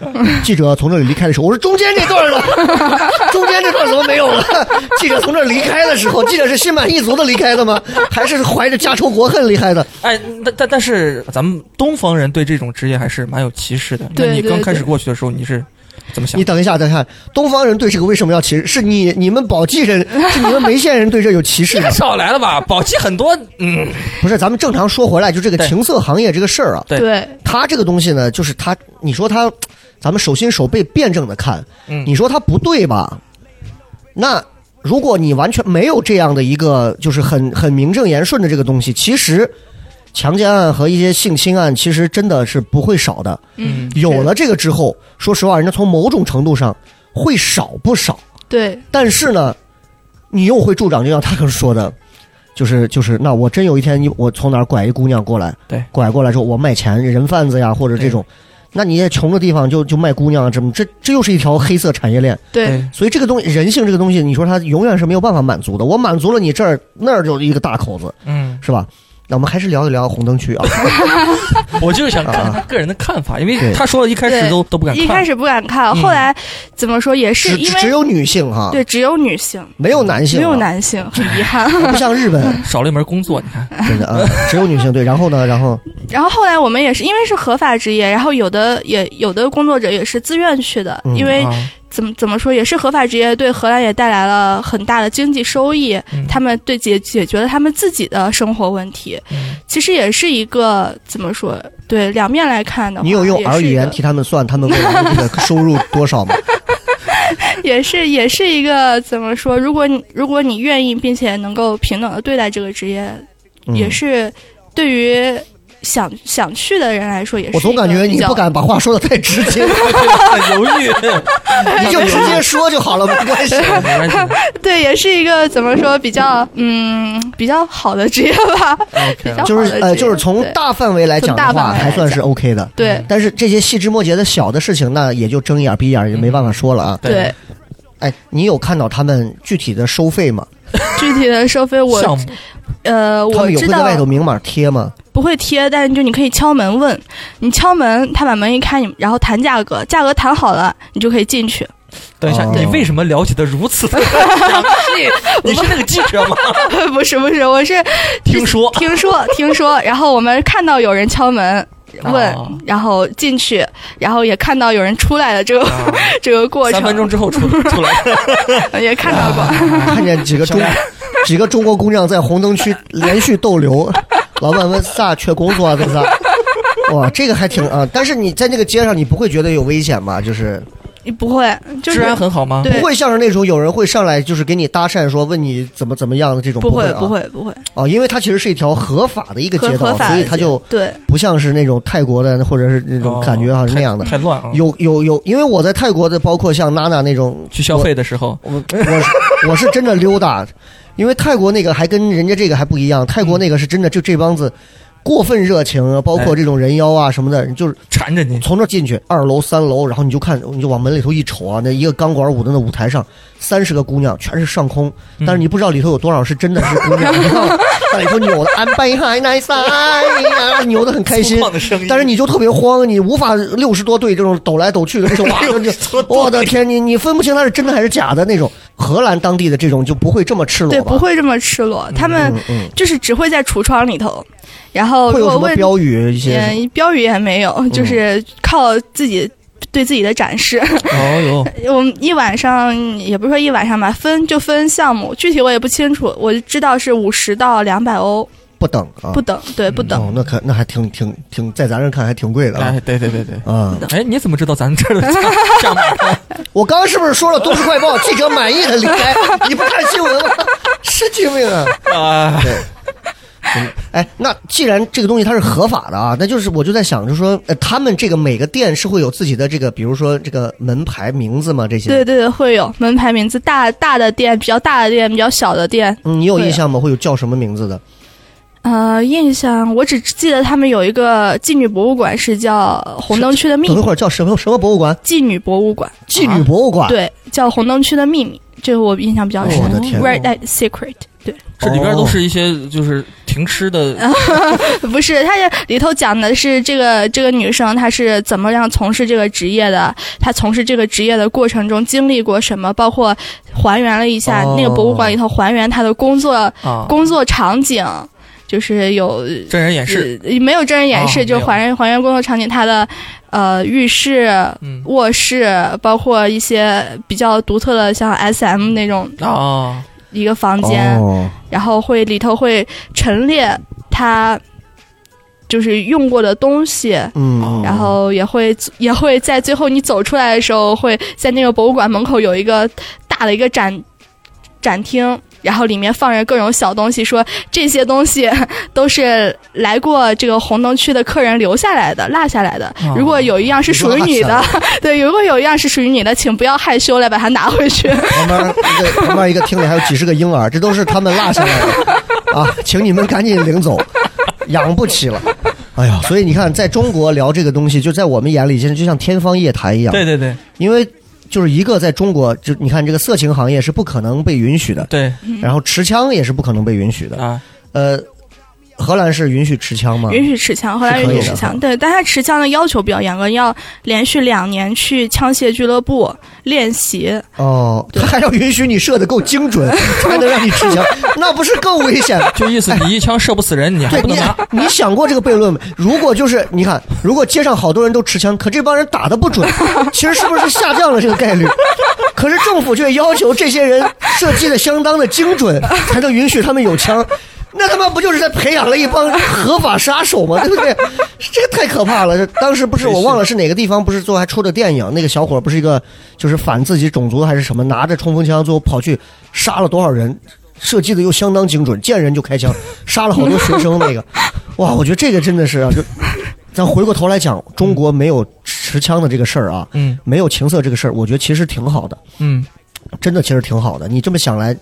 S2: 记者从这里离开的时候，我说中间这段呢？ 中间这段怎么没有了？ 记者从这儿离开的时候，记者是心满意足的离开的吗？还是怀着家仇国恨离开的？
S6: 哎，但但但是咱们东方人对这种职业还是蛮有歧视的。
S7: 对
S6: 那你
S7: 对
S6: 刚开始
S7: 对
S6: 过去的时候，你是怎么想
S2: 你？等一下，等一下，东方人对这个为什么要歧视？是你你们宝鸡人，是你们眉县人对这有歧视
S6: 这
S2: 吗
S6: 个？少来了吧？宝鸡很多，嗯，
S2: 不是，咱们正常说回来，就这个
S6: 对
S2: 情色行业这个事儿啊，
S6: 对
S7: 对，
S2: 它这个东西呢，就是它，你说它，咱们手心手背辩证的看，
S6: 嗯
S2: 你说它不对吧？那如果你完全没有这样的一个，就是很很名正言顺的这个东西，其实强奸案和一些性侵案，其实真的是不会少的。
S6: 嗯，
S2: 有了这个之后，说实话，人家从某种程度上会少不少，
S7: 对
S2: 但是呢，你又会助长，就像他刚说的。就是就是，那我真有一天，我从哪儿拐一姑娘过来，
S6: 对，
S2: 拐过来之后我卖钱，人贩子呀，或者这种，那你也穷的地方就就卖姑娘啊，这么这这又是一条黑色产业链。
S6: 哎
S7: 对，
S2: 所以这个东西，人性这个东西，你说它永远是没有办法满足的。我满足了你这儿那儿就一个大口子，
S6: 嗯，
S2: 是吧？那我们还是聊一聊红灯区啊，
S6: 我就是想看
S2: 啊
S6: 他个人的看法，因为
S2: 对
S6: 他说了一开始
S7: 对
S6: 都都不敢看，嗯
S7: 一开始不敢看，后来怎么说也 是
S2: 只
S7: 因
S2: 只只
S7: 为
S2: 有女性哈，
S7: 对只有女性，
S2: 没有男性，啊
S7: 没有，男性，很遗憾。
S2: 不像日本，
S6: 少了一门工作，你看，
S2: 真的啊，只有女性对。然后呢，然后
S7: 然后后来我们也是因为是合法职业，然后有的也有的工作者也是自愿去的，
S2: 嗯
S7: 因为
S6: 啊
S7: 怎么怎么说也是合法职业，对荷兰也带来了很大的经济收益。
S6: 嗯
S7: 他们对解解决了他们自己的生活问题，
S6: 嗯
S7: 其实也是一个怎么说？对两面来看的话，
S2: 你有用
S7: 啊也是
S2: R 语言
S7: 一个
S2: 替他们算他们未来的这个收入多少吗？
S7: 也是也是一个怎么说？如果你如果你愿意，并且能够平等的对待这个职业，
S2: 嗯
S7: 也是对于想想去的人来说，也是
S2: 我总
S7: 一个
S2: 感觉
S7: 比
S2: 你
S7: 较
S2: 不敢把话说的太直 接，
S6: 很犹 豫，
S2: 你就直接说就好了，没关 系。
S6: 没关系。
S7: 对，也是一个怎么说比较嗯比较好的职业吧。
S6: OK，
S7: 较
S2: 就是
S7: 好的
S2: 呃，
S7: 职业
S2: 就是从
S7: 对
S2: 大范围来讲的
S7: 从大
S2: 话，
S7: 范围来
S2: 还算是 OK 的。
S6: 嗯
S7: 对
S2: 但是这些细枝末节的小的事情，那也就睁一眼闭一眼，也没办法说了啊。
S7: 对，
S2: 哎，你有看到他们具体的收费吗？
S7: 具体的收费
S6: 项
S7: 我
S6: 目
S7: 呃
S2: 他
S7: 我
S2: 们有
S7: 知
S2: 会在
S7: 道
S2: 外头明码贴吗？
S7: 不会贴，但是就你可以敲门问，你敲门，他把门一开，你然后谈价格，价格谈好了，你就可以进去。
S6: 等一下，
S2: 哦
S6: 你为什么了解的如此的详细？你是那个记者吗？
S7: 不是不是，我是
S6: 听说
S7: 听说听说，然后我们看到有人敲门。问
S6: 哦，
S7: 然后进去，然后也看到有人出来的这个、 这个过程，
S6: 哦三分钟啊之后出出来，
S7: 也看到过。
S2: 哎看见几个中
S6: 小亮
S2: 几个中国姑娘在红灯区连续逗留，老板问啥缺工作啊？这啥？哇，这个还挺啊！但是你在那个街上，你不会觉得有危险吧？就是
S7: 你 不会，就是
S6: 治安很好吗？
S7: 对
S2: 不会像是那种有人会上来就是给你搭讪说问你怎么怎么样的这种，
S7: 不
S2: 会
S7: 会
S2: 啊
S7: 不会不会
S2: 哦，因为它其实是一条合法的一个
S7: 合
S2: 街
S7: 合
S2: 道，
S7: 法的
S2: 所以
S7: 街
S2: 它就
S7: 对
S2: 不像是那种泰国的或者是那种
S6: 哦
S2: 感觉好像那样的。
S6: 太乱啊！
S2: 有有有，因为我在泰国的，包括像娜娜那种
S6: 去消，费的时候，
S2: 我我我是我是真的溜达，因为泰国那个还跟人家这个还不一样，泰国那个是真的就这帮子过分热情啊，包
S6: 哎
S2: 括这种人妖啊什么的，就是
S6: 缠着你，
S2: 从这进去二楼三楼，然后你就看你就往门里头一瞅啊，那一个钢管舞的那舞台上三十个姑娘全是上空，
S6: 嗯
S2: 但是你不知道里头有多少是真的是姑娘，你知道吗在里头扭的安倍海奶塞呀，啊扭的很开心
S6: 粗犷。的声音，
S2: 但是你就特别慌，你无法六十多对这种抖来抖去的这 种，哇，
S6: 哎
S2: 你我的天，你你分不清它是真的还是假的那种。荷兰当地的这种就不会这么赤裸
S7: 对，
S2: 吧？
S7: 不会这么赤裸，他们
S2: 嗯
S7: 就是只会在橱窗里头，然后
S2: 会有
S7: 如果
S2: 什么
S7: 问
S2: 标语一啊嗯些？
S7: 嗯，标语也没有，就是靠自己对自己的展示。
S6: 哦哟，
S7: 我们一晚上也不是说一晚上吧，分就分项目，具体我也不清楚，我就知道是五十到两百欧
S2: 不等啊，
S7: 不等，对不等。
S2: 哦，那可那还挺挺挺，在咱这看还挺贵的啊
S6: 哎，对对对对。
S2: 啊！
S6: 哎，你怎么知道咱这儿的 价价码？
S2: 我刚刚是不是说了《都市快报》记者满意的离 开？你不看新闻吗？神经病 啊！
S6: 啊，
S2: 对。嗯哎，那既然这个东西它是合法的啊，那就是我就在想，就说、呃、他们这个每个店是会有自己的这个，比如说这个门牌名字吗？这些？
S7: 对对对，会有门牌名字，大大的店、比较大的店、比较小的店，
S2: 嗯，你有
S7: 会
S2: 印
S7: 有
S2: 象吗？会有叫什么名字的？
S7: 呃，印象我只记得他们有一个妓女博物馆是叫红灯区的秘
S2: 等一
S7: 密，
S2: 会儿啊叫什么什么博物馆？
S7: 妓女博物馆，
S2: 妓女博物馆。
S7: 对，叫红灯区的秘密，这个我印象比较深。
S2: 我的哦天
S7: Red at Secret，对，
S6: 这里
S2: 哦
S6: 边都是一些就是停尸的，
S2: 啊
S7: 不是，它这里头讲的是这个这个女生她是怎么样从事这个职业的，她从事这个职业的过程中经历过什么，包括还原了一下、
S2: 哦
S7: 那个博物馆里头还原她的工作
S6: 啊，
S7: 工作场景，就是有
S6: 真人演示，
S7: 呃没有真人演示，
S6: 哦
S7: 就
S6: 没有
S7: 还原还原工作场景，它的呃浴室、
S6: 嗯
S7: 卧室，包括一些比较独特的，像 S M 那种
S6: 啊，
S7: 一个房间，
S2: 哦，
S7: 然后会里头会陈列它就是用过的东西。
S2: 嗯，
S7: 然后也会也会在最后你走出来的时候，会在那个博物馆门口有一个大的一个展展厅，然后里面放着各种小东西，说这些东西都是来过这个红灯区的客人留下来的、落下来的
S6: 哦。
S7: 如果有一样是属于你
S2: 落
S7: 的， 对，如果有一样是属于你的，请不要害羞来把它拿回去。
S2: 旁边一个旁边一个厅里还有几十个婴儿，这都是他们落下来 的啊，请你们赶紧领走，养不起了。哎呀，所以你看，在中国聊这个东西，就在我们眼里，现在就像天方夜谭一样。
S6: 对对对
S2: 因为就是一个在中国，就你看这个色情行业是不可能被允许的，
S6: 对
S7: 嗯
S2: 然后持枪也是不可能被允许的。
S6: 啊，
S2: 呃，荷兰是允许持枪吗？
S7: 允许持枪，后来
S2: 是可
S7: 允
S2: 以
S7: 许
S2: 的
S7: 持枪，对，但他持枪的要求比较严格，要连续两年去枪械俱乐部练习。
S2: 哦，他 还要允许你射的够精准，才能让你持 枪，那不是更危险？
S6: 就意思你一枪射不死人，你还
S2: 对
S6: 不
S2: 你
S6: 能拿，，
S2: 你想过这个悖论没？如果就是你看，如果街上好多人都持枪，可这帮人打的不准，其实是不是下降了这个概率？ 可是政府却要求这些人射击的相当的精准，才能允许他们有枪。那他妈不就是在培养了一帮合法杀手吗？对不对？这个太可怕了！这当时不是我忘了是哪个地方，不是最后还出的电影，那个小伙不是一个就是反自己种族还是什么，拿着冲锋枪最后跑去杀了多少人，设计的又相当精准，见人就开 枪，杀了好多学生那个，哇，我觉得这个真的是啊， 就咱回过头来讲，中国没有持枪的这个事儿啊，
S6: 嗯
S2: 没有情色这个事儿，我觉得其实挺好的，
S6: 嗯，
S2: 真的其实挺好的。你这么想来，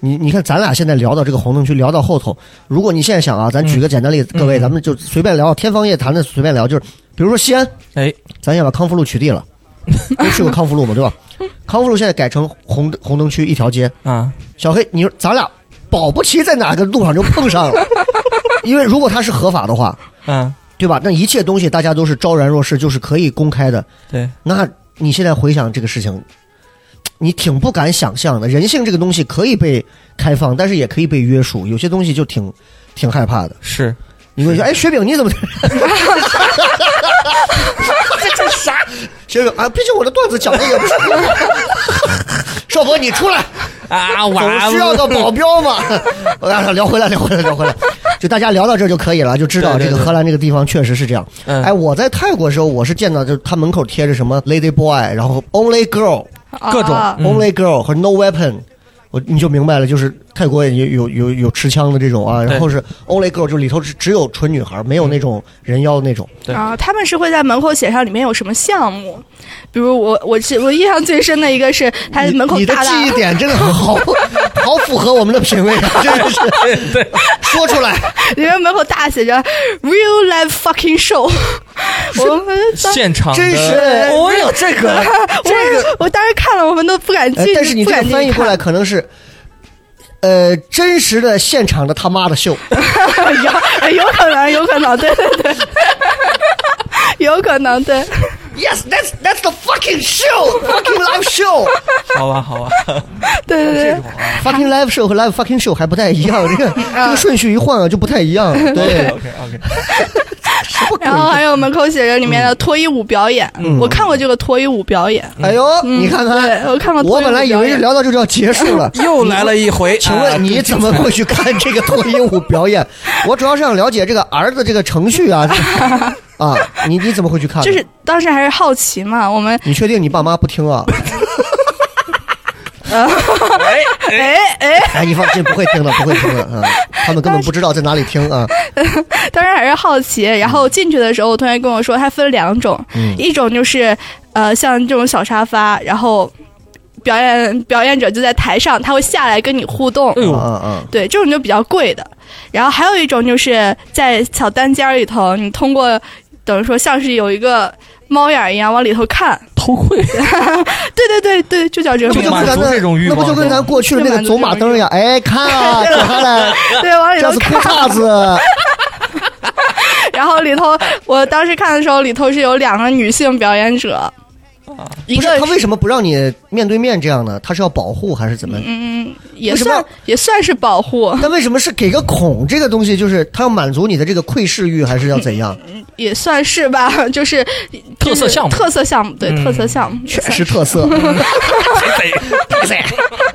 S2: 你你看咱俩现在聊到这个红灯区，聊到后头，如果你现在想啊，咱举个简单例子，
S6: 嗯
S2: 各位，
S6: 嗯
S2: 咱们就随便聊，天方夜谭的随便聊，就是比如说西安，
S6: 哎，
S2: 咱也把康复路取缔 了，都去过康复路嘛，对吧？康复路现在改成红红灯区一条街，
S6: 啊，
S2: 小黑，你说咱俩保不齐在哪个路上就碰上了，因为如果它是合法的话，
S6: 嗯，
S2: 对吧？那一切东西大家都是昭然若市，就是可以公开的。
S6: 对，
S2: 那你现在回想这个事情，你挺不敢想象的。人性这个东西可以被开放，但是也可以被约束，有些东西就挺挺害怕的。
S6: 是，
S2: 你会说，哎，雪饼你怎么？这 啥？雪饼啊，毕竟我的段子讲的也不是。 少博，你出来。
S6: 啊，
S2: 总
S6: 我
S2: 需要个保镖 嘛。我俩聊回来，聊回来，聊回来，就大家聊到这儿就可以了，就知道这
S6: 对对
S2: 个
S6: 对
S2: 荷兰这个地方确实是这样。
S6: 嗯
S2: 哎，我在泰国的时候，我是见到，就是他门口贴着什么 Lady Boy，然后 Only Girl、
S6: 各种
S7: 啊
S6: 嗯
S2: Only Girl 和 No Weapon。我你就明白了，就是泰国也有有有有持枪的这种啊，
S6: 对
S2: 然后是 Only Girl，就里头只只有纯女孩，没有那种人妖那种。
S6: 对
S7: 啊，他们是会在门口写上里面有什么项目，比如我我记我印象最深的一个是他
S2: 你
S7: 哎门口
S2: 你的
S7: 大
S2: 记忆
S7: 大
S2: 点真的很好，好符合我们的品味啊，真的是。
S6: 对，
S2: 说出来，
S7: 里面门口大写着 real life fucking show，我们当
S6: 现场
S2: 真实
S6: 的，哦
S2: 我有这个。
S7: 我我当时看了我们都不敢
S2: 哎
S7: 进，，
S2: 但是你
S7: 不
S2: 这个
S7: 敢进
S2: 翻译
S7: 去
S2: 过来
S7: 看
S2: 可能是，呃，真实的现场的他妈的秀，
S7: 哎有有可能有可能对对对， 有可能对，
S2: Yes, that's that's the fucking show, fucking live show,
S6: 好吧，好吧，
S7: 对对
S6: 这
S7: 对
S6: 种。啊
S2: fucking live show 和 live fucking show 还不太一样，这个这个顺序一 换啊就不太一样了。对，
S6: ，OK OK，
S2: 什么鬼
S7: 然后还有门口写着里面的脱衣舞表演，我看过这个脱衣舞表演。嗯
S2: 哎呦，嗯你看看，
S7: 对我看过脱衣舞
S2: 我本来以为
S7: 表
S2: 是
S7: 演
S2: 聊到这就要结束了。
S6: 又来了一回，
S2: 请
S6: 啊
S2: 问你怎么会去看这个脱衣舞表演？我主要是想了解这个儿子这个程序 啊，啊，你你怎么会去看呢？
S7: 就是当时还是好奇嘛，我们
S2: 你确定你爸妈不听啊？
S6: 哎哎
S7: 哎哎，
S2: 哎，你放心，不会听的，不会 听的啊！他们根本不知道在哪里听啊。
S7: 当时还是好奇。
S2: 嗯
S7: 然后进去的时候，我同学跟我说，它分两种，一种就是呃像这种小沙发，然后表演表演者就在台上，他会下来跟你互动，
S2: 啊
S6: 哎呦，
S2: 啊！
S7: 对，这种就比较贵的。然后还有一种就是在小单间儿里头，你通过等于说像是有一个猫眼儿一样往里头看，
S6: 偷窥，
S2: 啊
S7: 对对对对，就叫这
S2: 那
S7: 个
S2: 不就
S7: 名
S2: 跟
S7: 字，
S2: 咱
S6: 满足这种欲
S2: 那
S6: 望
S2: 不就跟咱过去的那个走马灯一样？哎，看啊，走下来，
S7: 对，往里
S2: 这
S7: 头
S2: 样子裤
S7: 看。啊
S2: 衩子，
S7: 然后里头，我当时看的时候，里头是有两个女性表演者，一
S2: 不是
S7: 个
S2: 他为什么不让你面对面这样呢？他是要保护还是怎么？
S7: 嗯也
S2: 为什么
S7: 算也算是保护，
S2: 那为什么是给个孔这个东西？就是他要满足你的这个窥视欲，还是要怎样？
S7: 也算是吧， 就是
S6: 特
S7: 就是
S6: 色项目
S7: 特色项目，对，
S6: 嗯
S7: 特色项目， 确
S2: 确实特 色，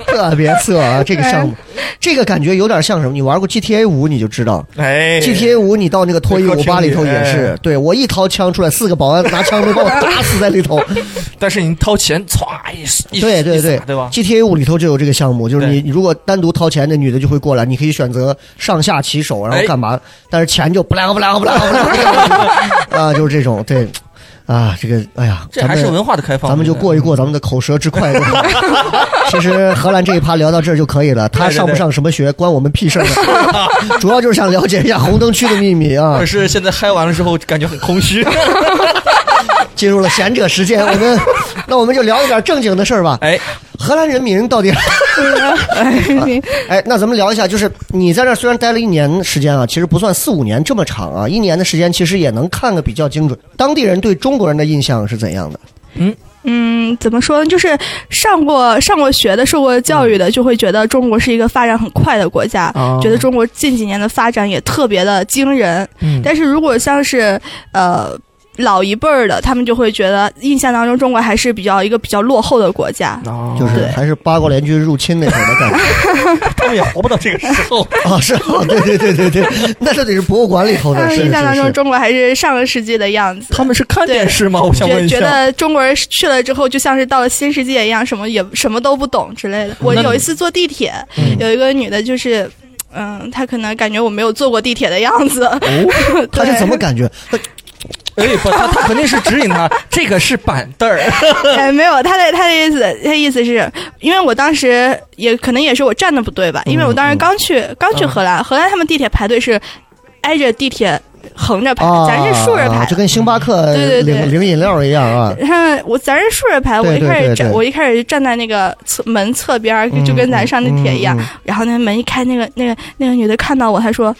S2: 特别色啊！这个项目，这个感觉有点像什么？你玩过 GTA 五你就知道，
S6: 哎
S2: GTA 五，你到那个脱衣舞吧里头也
S6: 哎
S2: 是，对我一掏枪出来，四个保安拿枪都把我打死在里头。
S6: 但是你掏钱，歘一 一
S2: 对对
S6: 一撒
S2: 对，
S6: 对吧？
S2: ？GTA 五里头就有这个项目，就是你
S6: 对
S2: 你如果单独掏钱，那女的就会过来，你可以选择上下其手，然后
S6: 哎
S2: 干嘛？但是钱就不啦不啦不啦不啦， 啊，就是这种对，啊，这个哎呀，
S6: 这
S2: 咱
S6: 还
S2: 们
S6: 是文化的开放，
S2: 咱们就
S6: 对
S2: 过一过咱们的口舌之快乐。 其实荷兰这一趴聊到这儿就可以了，他
S6: 对对对
S2: 上不上什么学关我们屁事儿 呢？主要就是想了解一下红灯区的秘密啊。
S6: 可是现在嗨完了之后，感觉很 空虚。
S2: 进入了贤者时 间，我们那我们就聊一点正经的事儿吧。
S6: 哎，
S2: 荷兰人民到底？ 哎，那咱们聊一下，就是你在这儿虽然待了一年时间啊，其实不算四五年这么长啊，一年的时间其实也能看个比较精准。当地人对中国人的印象是怎样的？
S7: 嗯，怎么说呢？就是上过上过学的、受过教育的，就会觉得中国是一个发展很快的国家，
S2: 啊
S6: 哦
S7: 觉得中国近几年的发展也特别的惊人。
S6: 嗯
S7: 但是如果像是呃老一辈儿的，他们就会觉得印象当中中国还是比较一个比较落后的国家。
S6: 哦
S2: 就是还是八国联军入侵那会儿的感 觉
S6: 他们也活不到这个时 候。
S2: 啊，是啊，对对对对对，那这得是博物馆里头
S7: 他
S2: 的，
S7: 们
S2: 是
S7: 哎印象当
S2: 是
S7: 中
S2: 是。
S7: 中国还是上个世纪的样子。
S6: 他们是看
S7: 对
S6: 电视吗？我想问
S7: 觉
S6: 一
S7: 觉
S6: 下。
S7: 得中国人去了之后，就像是到了新世界一样，什么也什么都不懂之
S2: 嗯
S7: 类的。我
S6: 那
S7: 有一次坐地铁，有一个女的，就是，嗯，她可能感觉我没有坐过地铁的样 子，
S2: 哦，他是
S7: 对
S2: 怎么感觉？
S6: 哎，不，他他肯定是指 引他，这个是板凳儿。
S7: 哎，没有，她的她的意思，她的意思是因为我当时也可能也是我站的不对
S2: 嗯
S7: 吧，因为我当时刚去刚去荷兰，荷兰他们地铁排队是挨着地铁横着排，
S2: 啊，
S7: 咱是竖着排
S2: 就。跟星巴克
S7: 对对对
S2: 领领饮料一样啊。
S7: 然后我咱是竖着排，我
S2: 对
S7: 一开
S2: 对
S7: 始
S2: 对
S7: 站，
S2: 对
S7: 我一开始站在那个侧门侧边儿，就跟咱上地铁一样。
S2: 嗯嗯
S7: 然后那门一开，那个那个那个女的看到我，她说：“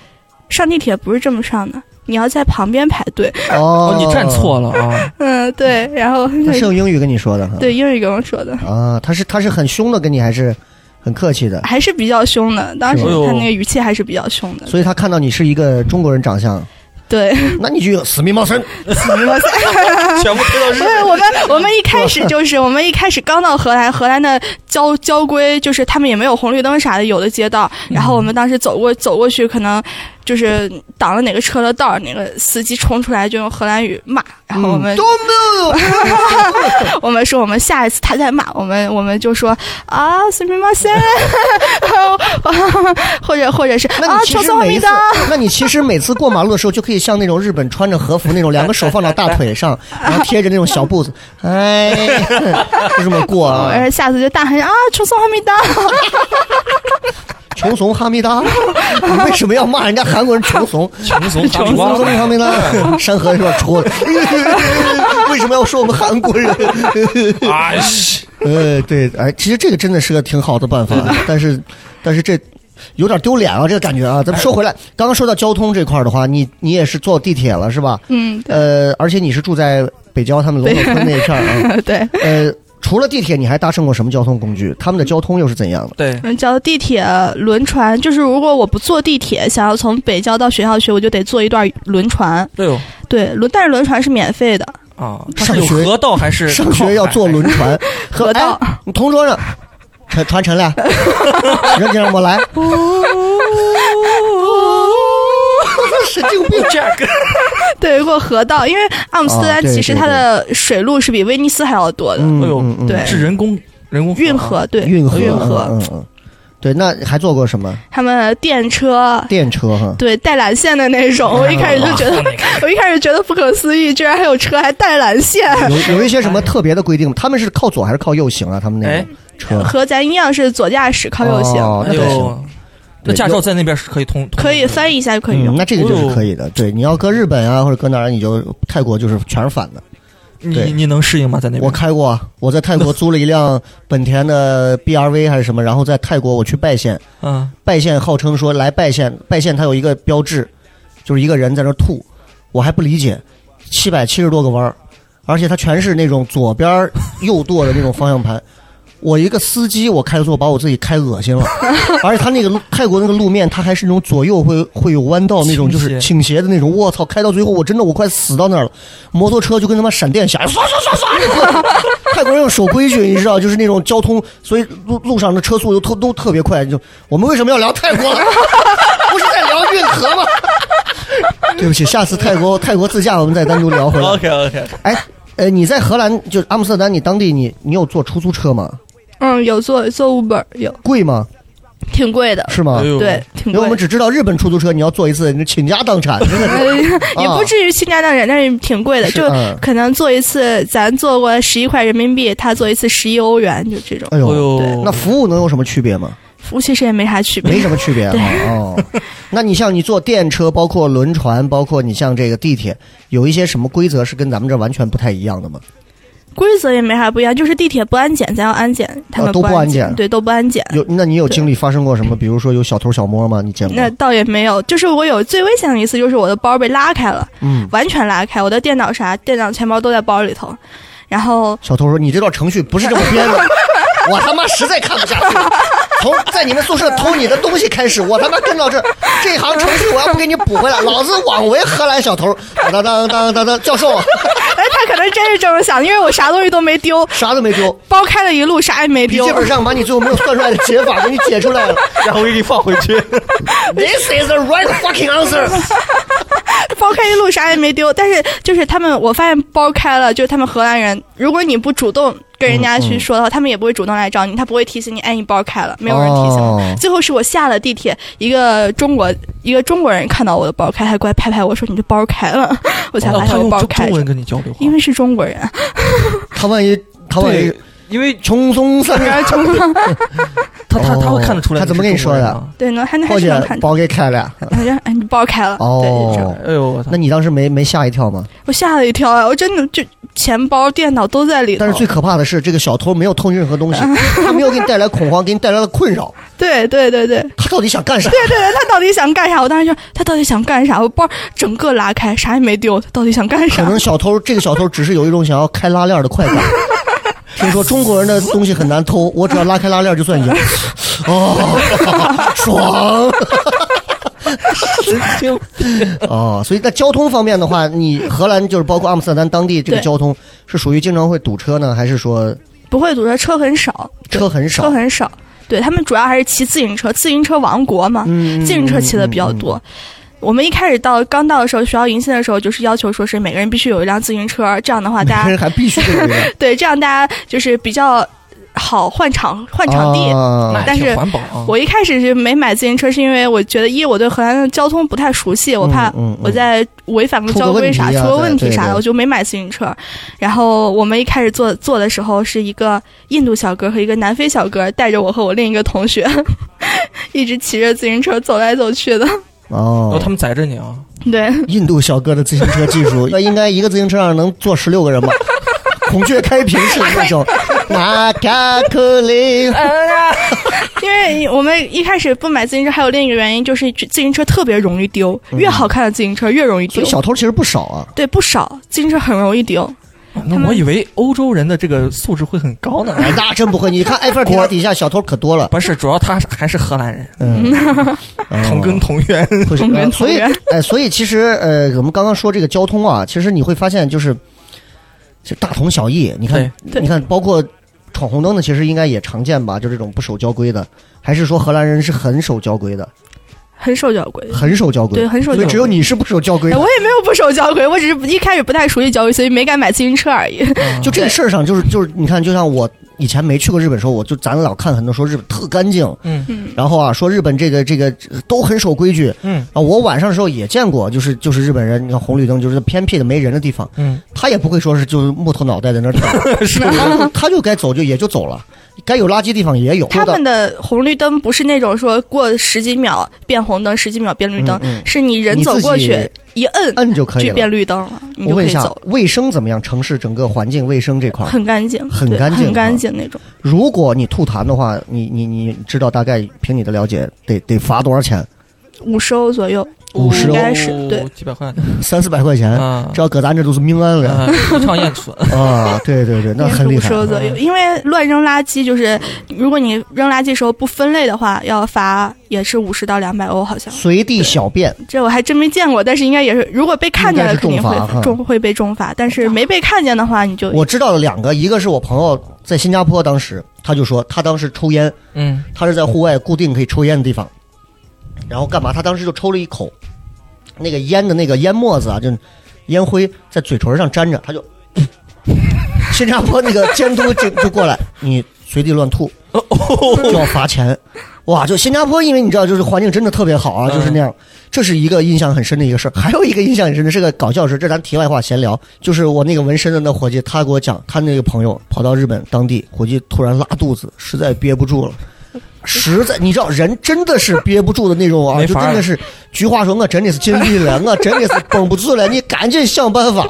S7: 上地铁不是这么上的，你要在旁边排队。
S2: 嗯哦
S6: 哦，，你站错了啊！”
S7: 嗯，对。然后
S2: 他是用英语跟你说的哈。
S7: 对英语跟我说的，
S2: 啊，他是他是很凶的跟你，还是很客气的？
S7: 还是比较凶的。当时
S6: 是吗哎
S7: 她那个语气还是比较凶的。
S2: 所以他看到你是一个中国人长 相，
S7: 对，
S2: 那你就有死命冒生。
S6: 全部推到日
S7: 不
S2: 哎
S7: 是我们我们一开始就是我们一开始刚到荷兰，荷兰的交交规就是他们也没有红绿灯啥的，有的街道。然后我们当时走过走过去，可能就是挡了哪个车的道儿，哪个司机冲出来就用荷兰语骂，然后我们、 我们说我们下一次他再骂我们，我们就说啊随便骂先， 或者或者是
S2: 那
S7: 啊
S2: 你其
S7: 求
S2: 实
S7: 送我
S2: 每一
S7: 名
S2: 次
S7: 单。，
S2: 那你其实每次过马路的时候，就可以像那种日本穿着和服那种，两个手放到大腿 上，然后贴着那种小步子，哎，就这么过 啊。
S7: 哦而下次就大喊啊，求送哈密达！
S2: 穷怂哈密达，你为什么要骂人家韩国人穷 怂？
S6: 穷怂哈密
S2: 穷
S6: 瓜
S2: 怂哈密达，山河是吧？戳的， 为什么要说我们韩国人？
S6: 哎西，
S2: 呃，对，哎，其实这个真的是个挺好的办法，但是，但是这有点丢脸啊，这个感觉啊。
S7: 哎
S2: 咱们说回来，刚刚说到交通这块儿的话，你你也是坐地铁了是吧？
S7: 嗯，
S2: 呃，而且你是住在北郊他们龙口村那一片儿 啊。
S7: 对。
S2: 呃，除了地铁，你还搭乘过什么交通工具？他们的交通又是怎样的？
S6: 对，
S7: 嗯，叫地铁、轮船，就是如果我不坐地铁，想要从北郊到学校去，我就得坐一段轮船。
S6: 对哦，
S7: 对，轮但是轮船是免费的，
S6: 啊，它是
S2: 上
S6: 有
S2: 学
S6: 河道还是
S2: 上
S6: 靠海
S2: 学要坐轮 船，
S7: 河道
S2: 哎你同桌上传传承 来，人家让我来，神经病。
S6: 这样跟
S7: 对，过河道，因为阿姆斯特
S2: 哦
S7: 丹
S2: 对
S7: 其实
S2: 对
S7: 它的水路是比威尼斯还要多的，
S2: 嗯
S6: 哎呦
S2: 嗯嗯
S7: 对
S6: 是人工人工
S7: 运
S6: 啊
S7: 河对
S2: 运河，
S7: 运
S2: 嗯
S7: 河，
S2: 嗯嗯，对，那还坐过什么
S7: 他们电车。
S2: 电车哈？
S7: 对带缆线的那种，我一开始就觉得，我一开始觉得不可思议，居然还有车还带缆线，
S2: 有有一些什么特别的规定吗？他们是靠左还是靠右行啊？他们那
S6: 哎
S2: 种车
S7: 和咱一样是左驾驶靠右行，
S2: 哦
S6: 哎
S2: 那倒
S6: 呦
S2: 行，
S6: 那
S2: 对
S6: 驾
S2: 就
S6: 照在那边是可以通，通
S7: 可以
S6: 的
S7: 翻译一下就可以哦
S2: 嗯，
S7: 用。
S2: 那这个就是可以的。对，你要搁日本啊，或者搁哪儿，你就泰国就是全是反的。对
S6: 你你能适应吗？在那边
S2: 我开过啊，我在泰国租了一辆本田的 BRV 还是什么，然后在泰国我去拜县，
S6: 嗯，
S2: 拜县号称说来拜县，拜县它有一个标志，就是一个人在那儿吐，我还不理解，七百七十多个弯儿，而且它全是那种左边儿右舵的那种方向盘。 我一个司机，我开错把我自己开恶心了，而且他那个路泰国那个路面，它还是那种左右会会有弯道那种，
S6: 倾斜
S2: 就是倾斜的那种。我操，开到最后我真的我快死到那儿了，摩托车就跟他妈闪电侠，唰唰唰唰，泰国人要守规矩，你知道，就是那种交通，所以路路上的车速又特都特别快。就我们为什么要聊泰国 了？不是在聊运河 吗？对不起，下次泰国泰国自驾我们再单独聊回来。
S6: OK，
S2: 哎，呃，你在荷兰就是阿姆斯特丹，你当地你你有坐出租车吗？
S7: 嗯，有坐坐 Uber 有，
S2: 贵吗？
S7: 挺贵的，
S2: 是
S6: 哎
S2: 吗？
S7: 对，，挺
S2: 因为我
S7: 贵
S2: 们。 只知道日本出租车，你要坐一次，你倾家荡产，真的是。
S7: 也不至于倾家荡产，但是挺贵的，
S2: 啊是
S7: 就
S2: 嗯
S7: 可能做一次，咱做过十一块人民币，他做一次十一欧元，就这种，
S2: 哎
S6: 哎
S2: 呦，
S6: 呦，
S2: 那服务能有什么区别吗？
S7: 服务其实也没啥区别。
S2: 没什么区别哈。哦，那你像你坐电车，包括轮船，包括你像这个地铁，有一些什么规则是跟咱们这完全不太一样的吗？
S7: 规则也没啥不一样，就是地铁不安检，咱要安检，他们
S2: 哦都不
S7: 安
S2: 安检
S7: 对，都不安检。
S2: 有，那你有经历发生过什么？比如说有小偷小摸吗？你见过？
S7: 那倒也没有，就是我有最危险的一次，就是我的包被拉开了，
S2: 嗯，
S7: 完全拉开，我的电脑啥、电脑、钱包都在包里头，然后
S2: 小偷说你这道程序不是这么编的，我他妈实在看不下去了。从在你们宿舍偷你的东西开始，我他妈跟到这儿这行程序，我要不给你补回来，老子枉为荷兰小偷，当当当当当，教授
S7: 哎，他可能真是这么想，因为我啥东西都没丢，
S2: 啥都没丢，
S7: 包开了一路，啥也没
S2: 笔
S7: 丢
S2: 记。本上把你最后没有算出来的解法给你解出来了， 然后给你放回去。This is the right fucking answer。
S7: 包开一路啥也没丢，但是就是他们，我发现包开了，就是他们荷兰人，如果你不主动跟人家去说的话，他们也不会主动来找你，他不会提醒你，哎，你包开了， 没有人提醒我。
S2: 哦
S7: 最后是我下了地铁，一个中国一个中国人看到我的包开，他过来拍拍我说：“你这包开了。”我才
S6: 哦
S7: 发
S6: 他
S7: 现我
S6: 用
S7: 包
S6: 中
S7: 开
S6: 中
S7: 着，
S6: 文跟你交流啊，
S7: 因为是中国人，
S2: 他万一他万一
S6: 对，因为
S2: 穷松 散，
S6: 他他他会看得出
S2: 哦
S6: 来
S2: 他
S6: 是中国人啊。
S2: 怎么跟你说的
S7: 对呢，还能还
S2: 或
S7: 是能
S2: 者
S7: 看到。
S2: 包给开了。
S7: 他说：“哎，你包开了。对，就是这样
S2: 哦，
S6: 哎呦，我操
S2: 那你当时没没吓一跳吗？
S7: 我吓了一跳啊！我真的就钱包、电脑都在里头。
S2: 但是最可怕的是，这个小偷没有偷你任何东
S7: 嗯
S2: 西，他没有给你带来恐慌，给你带来了困扰。
S7: 对对对对，
S2: 他到底想干啥？
S7: 对对对，他到底想干啥？我当时就他到底想干啥？我包整个拉开，啥也没丢，他到底想干
S2: 可
S7: 啥？
S2: 能小偷这个小偷只是有一种想要开拉链的快感。听说中国人的东西很难偷，我只要拉开拉链就算赢。哦，爽！ 哦，所以在交通方面的话，你荷兰就是包括阿姆斯特丹当地这个
S7: 对
S2: 交通是属于经常会堵车呢，还是说
S7: 不会堵车，车很少，
S2: 车很少？
S7: 车很少。对他们主要还是骑自行车，自行车王国嘛，
S2: 嗯
S7: 自行车骑的比较多。我们一开始到刚到的时候，学校迎新的时候，就是要求说是每个人必须有一辆自行车，这样的话大
S2: 但是
S7: 家
S2: 还必须得有人
S7: 对这样大家就是比较好换场 换场地。
S2: 啊
S6: 那
S7: 但
S6: 挺
S7: 是
S6: 环保
S2: 嗯
S6: 啊，
S2: 哦
S7: 我一开始是没买自行车，是因为我觉得一我对荷兰的交通不太熟悉，我怕
S2: 嗯嗯
S7: 我在违反个交规啥
S2: 出个问题啊
S7: 出个问题
S2: 对
S7: 啥
S2: 对
S7: 的，
S2: 对
S7: 我就没买自行车。然后我们一开始坐坐的时候，是一个印度小哥和一个南非小哥带着我和我另一个同学， 一直骑着自行车走来走去的。
S6: 然后他
S2: 哦，
S6: 们载着你啊，
S7: 对，
S2: 印度小哥的自行车技 术，那应该一个自行车上能坐十六个人吧？孔雀开屏式的那 种，马卡克林。
S7: 呃因为我们一开始不买自行车，还有另一个原因就是自行车特别容易丢，越好看的自行车越容易
S2: 所
S7: 丢
S2: 以。嗯小偷其实不少啊。
S7: 对，不少自行车很容易丢。
S6: 那我以为欧洲人的这个素质会很 高呢。
S2: 哎，那真不会，你看埃菲尔铁塔底下小偷可多了，
S6: 不是，主要他还是荷兰人，
S2: 嗯，
S6: 同根同源。
S2: 不是
S7: 同根
S2: 呃所
S7: 同
S2: 以
S7: 源
S2: 哎，所以其实呃，我们刚刚说这个交通啊，其实你会发现就是，其实大同小异。你看，
S7: 对
S2: 你看，包括闯红灯的，其实应该也常见吧？就这种不守交规的，还是说荷兰人是很守交规的，
S7: 很守交规，
S2: 很守交规，
S7: 对很守
S2: 所以
S7: 交
S2: 只有
S7: 规
S2: 你是不守交规
S7: 哎，
S2: 的
S7: 我。也没有不守交规，我只是一开始不太熟悉交规，所以没敢买自行车 而已。
S2: 就这个事儿上，就是就是，你看，就像我以前没去过日本的时候，我就咱老看很多说日本特干净，
S6: 嗯
S2: 然后啊说日本这个这个都很守规矩，
S6: 嗯
S2: 啊，我晚上的时候也见过，就是就是日本人，你看红绿灯就是偏僻的没人的地方，
S6: 嗯，
S2: 他也不会说是就是木头脑袋在那儿走，
S6: 是
S2: 他他就该走就也就走了，该有垃圾地方也有。
S7: 他们的红绿灯不是那种说过十几秒变红灯，十几秒变绿灯，
S2: 嗯嗯
S7: 是你人走过
S2: 你自
S7: 去一摁
S2: 摁就可以
S7: 就
S2: 了
S7: 变。绿灯了，你
S2: 我
S7: 就可
S2: 问一
S7: 以
S2: 下
S7: 走，了。嗯
S2: 卫生怎么样？城市整个环境卫生这块儿，
S7: 很干净，
S2: 很
S7: 对
S2: 干净
S7: 很
S2: 啊
S7: 干净那种。
S2: 如果你吐痰的话，你你你知道大概凭你的了解得得罚多少钱？
S7: 五十欧左右，
S2: 50
S7: 应该是对，
S6: 哦几百块
S2: 三四百块钱，
S6: 啊，
S2: 这要搁咱这都是命案 了
S6: 啊不唱燕子，
S2: 啊！对对对，那很厉
S7: 五
S2: 害啊
S7: 十。欧左右。因为乱扔垃圾就是，如果你扔垃圾时候不分类的话，要罚也是五十到两百欧，好像。
S2: 随地小便，
S7: 这我还真没见过，但是应该也是，如果被看见了，
S2: 应该是
S7: 肯定
S2: 重罚哈
S7: 会重会被重罚。但是没被看见的话，你就
S2: 我知道了两个，一个是我朋友在新加坡，当时他就说他当时抽烟，
S6: 嗯，
S2: 他是在户外固定可以抽烟的地方，然后干嘛？他当时就抽了一口，那个烟的那个烟沫子啊，就是烟灰在嘴唇上粘着，他就 新加坡那个监督就就过来，你随地乱吐就要罚钱。哇，就新加坡，因为你知道，就是环境真的特别好啊，就是那样。这是一个印象很深的一个事儿，还有一个印象很深的是个搞笑事儿，这咱题外话闲聊。就是我那个纹身的那伙计，他给我讲，他那个朋友跑到日本当地，伙计突然拉肚子，实在憋不住了。实在，你知道，人真的是憋不住的那种啊，
S6: 没
S2: 就
S6: 法儿
S2: 真的是，菊花啊说，我真的是尽力了， 我真的是绷不住了，你赶紧想办法。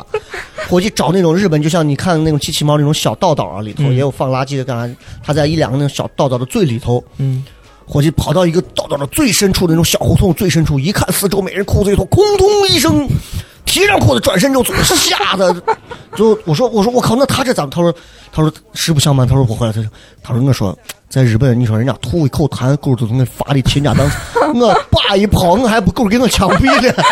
S2: 伙计找那种日本，就像你看那种机器猫那种小道道啊，里头
S6: 嗯
S2: 也有放垃圾的，干啥？他在一两个那种小道道的最里头，
S6: 嗯，
S2: 伙计跑到一个道道的最深处的那种小胡同最深处，一看四周没人，裤子一脱，空通一声，提上裤子转身就走，吓得就我说我说我靠，那他这咋？他说他说实不相瞒，他说我回来，他说他说我说在日本，你说人家吐一口痰，狗都从那发的倾家荡产，我叭一跑，我还不够给我枪毙了。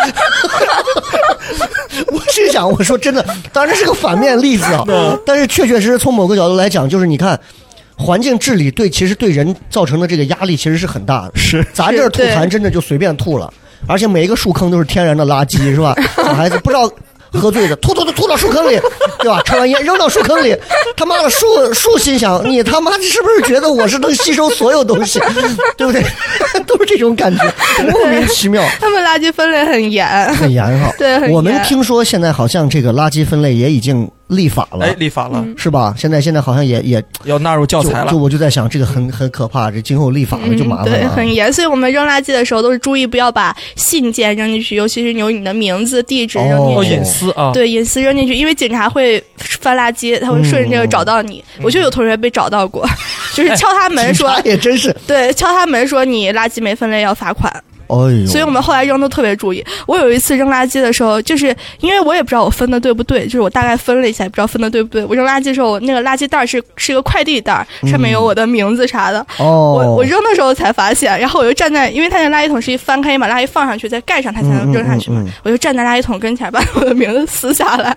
S2: 我是想，我说真的，当然这是个反面例子啊，但是确确实实从某个角度来讲，就是你看。环境治理对其实对人造成的这个压力其实是很大的，
S8: 是
S2: 咱这儿吐
S7: 是对
S2: 痰真的就随便吐了，而且每一个树坑都是天然的垃圾，是吧？小孩子不知道喝醉的，吐吐吐吐到树坑里，对吧？抽完烟扔到树坑里， 他妈的树树心想，你他妈是不是觉得我是能吸收所有东西， 对不对？都是这种感觉，莫名其妙。
S7: 他们垃圾分类很严，
S2: 很严哈，
S7: 对很严
S2: 我们听说现在好像这个垃圾分类也已经立法了，
S6: 哎，立法了，
S2: 是吧？现在现在好像也也
S6: 要纳入教材
S2: 就
S6: 了
S2: 就。我就在想，这个很很可怕， 这今后立法了就麻烦
S7: 嗯对，
S2: 了啊。
S7: 很严，所以我们扔垃圾的时候都是注意不要把信件扔进去，尤其是有你的名字、地址扔进
S2: 哦
S6: 哦，
S7: 去。
S6: 隐私啊，
S7: 对，隐私扔进去，因为警察会翻垃圾，他会顺着这个找到你。我就有同学被找到过，就是敲他门说，
S2: 嗯 警察也真是，
S7: 对，敲他门说你垃圾没分类要罚款。
S2: 哎呦，
S7: 所以我们后来扔都特别注意。我有一次扔垃圾的时候，就是因为我也不知道我分的对不对，就是我大概分了一下，也不知道分的对不对。我扔垃圾的时候，我那个垃圾袋是是一个快递袋儿，上面有我的名字啥的。
S2: 嗯哦，
S7: 我我扔的时候才发现，然后我就站在，因为它那垃圾桶是一翻开，你把垃圾放上去，再盖上它才能扔上去嘛。
S2: 嗯嗯嗯
S7: 我就站在垃圾桶跟前，把我的名字撕下来。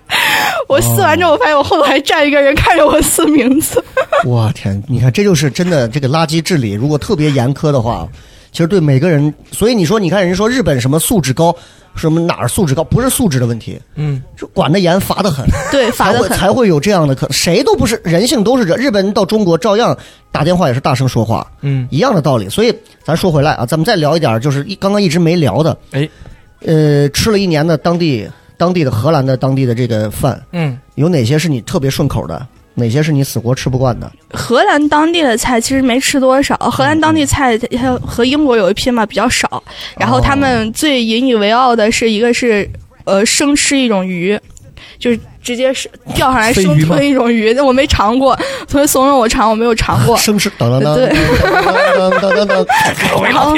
S7: 我撕完之
S2: 哦
S7: 后，我发现我后头还站一个人看着我撕名字。
S2: 我天，你看这就是真的，这个垃圾治理如果特别严苛的话，其实对每个人，所以你说，你看人说日本什么素质高，什么哪儿素质高，不是素质的问题，
S6: 嗯，
S2: 就管得严，罚得很，
S7: 对，罚
S2: 才
S7: 的
S2: 会
S7: 很。
S2: 才会有这样的可，谁都不是人性都是这，日本人到中国照样打电话也是大声说话，
S6: 嗯，
S2: 一样的道理。所以咱说回来啊，咱们再聊一点儿，就是一刚刚一直没聊的，
S6: 哎，
S2: 呃，吃了一年的当地当地的荷兰的当地的这个饭，
S6: 嗯，
S2: 有哪些是你特别顺口的？哪些是你死活吃不惯的？。
S7: 荷兰当地的菜其实没吃多少，荷兰当地菜它和英国有一拼嘛，比较少。然后他们最引以为傲的是一个是呃生吃一种鱼，就是直接是钓上来
S6: 飞
S7: 生
S6: 鱼吗
S7: 吞一种鱼，但我没尝过，同学怂恿我尝，我没有尝过
S2: 生吃，当当当
S7: 对
S2: 当当当当，
S7: 然后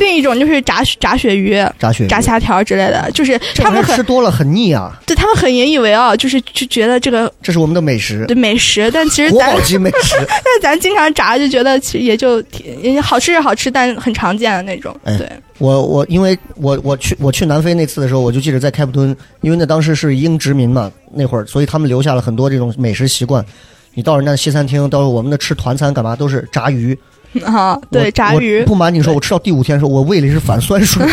S7: 另一种就是炸炸鳕鱼、
S2: 炸鳕鱼，
S7: 炸虾条之类的，就是
S2: 这
S7: 他
S2: 玩意
S7: 们
S2: 儿吃
S7: 很
S2: 多了很腻啊，
S7: 对他们很引以为傲，就是就觉得这个
S2: 这是我们的美食，
S7: 对美食，但其实
S2: 国
S7: 咱
S2: 宝级美食。
S7: 但 咱经常炸就觉得其实也就挺好吃是好吃，但很常见的那种。
S2: 哎
S7: 对，
S2: 我我因为我我去我去南非那次的时候，我就记得在开普敦，因为那当时是英殖民嘛，那会儿，所以他们留下了很多这种美食习惯。你到人家西餐厅，到时候我们那吃团餐干嘛都是炸鱼，
S7: 啊，
S2: 我
S7: 对，炸
S2: 我
S7: 鱼
S2: 不瞒你说，我吃到第五天的时候，我胃里是反酸水，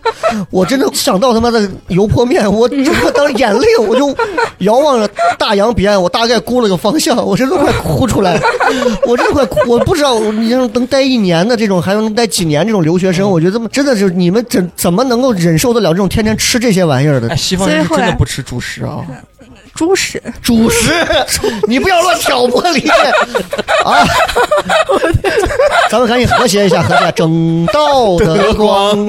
S2: 我真的想到他妈的油泼面，我整个当眼泪我就遥望着大洋彼岸，我大概估了个方向，我真的快哭出来了，我真的快哭，我不知道你这种能待一年的这种，还有能待几年这种留学生，我觉得这么真的是你们怎怎么能够忍受得了这种天天吃这些玩意儿的
S6: 哎，西方人
S7: 所以
S6: 是
S7: 后
S6: 真的
S7: 来
S6: 不吃主食啊，
S7: 猪食，
S2: 主食， 你不要乱挑拨离间啊！咱们赶紧和谐一下，和谐，整道德光。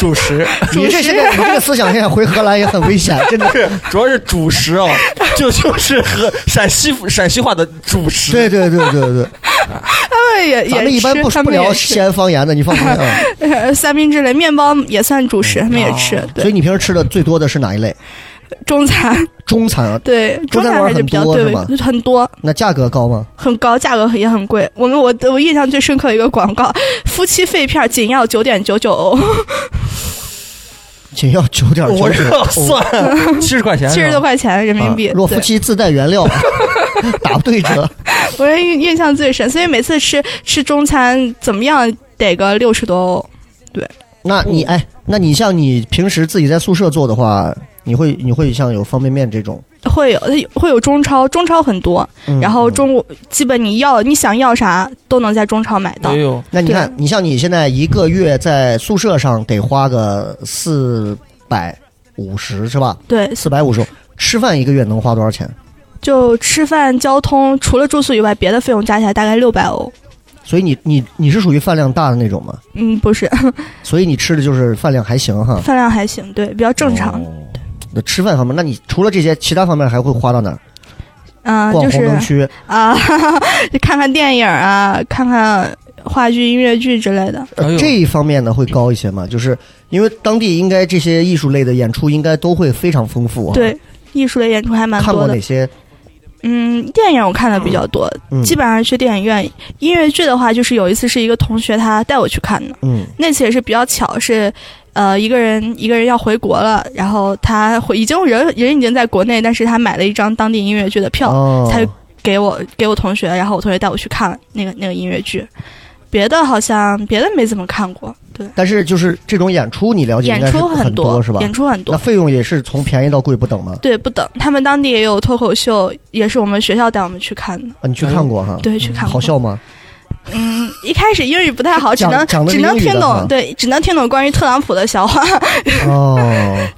S6: 主食
S2: 你这现在你这个思想现在回荷兰也很危 险，真的。
S6: 是主要是主食啊，就就是和陕西陕西话的主食。
S2: 对对对对对，
S7: 他们也
S2: 咱们
S7: 也
S2: 一般
S7: 吃，
S2: 不
S7: 他
S2: 不
S7: 们也
S2: 聊
S7: 吃
S2: 西安方言的，你放心啊。
S7: 呃三明治类，面包也算主食，他们也吃。
S2: 嗯哦所
S7: 对，
S2: 以你平时吃的最多的是哪一类？
S7: 中餐
S2: 中餐啊，
S7: 对中
S2: 餐
S7: 餐
S2: 馆
S7: 还是
S2: 很
S7: 比较
S2: 多
S7: 对
S2: 是吧
S7: 很多
S2: 那价格高吗？
S7: 很高，价格也很贵。我们我我印象最深刻一个广告，夫妻肺片仅要九点九九欧，
S2: 仅要九点九
S6: 我
S2: 九
S6: 这
S2: 欧
S6: 要算七十块钱，
S7: 七十多。块钱人民币。
S2: 啊若夫
S7: 对
S2: 妻自带原料，啊 打对折。
S7: 我印印象最深，所以每次吃吃中餐怎么样得个六十多欧。
S2: 那你
S7: 嗯
S2: 哎，那你像你平时自己在宿舍做的话，你会你会像有方便面这种，
S7: 会有它有会有中超，中超很多，
S2: 嗯
S7: 然后中国基本你要你想要啥都能在中超买到
S6: 哎。呦，
S2: 那你看，你像你现在一个月在宿舍上得花个四百五十是吧？
S7: 对，
S2: 四百五十，吃饭一个月能花多少钱？
S7: 就吃饭、交通，除了住宿以外，别的费用加起来大概六百欧。
S2: 所以你你你是属于饭量大的那种吗？
S7: 嗯，不是，
S2: 所以你吃的就是饭量还行哈，
S7: 饭量还行，对，比较正常。
S2: 哦那吃饭方面，那你除了这些，其他方面还会花到哪儿？
S7: 嗯、
S2: 逛
S7: 就
S2: 红
S7: 是
S2: 灯区，
S7: 啊， 就看看电影啊，看看话剧、音乐剧之类的。
S6: 哎呦，
S2: 呃这一方面呢会高一些嘛？就是因为当地应该这些艺术类的演出应该都会非常丰富哈。啊
S7: 对，艺术类演出还蛮
S2: 看
S7: 多
S2: 过
S7: 的
S2: 哪。些
S7: 嗯，电影我看的比较多，
S2: 嗯
S7: 基本上去电影院。音乐剧的话，就是有一次是一个同学他带我去看的，
S2: 嗯
S7: 那次也是比较巧，是呃一个人一个人要回国了，然后他回已经人人已经在国内，但是他买了一张当地音乐剧的票，
S2: 哦，
S7: 他给我给我同学，然后我同学带我去看了那个那个音乐剧，别的好像别的没怎么看过，对，
S2: 但是就是这种演出哦你了解应
S7: 演
S2: 该是
S7: 出
S2: 很
S7: 多
S2: 是吧？
S7: 演出很多
S2: 那，费用也是从便宜到贵不等吗？
S7: 对，不等，他们当地也有脱口秀，也是我们学校带我们去看的，
S2: 啊，你去看过哈？
S7: 哎对，去看
S2: 好
S7: 过。
S2: 笑吗？
S7: 嗯，一开始英语不太好，只
S2: 讲
S7: 能
S2: 讲的是
S7: 只能
S2: 英语的
S7: 听
S2: 哈
S7: 懂，对，只能听懂关于特朗普的笑话，
S2: 哦，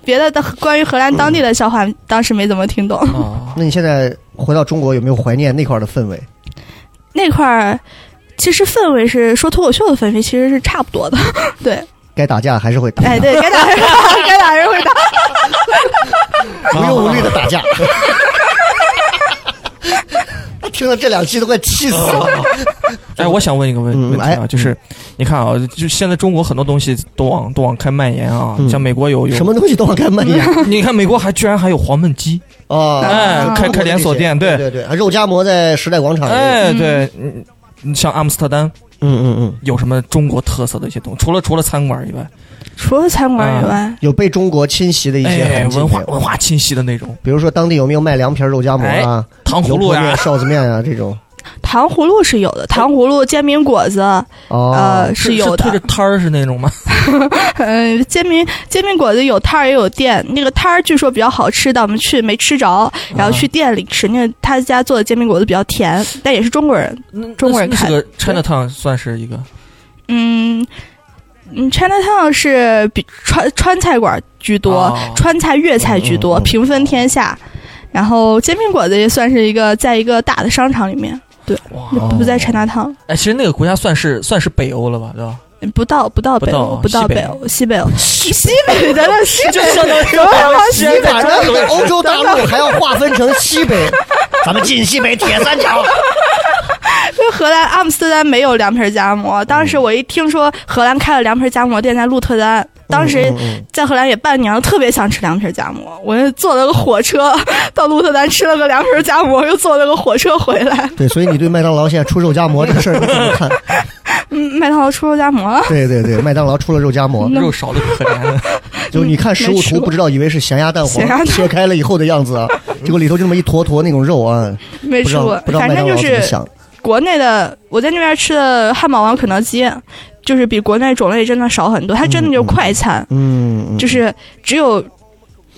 S7: 别的的关于荷兰当地的笑话，当时没怎么听懂。
S6: 啊，
S2: 那你现在回到中国有没有怀念那块儿的氛围？
S7: 那块儿其实氛围是说脱口秀的氛围，其实是差不多的。 对，
S2: 该打架还是会打，
S7: 哎，对该打人该打人会打，
S2: 无忧无虑的打架。 听了这两期都快气死了。
S6: 哎，我想问一个问
S2: 嗯
S6: 问题
S2: 哎
S6: 啊，就是你看啊，就现在中国很多东西都往都往开蔓延啊，
S2: 嗯
S6: 像美国有有
S2: 什么东西都往开蔓 延
S6: 你看美国还居然还有黄焖鸡，
S2: 哦，
S6: 哎
S2: 中国
S6: 开开连锁店
S2: 这些
S6: 对
S2: 对对对，还肉夹馍在时代广场。
S6: 哎，对，嗯，你像阿姆斯特丹
S2: 嗯嗯嗯，
S6: 有什么中国特色的一些东西？除了除了餐馆以外，
S7: 除了餐馆以外，
S2: 有被中国侵袭的一些
S6: 哎，
S2: 痕迹没有
S6: 文化文化侵袭的那种
S2: 比如说当地有没有卖凉皮儿、肉夹馍啊、
S6: 糖葫
S2: 油
S6: 芦
S2: 泼面、
S6: 呀，
S2: 臊子面啊这 种？
S7: 糖葫芦是有的，糖葫芦、煎饼果 子，
S2: 哦，
S7: 呃，
S6: 是
S7: 有
S6: 推着
S7: 的。
S6: 摊儿是那种吗？
S7: 嗯，煎饼煎饼果子有摊儿也有店，那个摊儿据说比较好吃，但我们去没吃着，然后去店里吃。那个他家做的煎饼果子比较甜，但也是中国人。嗯中国人
S6: 那是
S7: 看
S6: 个 China Town 算是一个
S7: 嗯嗯，China Town 是比川川菜馆居多，
S6: 哦
S7: 川菜粤菜居
S2: 嗯
S7: 多，
S2: 嗯嗯
S7: 平分天下。然后煎饼果子也算是一个在一个大的商场里面，
S6: 哇，
S7: 不在 China Town。
S6: 哎，其实那个国家算是算是北欧了吧，对吧？
S7: 不到不到
S6: 不
S7: 北
S6: 到
S7: 欧，不
S6: 西
S7: 到
S6: 北
S7: 北欧，西北欧，西北的 那西北
S6: 相当于
S7: 怎么往西
S2: 你
S7: 北
S2: 把那个欧洲大陆还要划分成西北，咱们晋西北铁三角。
S7: 就荷兰阿姆斯特丹没有凉皮儿夹馍。
S2: 嗯
S7: 当时我一听说荷兰开了凉皮儿夹馍店在鹿特丹，当时
S2: 嗯嗯
S7: 在荷兰也半年了，特别想吃凉皮儿夹馍。我就坐了个火车到鹿特丹吃了个凉皮儿夹馍，又坐了个火车回来。
S2: 对，所以你对麦当劳现在出肉夹馍这个事儿你怎么看？
S7: 嗯，麦当劳出肉夹馍了，
S2: 对对对，麦当劳出了肉夹馍，
S6: 肉少的可 怜，
S2: 就你看食物图不知道以为是咸鸭蛋
S7: 咸鸭
S2: 黄
S7: 蛋
S2: 切开了以后的样子 啊，结果里头就那么一坨坨那种肉啊，
S7: 没
S2: 不知
S7: 吃
S2: 道
S7: 过
S2: 不，知道
S7: 反
S2: 麦
S7: 正
S2: 当劳
S7: 就
S2: 怎么
S7: 是
S2: 想。
S7: 国内的，我在那边吃的汉堡王、肯德基，就是比国内种类真的少很多，它真的就是快餐。
S2: 嗯，嗯
S7: 就是只有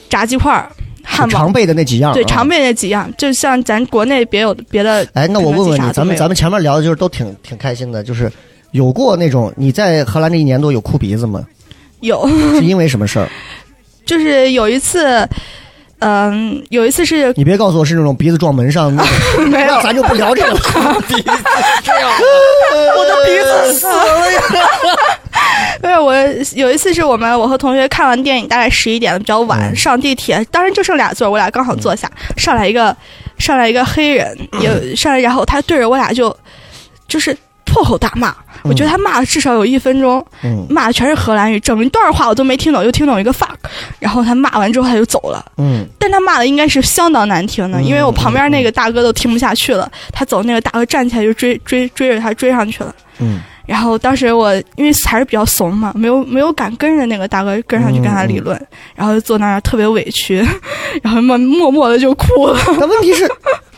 S7: 炸鸡块儿、汉堡
S2: 常，备的那几样啊，
S7: 对常备那几样，就像咱国内别有的别的。
S2: 哎，那我
S7: 肯德
S2: 问
S7: 基
S2: 问
S7: 啥
S2: 你，
S7: 都
S2: 咱们
S7: 没有
S2: 咱们前面聊的就是都挺挺开心的，就是有过那种你在荷兰这一年多有哭鼻子吗？
S7: 有，
S2: 是因为什么事儿？
S7: 就是有一次，嗯，有一次是
S2: 你别告诉我是那种鼻子撞门上那种，
S7: 没有
S2: 那咱就不聊这个了。
S6: 哎
S7: 我的鼻子死了呀！ 对，我有一次是我们我和同学看完电影，大概十一点了，比较晚，上地铁，当时就剩俩座，我俩刚好坐下，上来一个上来一个黑人，也上来，然后他对着我俩就就是破口大骂，我觉得他骂了至少有一分钟，
S2: 嗯
S7: 骂的全是荷兰语，整一段话我都没听懂，就听懂一个 fuck，然后他骂完之后他就走了。
S2: 嗯，
S7: 但他骂的应该是相当难听的，
S2: 嗯
S7: 因为我旁边那个大哥都听不下去了，他走那个大哥站起来就追追追着他追上去了。
S2: 嗯，
S7: 然后当时我因为还是比较怂嘛，没有没有敢跟着那个大哥跟上去跟他理论，然后就坐那儿特别委屈， 然后默默默的就哭了。
S2: 但问题是，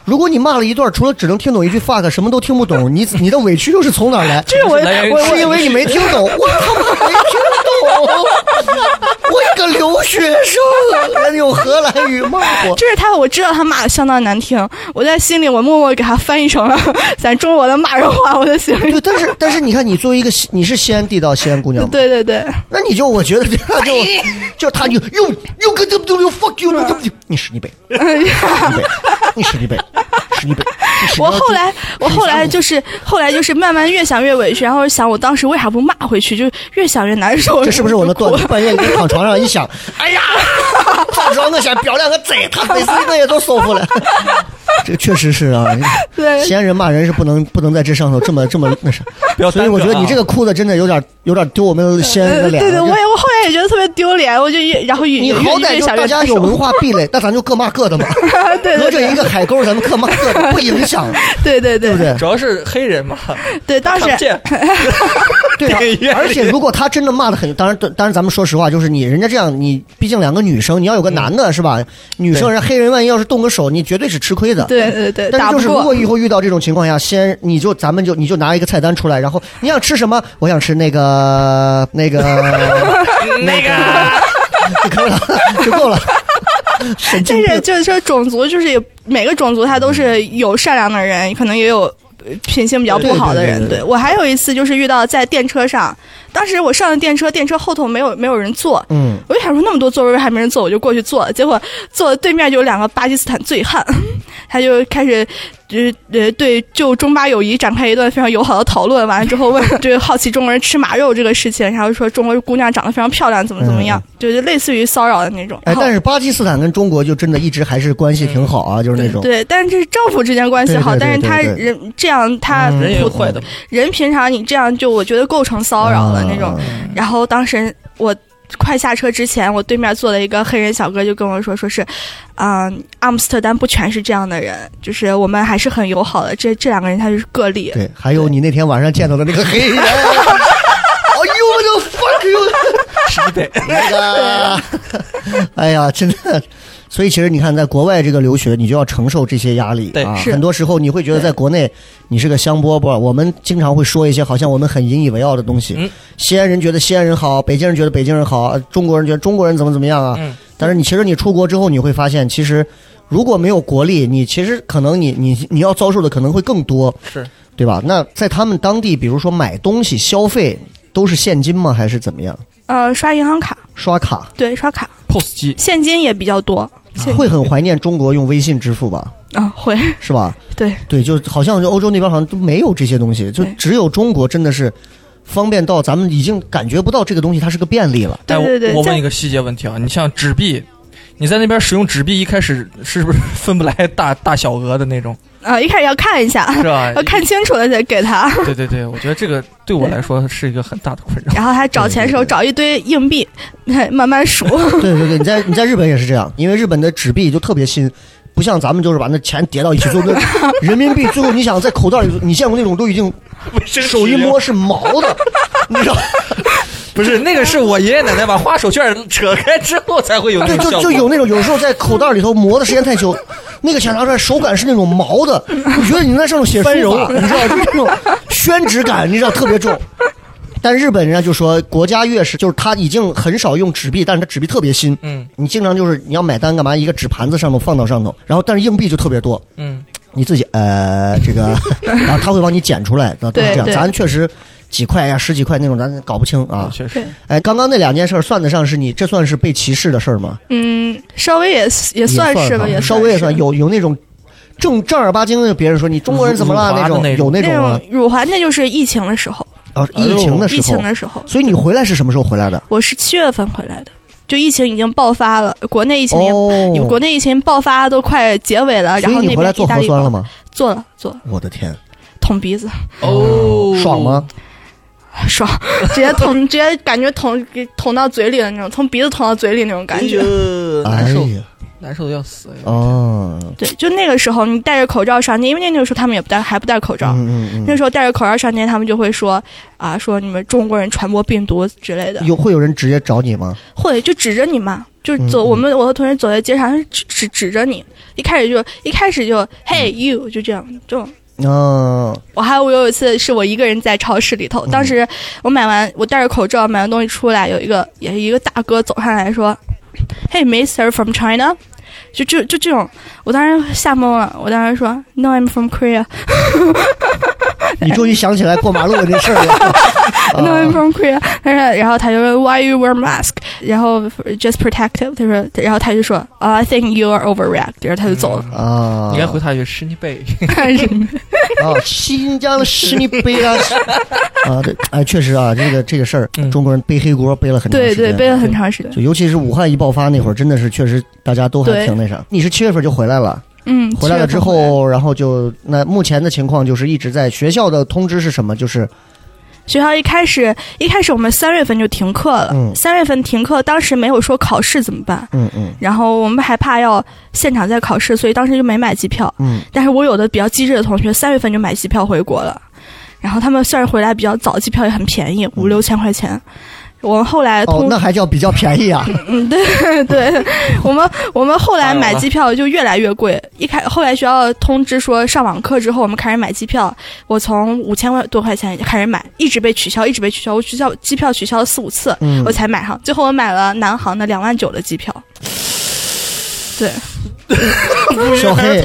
S2: 如果你骂了一段，除了只能听懂一句 fuck，什么都听不懂，你你的委屈又是从哪儿 来？
S7: 就是我
S6: 来源于
S7: 我
S6: 是
S2: 是因为你没听懂，我他妈没听懂，我一个留学生，还用荷兰语骂我。
S7: 就是他，我知道他骂的相当难听，我在心里我默默给他翻译成了 咱中国的骂人话，我在心里。
S2: 对，但是但是你看，你作为一个西你是西安地道西安姑娘吗？
S7: 对哎对对，
S2: 那你就我觉得这样就就他就又又跟这不就 fuck you
S7: 嗯
S2: 你你是你北，你北，你是你北，是你北。
S7: 我后来，我后来就是后来就是慢慢越想越委屈，然后想我当时为啥不骂回去，就越想越难 受。
S2: 这是不是我的段子？半夜你躺床上一想， 哎呀，他说我想表扬个贼，他每次我也都收服了。 这个确实是啊，
S7: 对
S2: 西安人骂人是不能不能在这上头这么这么那啥，
S6: 不要
S2: 所以
S6: 耽搁
S2: 我觉得
S6: 啊
S2: 你这个哭的真的有点有点丢我们西安人的
S7: 呃对
S2: 呃脸。
S7: 对，我也我后当时也觉得特别丢脸，我就越然后越
S2: 你
S7: 越
S2: 好歹
S7: 越
S2: 就
S7: 想
S2: 大
S7: 越
S2: 家
S7: 难
S2: 有
S7: 受。
S2: 文化壁垒，那咱就各骂各的嘛。
S7: 对
S2: 隔
S7: 对
S2: 着一个海沟，咱们各骂各的，不影响，
S7: 对对
S2: 对
S7: 对
S2: 不对？
S6: 主要是黑人嘛，
S7: 对，当时
S6: 看不见。
S2: 对
S6: 电影院
S2: 啊，
S6: 里
S2: 而且如果他真的骂的很，当然，当然，咱们说实话，就是你人家这样，你毕竟两个女生，你要有个男的是吧？女生人家黑人万一要是动个手，你绝对是吃亏的。
S7: 对对对，
S2: 但
S7: 打
S2: 是就
S7: 不
S2: 是如
S7: 过
S2: 果。以后遇到这种情况下，先你就咱们就你就拿一个菜单出来，然后你想吃什么？我想吃那个那个 那个，就可以了，就够了。神经
S7: 但是
S2: 病，
S7: 就是说种族，就是有每个种族他都是有善良的人，可能也有呃品性比较不好的人。
S2: 对对对对
S7: 我还有一次就是遇到在电车上，当时我上的电车，电车后头没有没有人坐，
S2: 嗯，
S7: 我就想说那么多座位还没人坐，我就过去坐了。结果坐对面就有两个巴基斯坦醉汉，他就开始。就是呃，对，就中巴友谊展开一段非常友好的讨论。完了之后问， 就是好奇中国人吃马肉这个事情，然后说中国姑娘长得非常漂亮，怎么怎么样，就就类似于骚扰的那种。
S2: 嗯哎，
S7: 然后
S2: 但是巴基斯坦跟中国就真的一直还是关系挺好啊，就是那种。
S7: 对，但是这是政府之间关系好，
S2: 对对对
S7: 但是他
S2: 对对
S7: 人这样，他
S2: 嗯
S6: 人也
S7: 普
S6: 有坏的嘛，
S7: 人平常你这样就我觉得构成骚扰了那种。
S2: 啊
S7: 然后当时我快下车之前，我对面坐了一个黑人小哥，就跟我说，说是，嗯、阿姆斯特丹不全是这样的人，就是我们还是很友好的。这这两个人他就是个例。
S2: 对，还有你那天晚上见到的那个 黑人，哎呦我的 fuck you，
S6: 是的。
S2: 那个，
S6: 啊
S2: 哎呀，真的。所以其实你看，在国外这个留学，你就要承受这些压力
S6: 对
S2: 啊。
S7: 是
S2: 很多时候你会觉得在国内你是个香饽饽，我们经常会说一些好像我们很引以为傲的东西。
S6: 嗯
S2: 西安人觉得西安人好，北京人觉得北京人好，呃中国人觉得中国人怎么怎么样啊。
S6: 嗯
S2: 但是你其实你出国之后，你会发现，其实如果没有国力，你其实可能你你你要遭受的可能会更多，
S6: 是
S2: 对吧？那在他们当地，比如说买东西消费都是现金吗？还是怎么样？
S7: 呃，刷银行卡，
S2: 刷卡
S7: 对，刷卡，
S6: POS 机，
S7: 现金也比较多。现
S2: 会很怀念中国用微信支付 吧？
S7: 啊、会，
S2: 是吧？
S7: 对
S2: 对，就好像就欧洲那边好像都没有这些东西，就
S7: 对
S2: 只有中国真的是方便到咱们已经感觉不到这个东西它是个便 利了。
S7: 对
S6: 哎
S7: 对对，
S6: 我我
S7: 在
S6: 问一个细节问题啊，你像纸币，你在那边使用纸币，一开始是 不是分不来大大小额的那种，
S7: 啊、一开始要看一下，？
S6: 是吧
S7: 要看清楚了再给他。
S6: 对对对，我觉得这个对我来说是一个很大的困扰。
S7: 然后他找钱的时候
S2: 对对对
S7: 找一堆硬币，慢 慢数。
S2: 对对对，你在你在日本也是这样，因为日本的纸币就特别新，不像咱们就是把那钱叠到一起，最 后那人民币最后你想在口袋里，你见过那种都已经手一摸是毛的， 你知道？
S6: 不是那个是我爷爷奶奶把花手绢扯开之后才会有那
S2: 对，
S6: 个
S2: 就
S6: 效
S2: 就
S6: 果。
S2: 有那种有时候在口袋里头磨的时间太 久，那个钱拿出来手感是那种毛的，我觉得你在上面写书 法，嗯你知道，就是那种 宣纸感，你知道特别重。但日本人家就说，国家越是就是他已经很少用纸币，但是他纸币特别新，
S6: 嗯
S2: 你经常就是你要买单干嘛，一个纸盘子上头放到上头，然后但是硬币就特别多，
S6: 嗯，
S2: 你自己呃这 个，然后他会帮你捡出来，那都是
S7: 对
S2: 这样。
S7: 对
S2: 咱确实几块呀、十几块那种，咱搞不清啊。
S6: 确实，
S2: 哎，刚刚那两件事儿算得上是你这算是被歧视的事儿吗？
S7: 嗯，稍微也也算是吧，
S2: 哈
S7: 也
S2: 稍微也
S7: 是
S2: 算有有那种正正儿八经的，别人说你中国人怎么了
S6: 辱华的
S2: 种，
S6: 那种
S2: 有那
S7: 那
S2: 种吗
S7: 种辱华，那就是疫情的时候，
S2: 啊，
S6: 哎呦
S2: 疫情的时
S7: 疫情
S2: 候。
S7: 的时候，
S2: 所以你回来是什么时候回来的？
S7: 我是七月份回来的，就疫情已经爆发了，国内疫情已经、
S2: 哦，
S7: 国内疫情爆发都快结尾了，
S2: 所
S7: 然
S2: 以
S7: 后
S2: 你
S7: 那
S2: 回来做
S7: 边意大
S2: 核
S7: 利
S2: 酸了吗？
S7: 做了做了，
S2: 我的天，
S7: 捅鼻子，
S6: 哦，
S2: 嗯爽？吗？
S7: 爽， 直接捅，直接感觉捅给捅到嘴里的那种，从鼻子捅到嘴里那种感觉。
S6: 觉
S2: 哎
S6: 难受，
S2: 呀，
S6: 难受的要死。
S2: 哦，
S7: 对，就那个时候你戴着口罩上街，因为那个时候他们也不戴，还不戴口罩。
S2: 嗯嗯
S7: 那时候戴着口罩上街，他们就会说啊，说你们中国人传播病毒之类的
S2: 嗯，，有会有人直接找你吗？
S7: 会就指着你嘛，就是
S2: 嗯
S7: 走。
S2: 嗯
S7: 我们我和同学走在街上，他指指指着你，一开始就一开始就 Hey you 就这样就。
S2: 嗯，
S7: 我还有我有一次是我一个人在超市里头，当时我买完我戴着口罩买完东西出来，有一个也是一个大哥走上来说，Hey Mister from China，就就就这种，我当时吓懵了，我当时说 No I'm from
S2: 啊
S7: Korea，
S2: 你终于想起来过马路的这事儿 了。
S7: No, I'm from Korea。他说，然后他就说，Why you wear mask？然后 just protective。他说，然后他就说，"Uh,，I think you are overreact。然后他就走了。
S2: 啊，
S6: 你该回他一句是你背，
S2: 啊，新疆的是你背 了啊，对，哎，确实啊，这个这个事儿，
S6: 嗯
S2: 中国人背黑锅背了很长时
S7: 对
S2: 间，
S7: 对，背了很长时间。
S2: 就尤其是武汉一爆发那会儿，真的是确实大家都还
S7: 对
S2: 挺那啥。你是七月份就回来了，
S7: 嗯，
S2: 回来了
S7: 七月
S2: 之
S7: 份回来，
S2: 后，然后就那目前的情况就是一直在学校的通知是什么？就是
S7: 学校一开始一开始我们三月份就停课了，
S2: 嗯
S7: 三月份停课，当时没有说考试怎么办，
S2: 嗯嗯
S7: 然后我们还怕要现场再考试，所以当时就没买机票。
S2: 嗯，
S7: 但是我有的比较机智的同学，三月份就买机票回国了，然后他们虽然回来比较早，机票也很便宜，五六千块钱。我们后来
S2: 哦
S7: 哎通，
S2: 那还叫比较便宜 啊？
S7: 嗯，对 对，我们我们后来买机票就越来越贵，一开后来学校通知说上网课之后，我们开始买机票，我从五千块多块钱开始买，一直被取消，一直被取消，我取消机票取消了四五次，
S2: 嗯
S7: 我才买上，最后我买了南航的两万九的机票，对，
S2: 小黑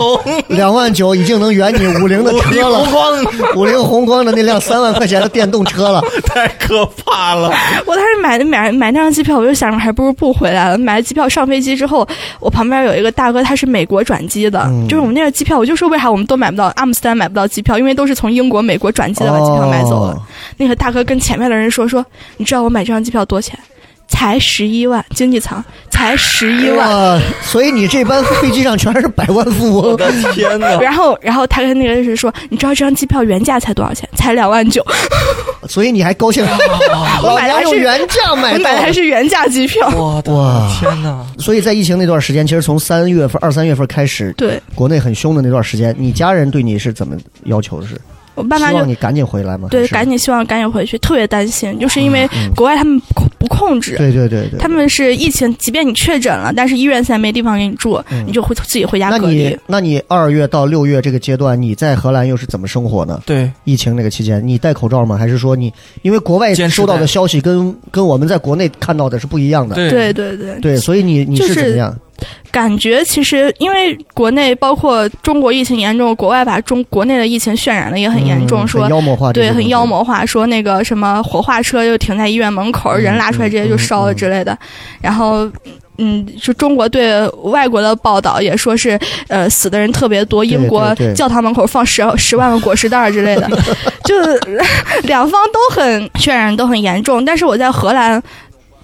S2: 两万九已经能圆你五菱的车了， 五菱宏光的那辆三万块钱的电动车 了。
S8: 太可怕了！
S7: 我当时买买买那张机票，我就想着还不如不回来了。买了机票上飞机之后，我旁边有一个大哥，他是美国转机的，
S2: 嗯
S7: 就是我们那个机票，我就说为啥我们都买不到阿姆斯特丹买不到机票，因为都是从英国、美国转机的把机票买走了。
S2: 哦
S7: 那个大哥跟前面的人说说，你知道我买这张机票多少钱？才十一万，经济舱才十一万。
S2: 哇！所以你这班飞机上全是百万富 翁。
S6: 天 哪！
S7: 然后，然后他跟那个人说，你知道这张机票原价才多少钱？才两万九。
S2: 所以你还高兴？ 老
S7: 买的
S2: 娘
S7: 还
S2: 用
S7: 是
S2: 原价买
S7: 我
S2: 到
S7: 买的还
S2: 了。
S7: 是原价机票。
S6: 我的
S2: 哇
S6: 天哪！
S2: 所以在疫情那段时间，其实从三月份、二三月份开始，
S7: 对
S2: 国内很凶的那段时间，你家人对你是怎么要求的？是
S7: 我爸妈
S2: 希
S7: 就
S2: 望你赶紧回来吗？还
S7: 对，
S2: 是
S7: 赶。紧希望赶紧回去，特别担心，就是因为国外他们控不控制，
S2: 对对对对。
S7: 他们是疫情，即便你确诊了，但是医院现在没地方给你住，你就回自己回家
S2: 嗯那
S7: 隔离
S2: 你。那你二月到六月这个阶段，你在荷兰又是怎么生活呢？
S6: 对，
S2: 疫情那个期间，你戴口罩吗？还是说你因为国外
S6: 坚持戴
S2: 收到的消息跟跟我们在国内看到的是不一样的？
S6: 对
S7: 对对对，
S2: 对，所以你你
S7: 就是是
S2: 怎么样？
S7: 感觉其实因为国内包括中国疫情严重，国外把中国内的疫情渲染的也很严重，
S2: 嗯
S7: 说
S2: 很妖魔化这些
S7: 哦对，
S2: 东西，
S7: 很妖魔化，说那个什么火化车就停在医院门口，
S2: 嗯
S7: 人拉出来直接就烧了之类的。然后，嗯，就中国对外国的报道也说是，呃，死的人特别多，英国
S2: 对对
S7: 教堂门口放十 十万个果实袋儿之 类的，就两方都很渲染都很严重。但是我在荷兰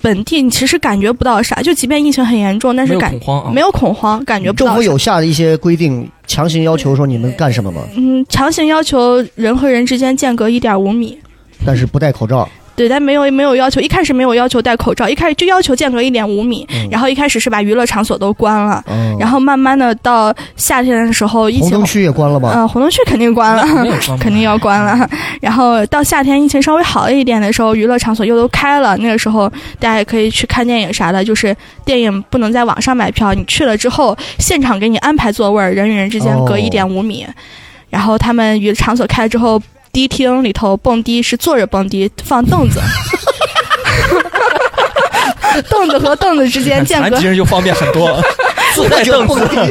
S7: 本地，你其实感觉不到啥，就即便疫情很严重，但
S6: 没
S7: 是
S6: 有
S7: 感
S6: 恐慌啊
S7: 没！有恐慌，感觉不
S2: 政
S7: 到
S2: 府
S7: 啥。
S2: 有下一些规定，强行要求说你们干什么吗？
S7: 嗯，强行要求人和人之间间隔一点五米。
S2: 但是不戴口罩，
S7: 对，但没有没有要求，一开始没有要求戴口罩，一开始就要求间隔一点五米，然后一开始是把娱乐场所都关了，
S2: 嗯，
S7: 然后慢慢的到夏天的时候，疫
S2: 红
S7: 情
S2: 灯，区也关了吗？
S7: 嗯，红灯区肯定关了
S6: 没有，啊关吧
S7: 肯定要关了， 然后到夏天疫情稍微好一点的时候，娱乐场所又都开了，那个时候大家也可以去看电影啥的，就是电影不能在网上买票，你去了之后，现场给你安排座位儿，人与人之间
S2: 哦
S7: 隔一点五米，然后他们娱乐场所开了之后。迪厅里头蹦迪是坐着蹦迪，放凳子， 凳子和凳子之间 间
S6: 残
S7: 隔
S6: 疾，人就方便很多， 坐在凳子上。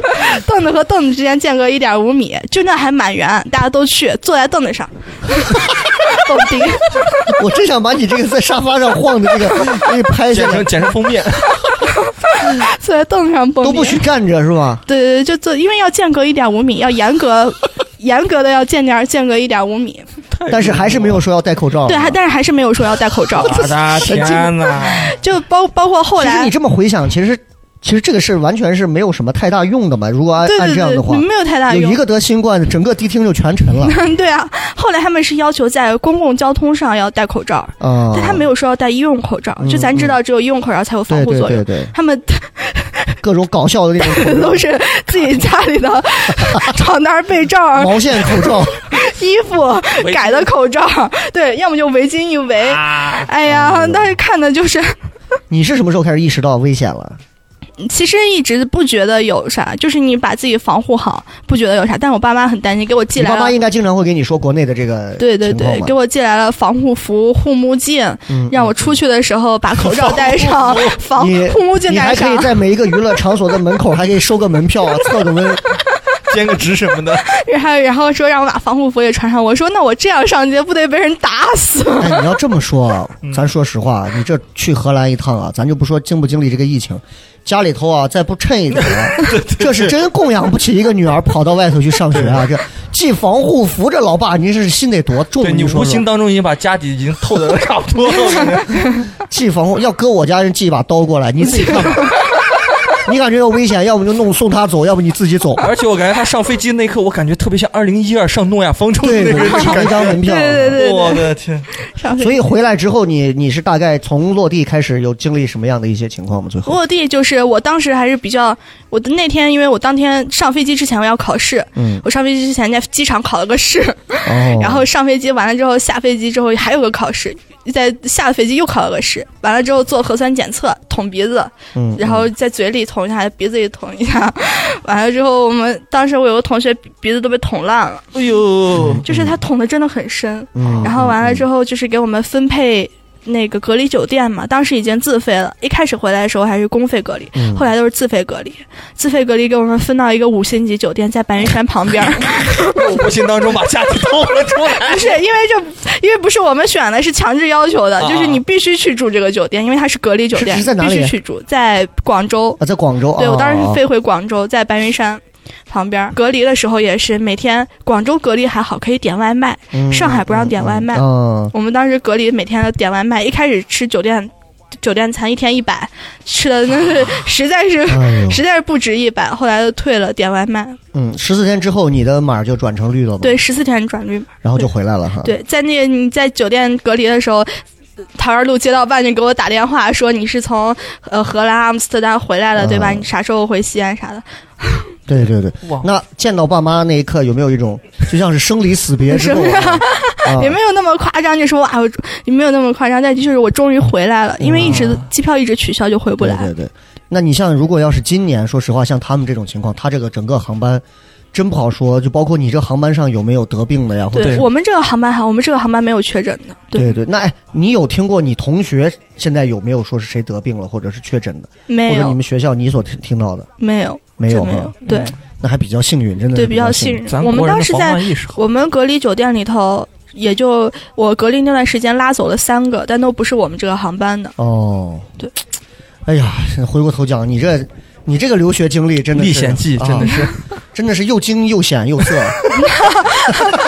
S7: 凳子和凳子之间间隔一点五米，就那还蛮远，大家都去坐在凳子上蹦迪。
S2: 我真想把你这个在沙发上晃的 这个给你 拍下
S6: 剪
S2: 来
S6: 成，剪成封面，
S7: 坐在凳子上蹦
S2: 都
S7: 迪，
S2: 不许站着是吧？
S7: 对对对，就坐，因为要间隔一点五米，要严 格严格的要间点间隔一点五米。
S2: 但是还是没有说要戴口罩。
S7: 对，还但是还是没有说要戴口罩，啊
S6: 我的 天哪！
S7: 就包包括后
S2: 哦其实
S7: 来
S2: 你。这么回想，其实其实这个事完全是没有什么太大用的嘛。如果按
S7: 对
S2: 按
S7: 对
S2: 这样
S7: 对
S2: 的话，，
S7: 没有太大
S2: 有
S7: 用
S2: 一。个得新冠，整个迪厅就全沉 了
S7: 对啊，后来他们是要求在公共交通上要戴口罩，
S2: 啊！
S7: 但他没有说要戴医用口罩，就咱知道只有医用口罩才有防
S2: 对嗯
S7: 护
S2: 对
S7: 作用
S2: 对。对，
S7: 他们
S2: 各种搞笑的那 种口罩
S7: 都是自己家里的 床单、被罩、
S2: 毛线口 罩，
S7: 衣服
S6: 哦围巾啊
S7: 改的口罩，对，要么就围巾一围。哎呀，
S2: 哦
S7: 但是看的就是，
S2: 你是什么时候开始意识到危险了？
S7: 其实一直不觉得有啥，就是你把自己防护好，不觉得有啥。但我爸妈很担心，给我寄
S2: 你
S7: 来
S2: 爸妈
S7: 了
S2: 应。该经常会给你说国内的这个
S7: 对对
S2: 情况
S7: 对，
S2: 吧
S7: 给我寄来了防护服、护目镜，
S2: 嗯
S7: 让我出去的时候把口罩戴上， 防
S2: 你
S7: 护目镜
S2: 你
S7: 戴
S2: 还可
S7: 上
S2: 以，在每一个娱乐场所的门口还可以收个门票啊，测个温。
S6: 兼个职什么 的，
S7: 然后然后说让我把防护服也穿上。我说那我这样上街不得被人打死？
S2: 哎，你要这么说，啊，咱说实话，你这去荷兰一趟啊，咱就不说经不经历这个疫情，家里头啊再不趁一点啊，这是真供养不起一个女儿跑到外头去上学啊！这既防护服，这老爸您是心得多重？啊
S6: 对你
S2: 说说
S6: 无形当中已经把家底已经透的差不多了。
S2: 寄防护，要搁我家人寄一把刀过来，你自己看吧。你感觉有危险，要不就弄送他走，要不你自己走。
S6: 而且我感觉他上飞机那一刻，我感觉特别像二零一二上诺亚方舟的
S2: 对，
S6: 那
S2: 我
S6: 个
S2: 就抢一张门票。啊
S7: 对对
S6: 我的天！
S7: 上飞
S2: 所以回来之后你，你是大概从落地开始有经历什么样的一些情况吗？最后，
S7: 落地就是我当时还是比较，我的那天因为我当天上飞机之前我要考试，
S2: 嗯，
S7: 我上飞机之前在机场考了个试，
S2: 哦，
S7: 然后上飞机完了之后下飞机之后还有个考试，在下了飞机又考了个试，完了之后做核酸检测捅鼻子，
S2: 嗯，
S7: 然后在嘴里捅一下，鼻子里捅一下， 完了之后我们当时我有个同学鼻鼻子都被捅烂了，
S6: 哎 呦，
S7: 就是他捅的真的很深，
S2: 嗯，
S7: 然后完了之后就是给我们分配那个隔离酒店嘛，当时已经自费了，一开始回来的时候还是公费隔离，
S2: 嗯
S7: 后来都是自费隔离，自费隔离给我们分到一个五星级酒店，在白云山旁边儿，
S6: 我无形当中把价值透了出来
S7: 不。是因为这，因为不是我们选的，是强制要求的，
S6: 啊
S7: 就是你必须去住这个酒店，因为它是隔离酒店，
S2: 是是在哪里
S7: 必须去住，在广州。
S2: 啊，在广州，
S7: 对
S2: 啊
S7: 我当时是
S2: 啊
S7: 飞回广州，在白云山。旁边儿隔离的时候也是每天，广州隔离还好，可以点外卖。
S2: 嗯
S7: 上海不让点外卖
S2: 嗯，
S7: 我们当时隔离每天点外卖，一开始吃酒店酒店餐，一天一百，吃的那 是实在是
S2: 嗯哎呦，
S7: 实在是不值一百，后来就退了，点外卖。
S2: 嗯，十四天之后你的码就转成绿了吧？
S7: 对，，十四天转绿码。
S2: 然后就回来了哈。，
S7: 对，在那个你在酒店隔离的时候，桃园路街道办就给我打电话说你是从呃荷兰阿姆斯特丹回来的，对吧？
S2: 嗯
S7: 你啥时候回西安啥的？
S2: 对对对。
S6: 哇，
S2: 那见到爸妈那一刻，有没有一种就像是生离死别 之后啊？啊
S7: 也没有那么夸张，就说啊，我也没有那么夸张，但就是我终于回来了，因为一直机票一直取消就回不来。
S2: 对对对，那你像如果要是今年，说实话，像他们这种情况，他这个整个航班真不好说，就包括你这航班上有没有得病的呀？或者
S7: 对我们这个航班还，我们这个航班没有确诊的。对，
S2: 对对，那哎，你有听过你同学现在有没有说是谁得病了，或者是确诊的，或者
S7: 没
S2: 你
S7: 有，
S2: 们学校你所听听到的
S7: 没有，
S2: 没
S7: 真
S2: 有嗯
S7: 没
S2: 哈
S7: 有？。对
S2: 那还比较幸运，真的是
S7: 对，
S2: 比
S7: 比较
S2: 幸
S7: 幸
S2: 运。
S7: 运。
S6: 咱
S7: 我们
S6: 国人
S7: 当
S6: 的
S7: 时
S6: 防
S7: 在
S6: 范意识好。
S7: 我们隔离酒店里头，也就我隔离那段时间拉走了三个，但都不是我们这个航班的。
S2: 哦，
S7: 对，
S2: 哎呀，回过头讲，你这你这个留学经历真的是
S6: 历险记真的
S2: 啊
S6: 是
S2: 真的是又惊又险又 涩，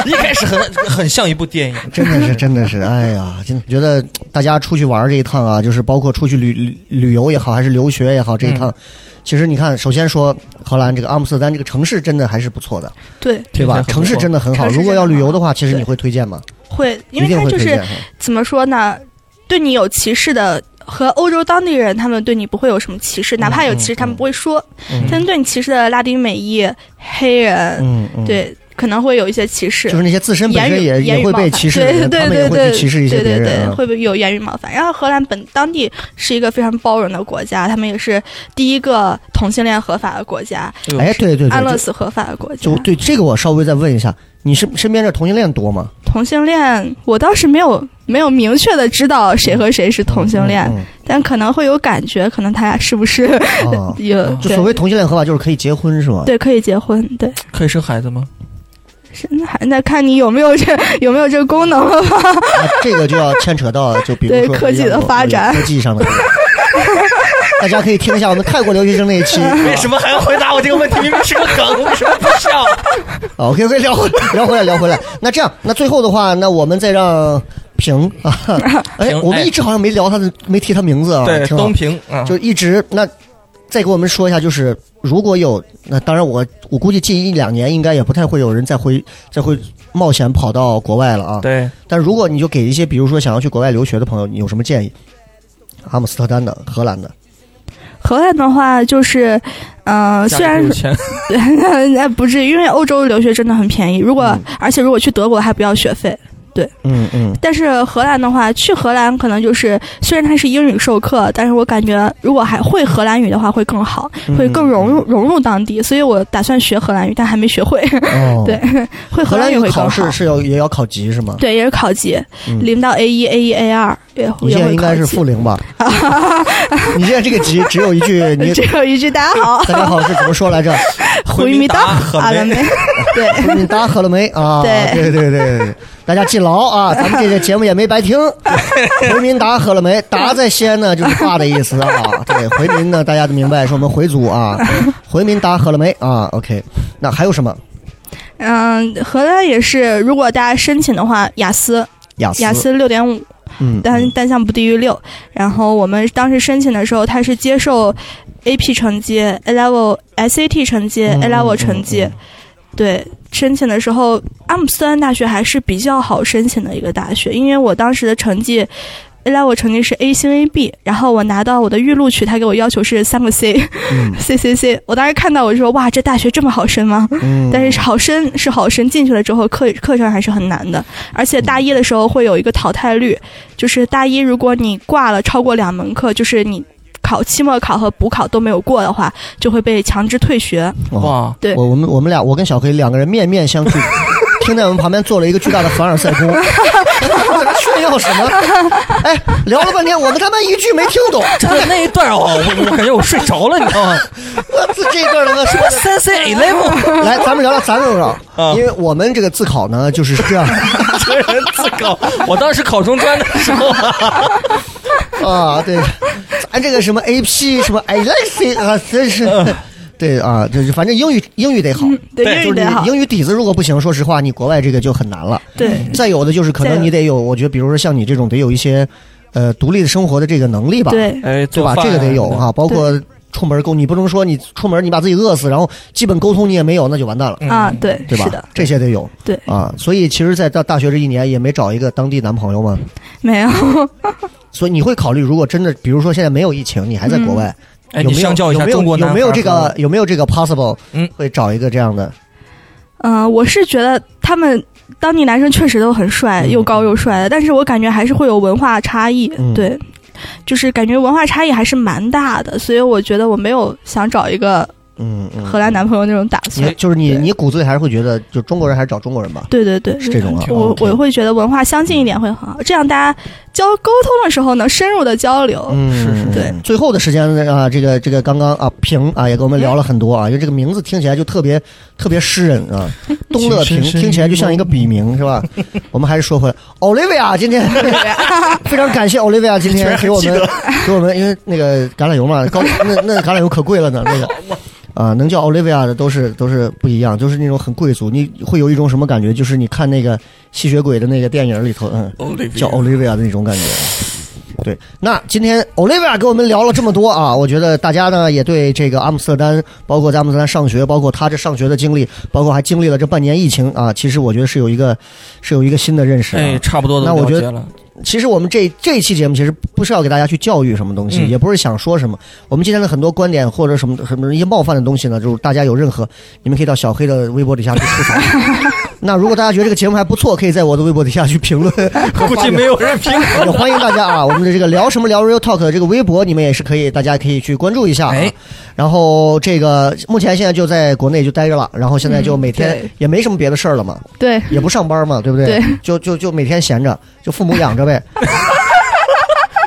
S6: 一开始很很像一部电影，
S2: 真的是真的是，哎呀，真的觉得大家出去玩儿这一趟啊，就是包括出去旅旅旅游也好，还是留学也好，
S6: 嗯
S2: 这一趟，其实你看，首先说荷兰这个阿姆斯特丹这个城市真的还是不错的，
S7: 对，
S2: 对吧？
S6: 听
S2: 城
S6: 起
S2: 市
S6: 来很不错
S2: 真的很好。
S7: 城市
S2: 如果
S7: 真的
S2: 要旅游
S7: 好
S2: 的话，其实
S7: 对
S2: 你会推荐吗？
S7: 会，因
S2: 一
S7: 为
S2: 定
S7: 它
S2: 会
S7: 就
S2: 推
S7: 是
S2: 荐哈。
S7: 怎么说呢，对你有歧视的。和欧洲当地人，他们对你不会有什么歧视，哪怕有歧视，他们不会说。
S2: 嗯
S7: 他们对你歧视的拉丁美裔、黑人，
S2: 嗯嗯，，
S7: 呃对，可能会有一些歧视。
S2: 就是那些自身本
S7: 言
S2: 身
S7: 语
S2: 也
S7: 言
S2: 也
S7: 语
S2: 会
S7: 冒
S2: 被
S7: 犯，
S2: 歧视的
S7: 对
S2: 人，
S7: 对
S2: 他们
S7: 对
S2: 也
S7: 对，
S2: 会去歧视一些别
S7: 对对
S2: 人
S7: 对，
S2: 啊。
S7: 会不会有言语冒犯？然后荷兰本当地是一个非常包容的国家，他们也是第一个同性恋合法的国家，
S6: 哎呦
S2: 哎，对对
S7: 安
S2: 对
S7: 乐
S2: 就，
S7: 死合法的国家
S2: 就。对这个我稍微再问一下，你身身边这同性恋多吗？
S7: 同性恋，我倒是没有没有明确的知道谁和谁是同性恋，
S2: 嗯
S7: 但可能会有感觉，可能他俩是不是，
S2: 嗯啊
S7: 有
S2: 就所
S7: 对
S2: 谓同啊性恋合法就是可以结婚是吗？
S7: 对可以结婚？对，
S6: 可以生孩子吗？
S7: 是那还那看你有没有这有没有这个功能了吧？
S2: 那这个就要牵扯到，就比如
S7: 对
S2: 说
S7: 科技的发展
S2: 科技上的。大家可以听一下我们泰国留学生那一期。 啊
S6: 为什么还要回答我这个问题？明明是个梗，为什么不 笑？
S2: 啊，OK OK，聊回聊回来聊回来。那这样，那最后的话，那我们再让平 啊，哎，
S6: 平
S2: 我们
S6: 哎
S2: 一直好像没聊他的，没提他名字啊，
S6: 对，
S2: 挺好
S6: 东平啊，
S2: 就一直那再给我们说一下，就是如果有那当然我我估计近一两年应该也不太会有人再回再会冒险跑到国外了啊。
S6: 对，
S2: 但如果你就给一些比如说想要去国外留学的朋友，你有什么建议？阿姆斯特丹的、荷兰的，
S7: 荷兰的话就是，呃，虽然
S6: 家里有钱，
S7: 那不至于，因为欧洲留学真的很便宜。如果、而且如果去德国还不要学费，
S2: 嗯嗯，
S7: 但是荷兰的话，去荷兰可能就是虽然它是英语授课，但是我感觉如果还会荷兰语的话会更好，
S2: 嗯
S7: 会更融入融入当地。所以我打算学荷兰语，但还没学会。
S2: 哦，
S7: 对，，会
S2: 荷
S7: 兰
S2: 兰
S7: 语
S2: 语
S7: 会
S2: 考
S7: 更好
S2: 试。是要也要考级是吗？
S7: 对，也是考级，
S2: 嗯
S7: 零到 A 一、A 一、A 二，也
S2: 你
S7: 也
S2: 现在
S7: 会
S2: 应
S7: 考
S2: 该是
S7: 级
S2: 负。零吧？ 你现在这个级只有一句， 你
S7: 只有一句大 家好，
S2: 大家好是怎么说来着？
S7: 回民啊到
S6: 回
S7: 阿
S6: 民
S7: 拉
S6: 达
S7: 梅， 对。
S2: 你打喝了没啊？
S7: 对
S2: 对对对对，大家记牢啊，咱们这个节目也没白听。回民达喝了没？达在西安呢，就是爸的意思啊。对，回民呢，大家都明白，是我们回族啊。回民达喝了没啊？OK，那还有什么？
S7: 嗯，荷兰也是，如果大家申请的话，雅思
S2: 雅思，
S7: 雅思六点五，
S2: 嗯，
S7: 单单项不低于六。然后我们当时申请的时候，它是接受 AP 成绩、A Level、SAT 成绩、
S2: 嗯
S7: A
S2: 嗯
S7: Level
S2: 嗯
S7: 成绩。
S2: 嗯
S7: 对，申请的时候，阿姆斯特丹大学还是比较好申请的一个大学，因为我当时的成绩。A level 成绩是 A 星 A B，然后我拿到我的预录取，他给我要求是三个 C，C、
S2: 嗯
S7: C C。我当时看到我就说哇，这大学这么好申吗？
S2: 嗯
S7: 但是好申是好申，进去了之后课课程还是很难的，而且大一的时候会有一个淘汰率，就是大一如果你挂了超过两门课，就是你考期末考和补考都没有过的话，就会被强制退学。
S6: 哇，
S7: 对
S2: 哦我我们我们俩，我跟小黑两个人面面相觑，听在我们旁边做了一个巨大的凡尔赛宫， 炫耀什么？哎，聊了半天，我们他妈一句没听懂， 啊
S6: 真的那一段哦，我我感觉我睡着了，你 知道吗？
S2: 我这这段他妈说的。
S6: 三 C A level，
S2: 来，咱们聊聊咱们绕，
S6: 啊
S2: 因为我们这个自考呢就是这 样
S6: 这人自高。我当时考中专的时候 啊，
S2: 啊，对，咱这个什么 AP 什么 I like it 啊，真是。
S6: 嗯
S2: 对啊，就是反正英语英语得好，
S7: 对
S2: 就
S6: 对
S7: 英语
S2: 是
S7: 嗯得好
S2: 你，英语底子如果不行，说实话，你国外这个就很难了。
S7: 对
S2: 再有的就是可能
S7: 再有
S2: 你得有，我觉得比如说像你这种得有一些，呃，独立生活的这个能力吧，
S7: 对
S2: 对
S6: 哎，做
S2: 吧？
S6: 饭
S2: 这个得有
S6: 啊。
S2: 啊，包括出门沟，你不能说你出门你把自己饿死，然后基本沟通你也没有，那就完蛋了，
S7: 啊，对，
S2: 嗯对吧？
S7: 是的，
S2: 这些得有
S7: 对，
S2: 啊。所以其实，在到大学这一年也没找一个当地男朋友嘛，
S7: 没有，
S2: 所以你会考虑，如果真的，比如说现在没有疫情，你还在国
S7: 嗯
S2: 外，
S6: 哎，
S2: 有
S6: 你
S2: 没有
S6: 相较一
S2: 有
S6: 下
S2: 没有
S6: 中国男
S2: 有
S6: 孩
S2: 没有
S6: 和
S2: 这个有没有这个 possible，
S6: 嗯
S2: 会找一个这样的，
S7: 嗯、我是觉得他们当地男生确实都很帅，
S2: 嗯
S7: 又高又帅的，但是我感觉还是会有文化差异，
S2: 嗯
S7: 对，就是感觉文化差异还是蛮大的，所以我觉得我没有想找一个
S2: 嗯嗯，
S7: 荷兰男朋友那种打算。
S2: 你就是你
S7: 对
S2: 你骨子里还是会觉得，就中国人还是找中国人吧，
S7: 对对对，
S2: 是这种啊。
S7: 我
S2: OK
S7: 我会觉得文化相近一点会很好，这样大家交沟通的时候能深入的交流。
S2: 嗯，
S6: 是是
S7: 对。
S2: 最后的时间啊，这个这个刚刚啊，平啊也跟我们聊了很多啊，因为这个名字听起来就特别特别诗人 啊，东乐平
S6: 情深深
S2: 听起来就像一个笔名是吧？我们还是说回来，Olivia 今天 非常感谢 Olivia 今天给我 们给我们，因为那个橄榄油嘛，高那那橄榄油可贵了呢，那 个。啊，能叫 Olivia 的都是都是不一样，就是那种很贵族，你会有一种什么感觉？就是你看那个吸血鬼的那个电影里头，嗯，
S6: Olivia
S2: 叫 Olivia 的那种感觉。对，那今天 Olivia 给我们聊了这么多啊，我觉得大家呢也对这个阿姆斯特丹，包括在阿姆斯特丹上学，包括他这上学的经历，包括还经历了这半年疫情啊，其实我觉得是有一个是有一个新的认识、啊。
S6: 哎，差不多的
S2: 那我
S6: 了
S2: 觉
S6: 解
S2: 得
S6: 了。
S2: 其实我们这这一期节目其实不是要给大家去教育什么东西，
S6: 嗯
S2: 也不是想说什么。我们今天的很多观点或者什么什么一些冒犯的东西呢，就是大家有任何，你们可以到小黑的微博底下去吐槽。 那如果大家觉得这个节目还不错，可以在我的微博底下去评论和
S6: 估
S2: 发
S6: 计
S2: 表
S6: 没有人评
S2: 也欢迎大家啊，我们的这个聊什么聊 Real Talk 的这个微博，你们也是可以，大家可以去关注一下、啊。
S6: 哎
S2: 然后这个目前现在就在国内就待着了，然后现在就每
S7: 嗯
S2: 天
S7: 对
S2: 也没什么别的事儿了嘛，
S7: 对，
S2: 也不上班嘛，对不对？
S7: 对
S2: 就就就每天闲着，就父母养着 呗。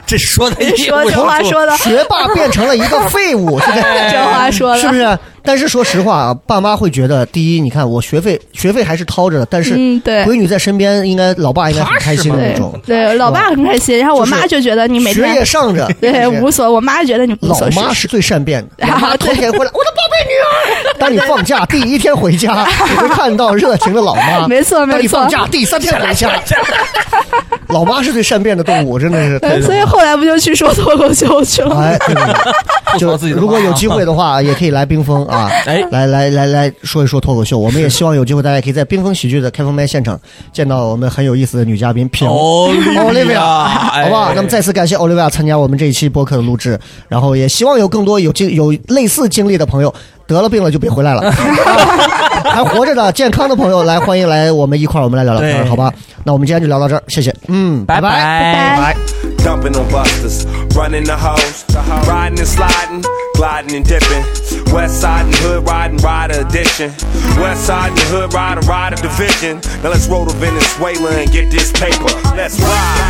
S6: 这说
S2: 哎
S6: 的一
S7: 说
S6: 无
S7: 这话
S6: 是处
S7: 说的，
S2: 学霸变成了一个废物，现在
S7: 哎这话说的，
S2: 是不是？但是说实话啊，爸妈会觉得，第一，你看我学费学费还是掏着的，但是
S7: 嗯，对。
S2: 闺女在身边，应该老爸应该很开心的
S6: 踏实嘛
S2: 那
S7: 对
S2: 种。
S7: 对，老爸很开心，然后
S2: 就
S7: 我
S2: 是
S7: 妈就觉得你每
S2: 学业
S7: 天
S2: 上着，
S7: 对
S2: 是不是
S7: 无所，我妈觉得你无
S2: 老
S7: 所事
S2: 妈
S7: 事。
S2: 是最善变的，
S7: 啊
S2: 老妈头天回来，我的宝贝女儿。当你放假第一天回 家，你会看到热情的老妈。
S7: 没错
S2: 当你
S7: 没错
S2: 放假第三天回 家，老妈是最善变的动物，真的是太
S7: 对，
S2: 厉害
S7: 所以
S2: 了。
S7: 后来不就去说脱口秀去了？
S2: 哎，对对对
S6: 吐槽自
S2: 就
S6: 己的
S2: 如果有机
S6: 妈妈
S2: 会的话，啊也可以来冰封啊，
S6: 哎
S2: 来来来来说一说脱口秀。我们也希望有机会，大家可以在冰封喜剧的开放麦现场见到我们很有意思的女嘉宾平。Olivia，好 哦
S6: 哎
S2: 哎
S6: 好
S2: 不好？那么再次感谢 Olivia 参加我们这一期播客的录制，然后也希望有更多有经有类似经历的朋友，得了病了就别回来了， 啊还活着的健康的朋友来欢迎来我们一块儿我们来聊聊天儿，
S6: 对
S2: 好吧？那我们今天就聊到这儿，谢谢，嗯，拜拜
S7: 哎
S6: 拜。
S3: dumping on busters, running the hoes, riding and sliding, gliding and dipping. West side and hood riding, rider edition. West side and hood rider, rider division. Now let's roll to Venezuela and get this paper. Let's ride.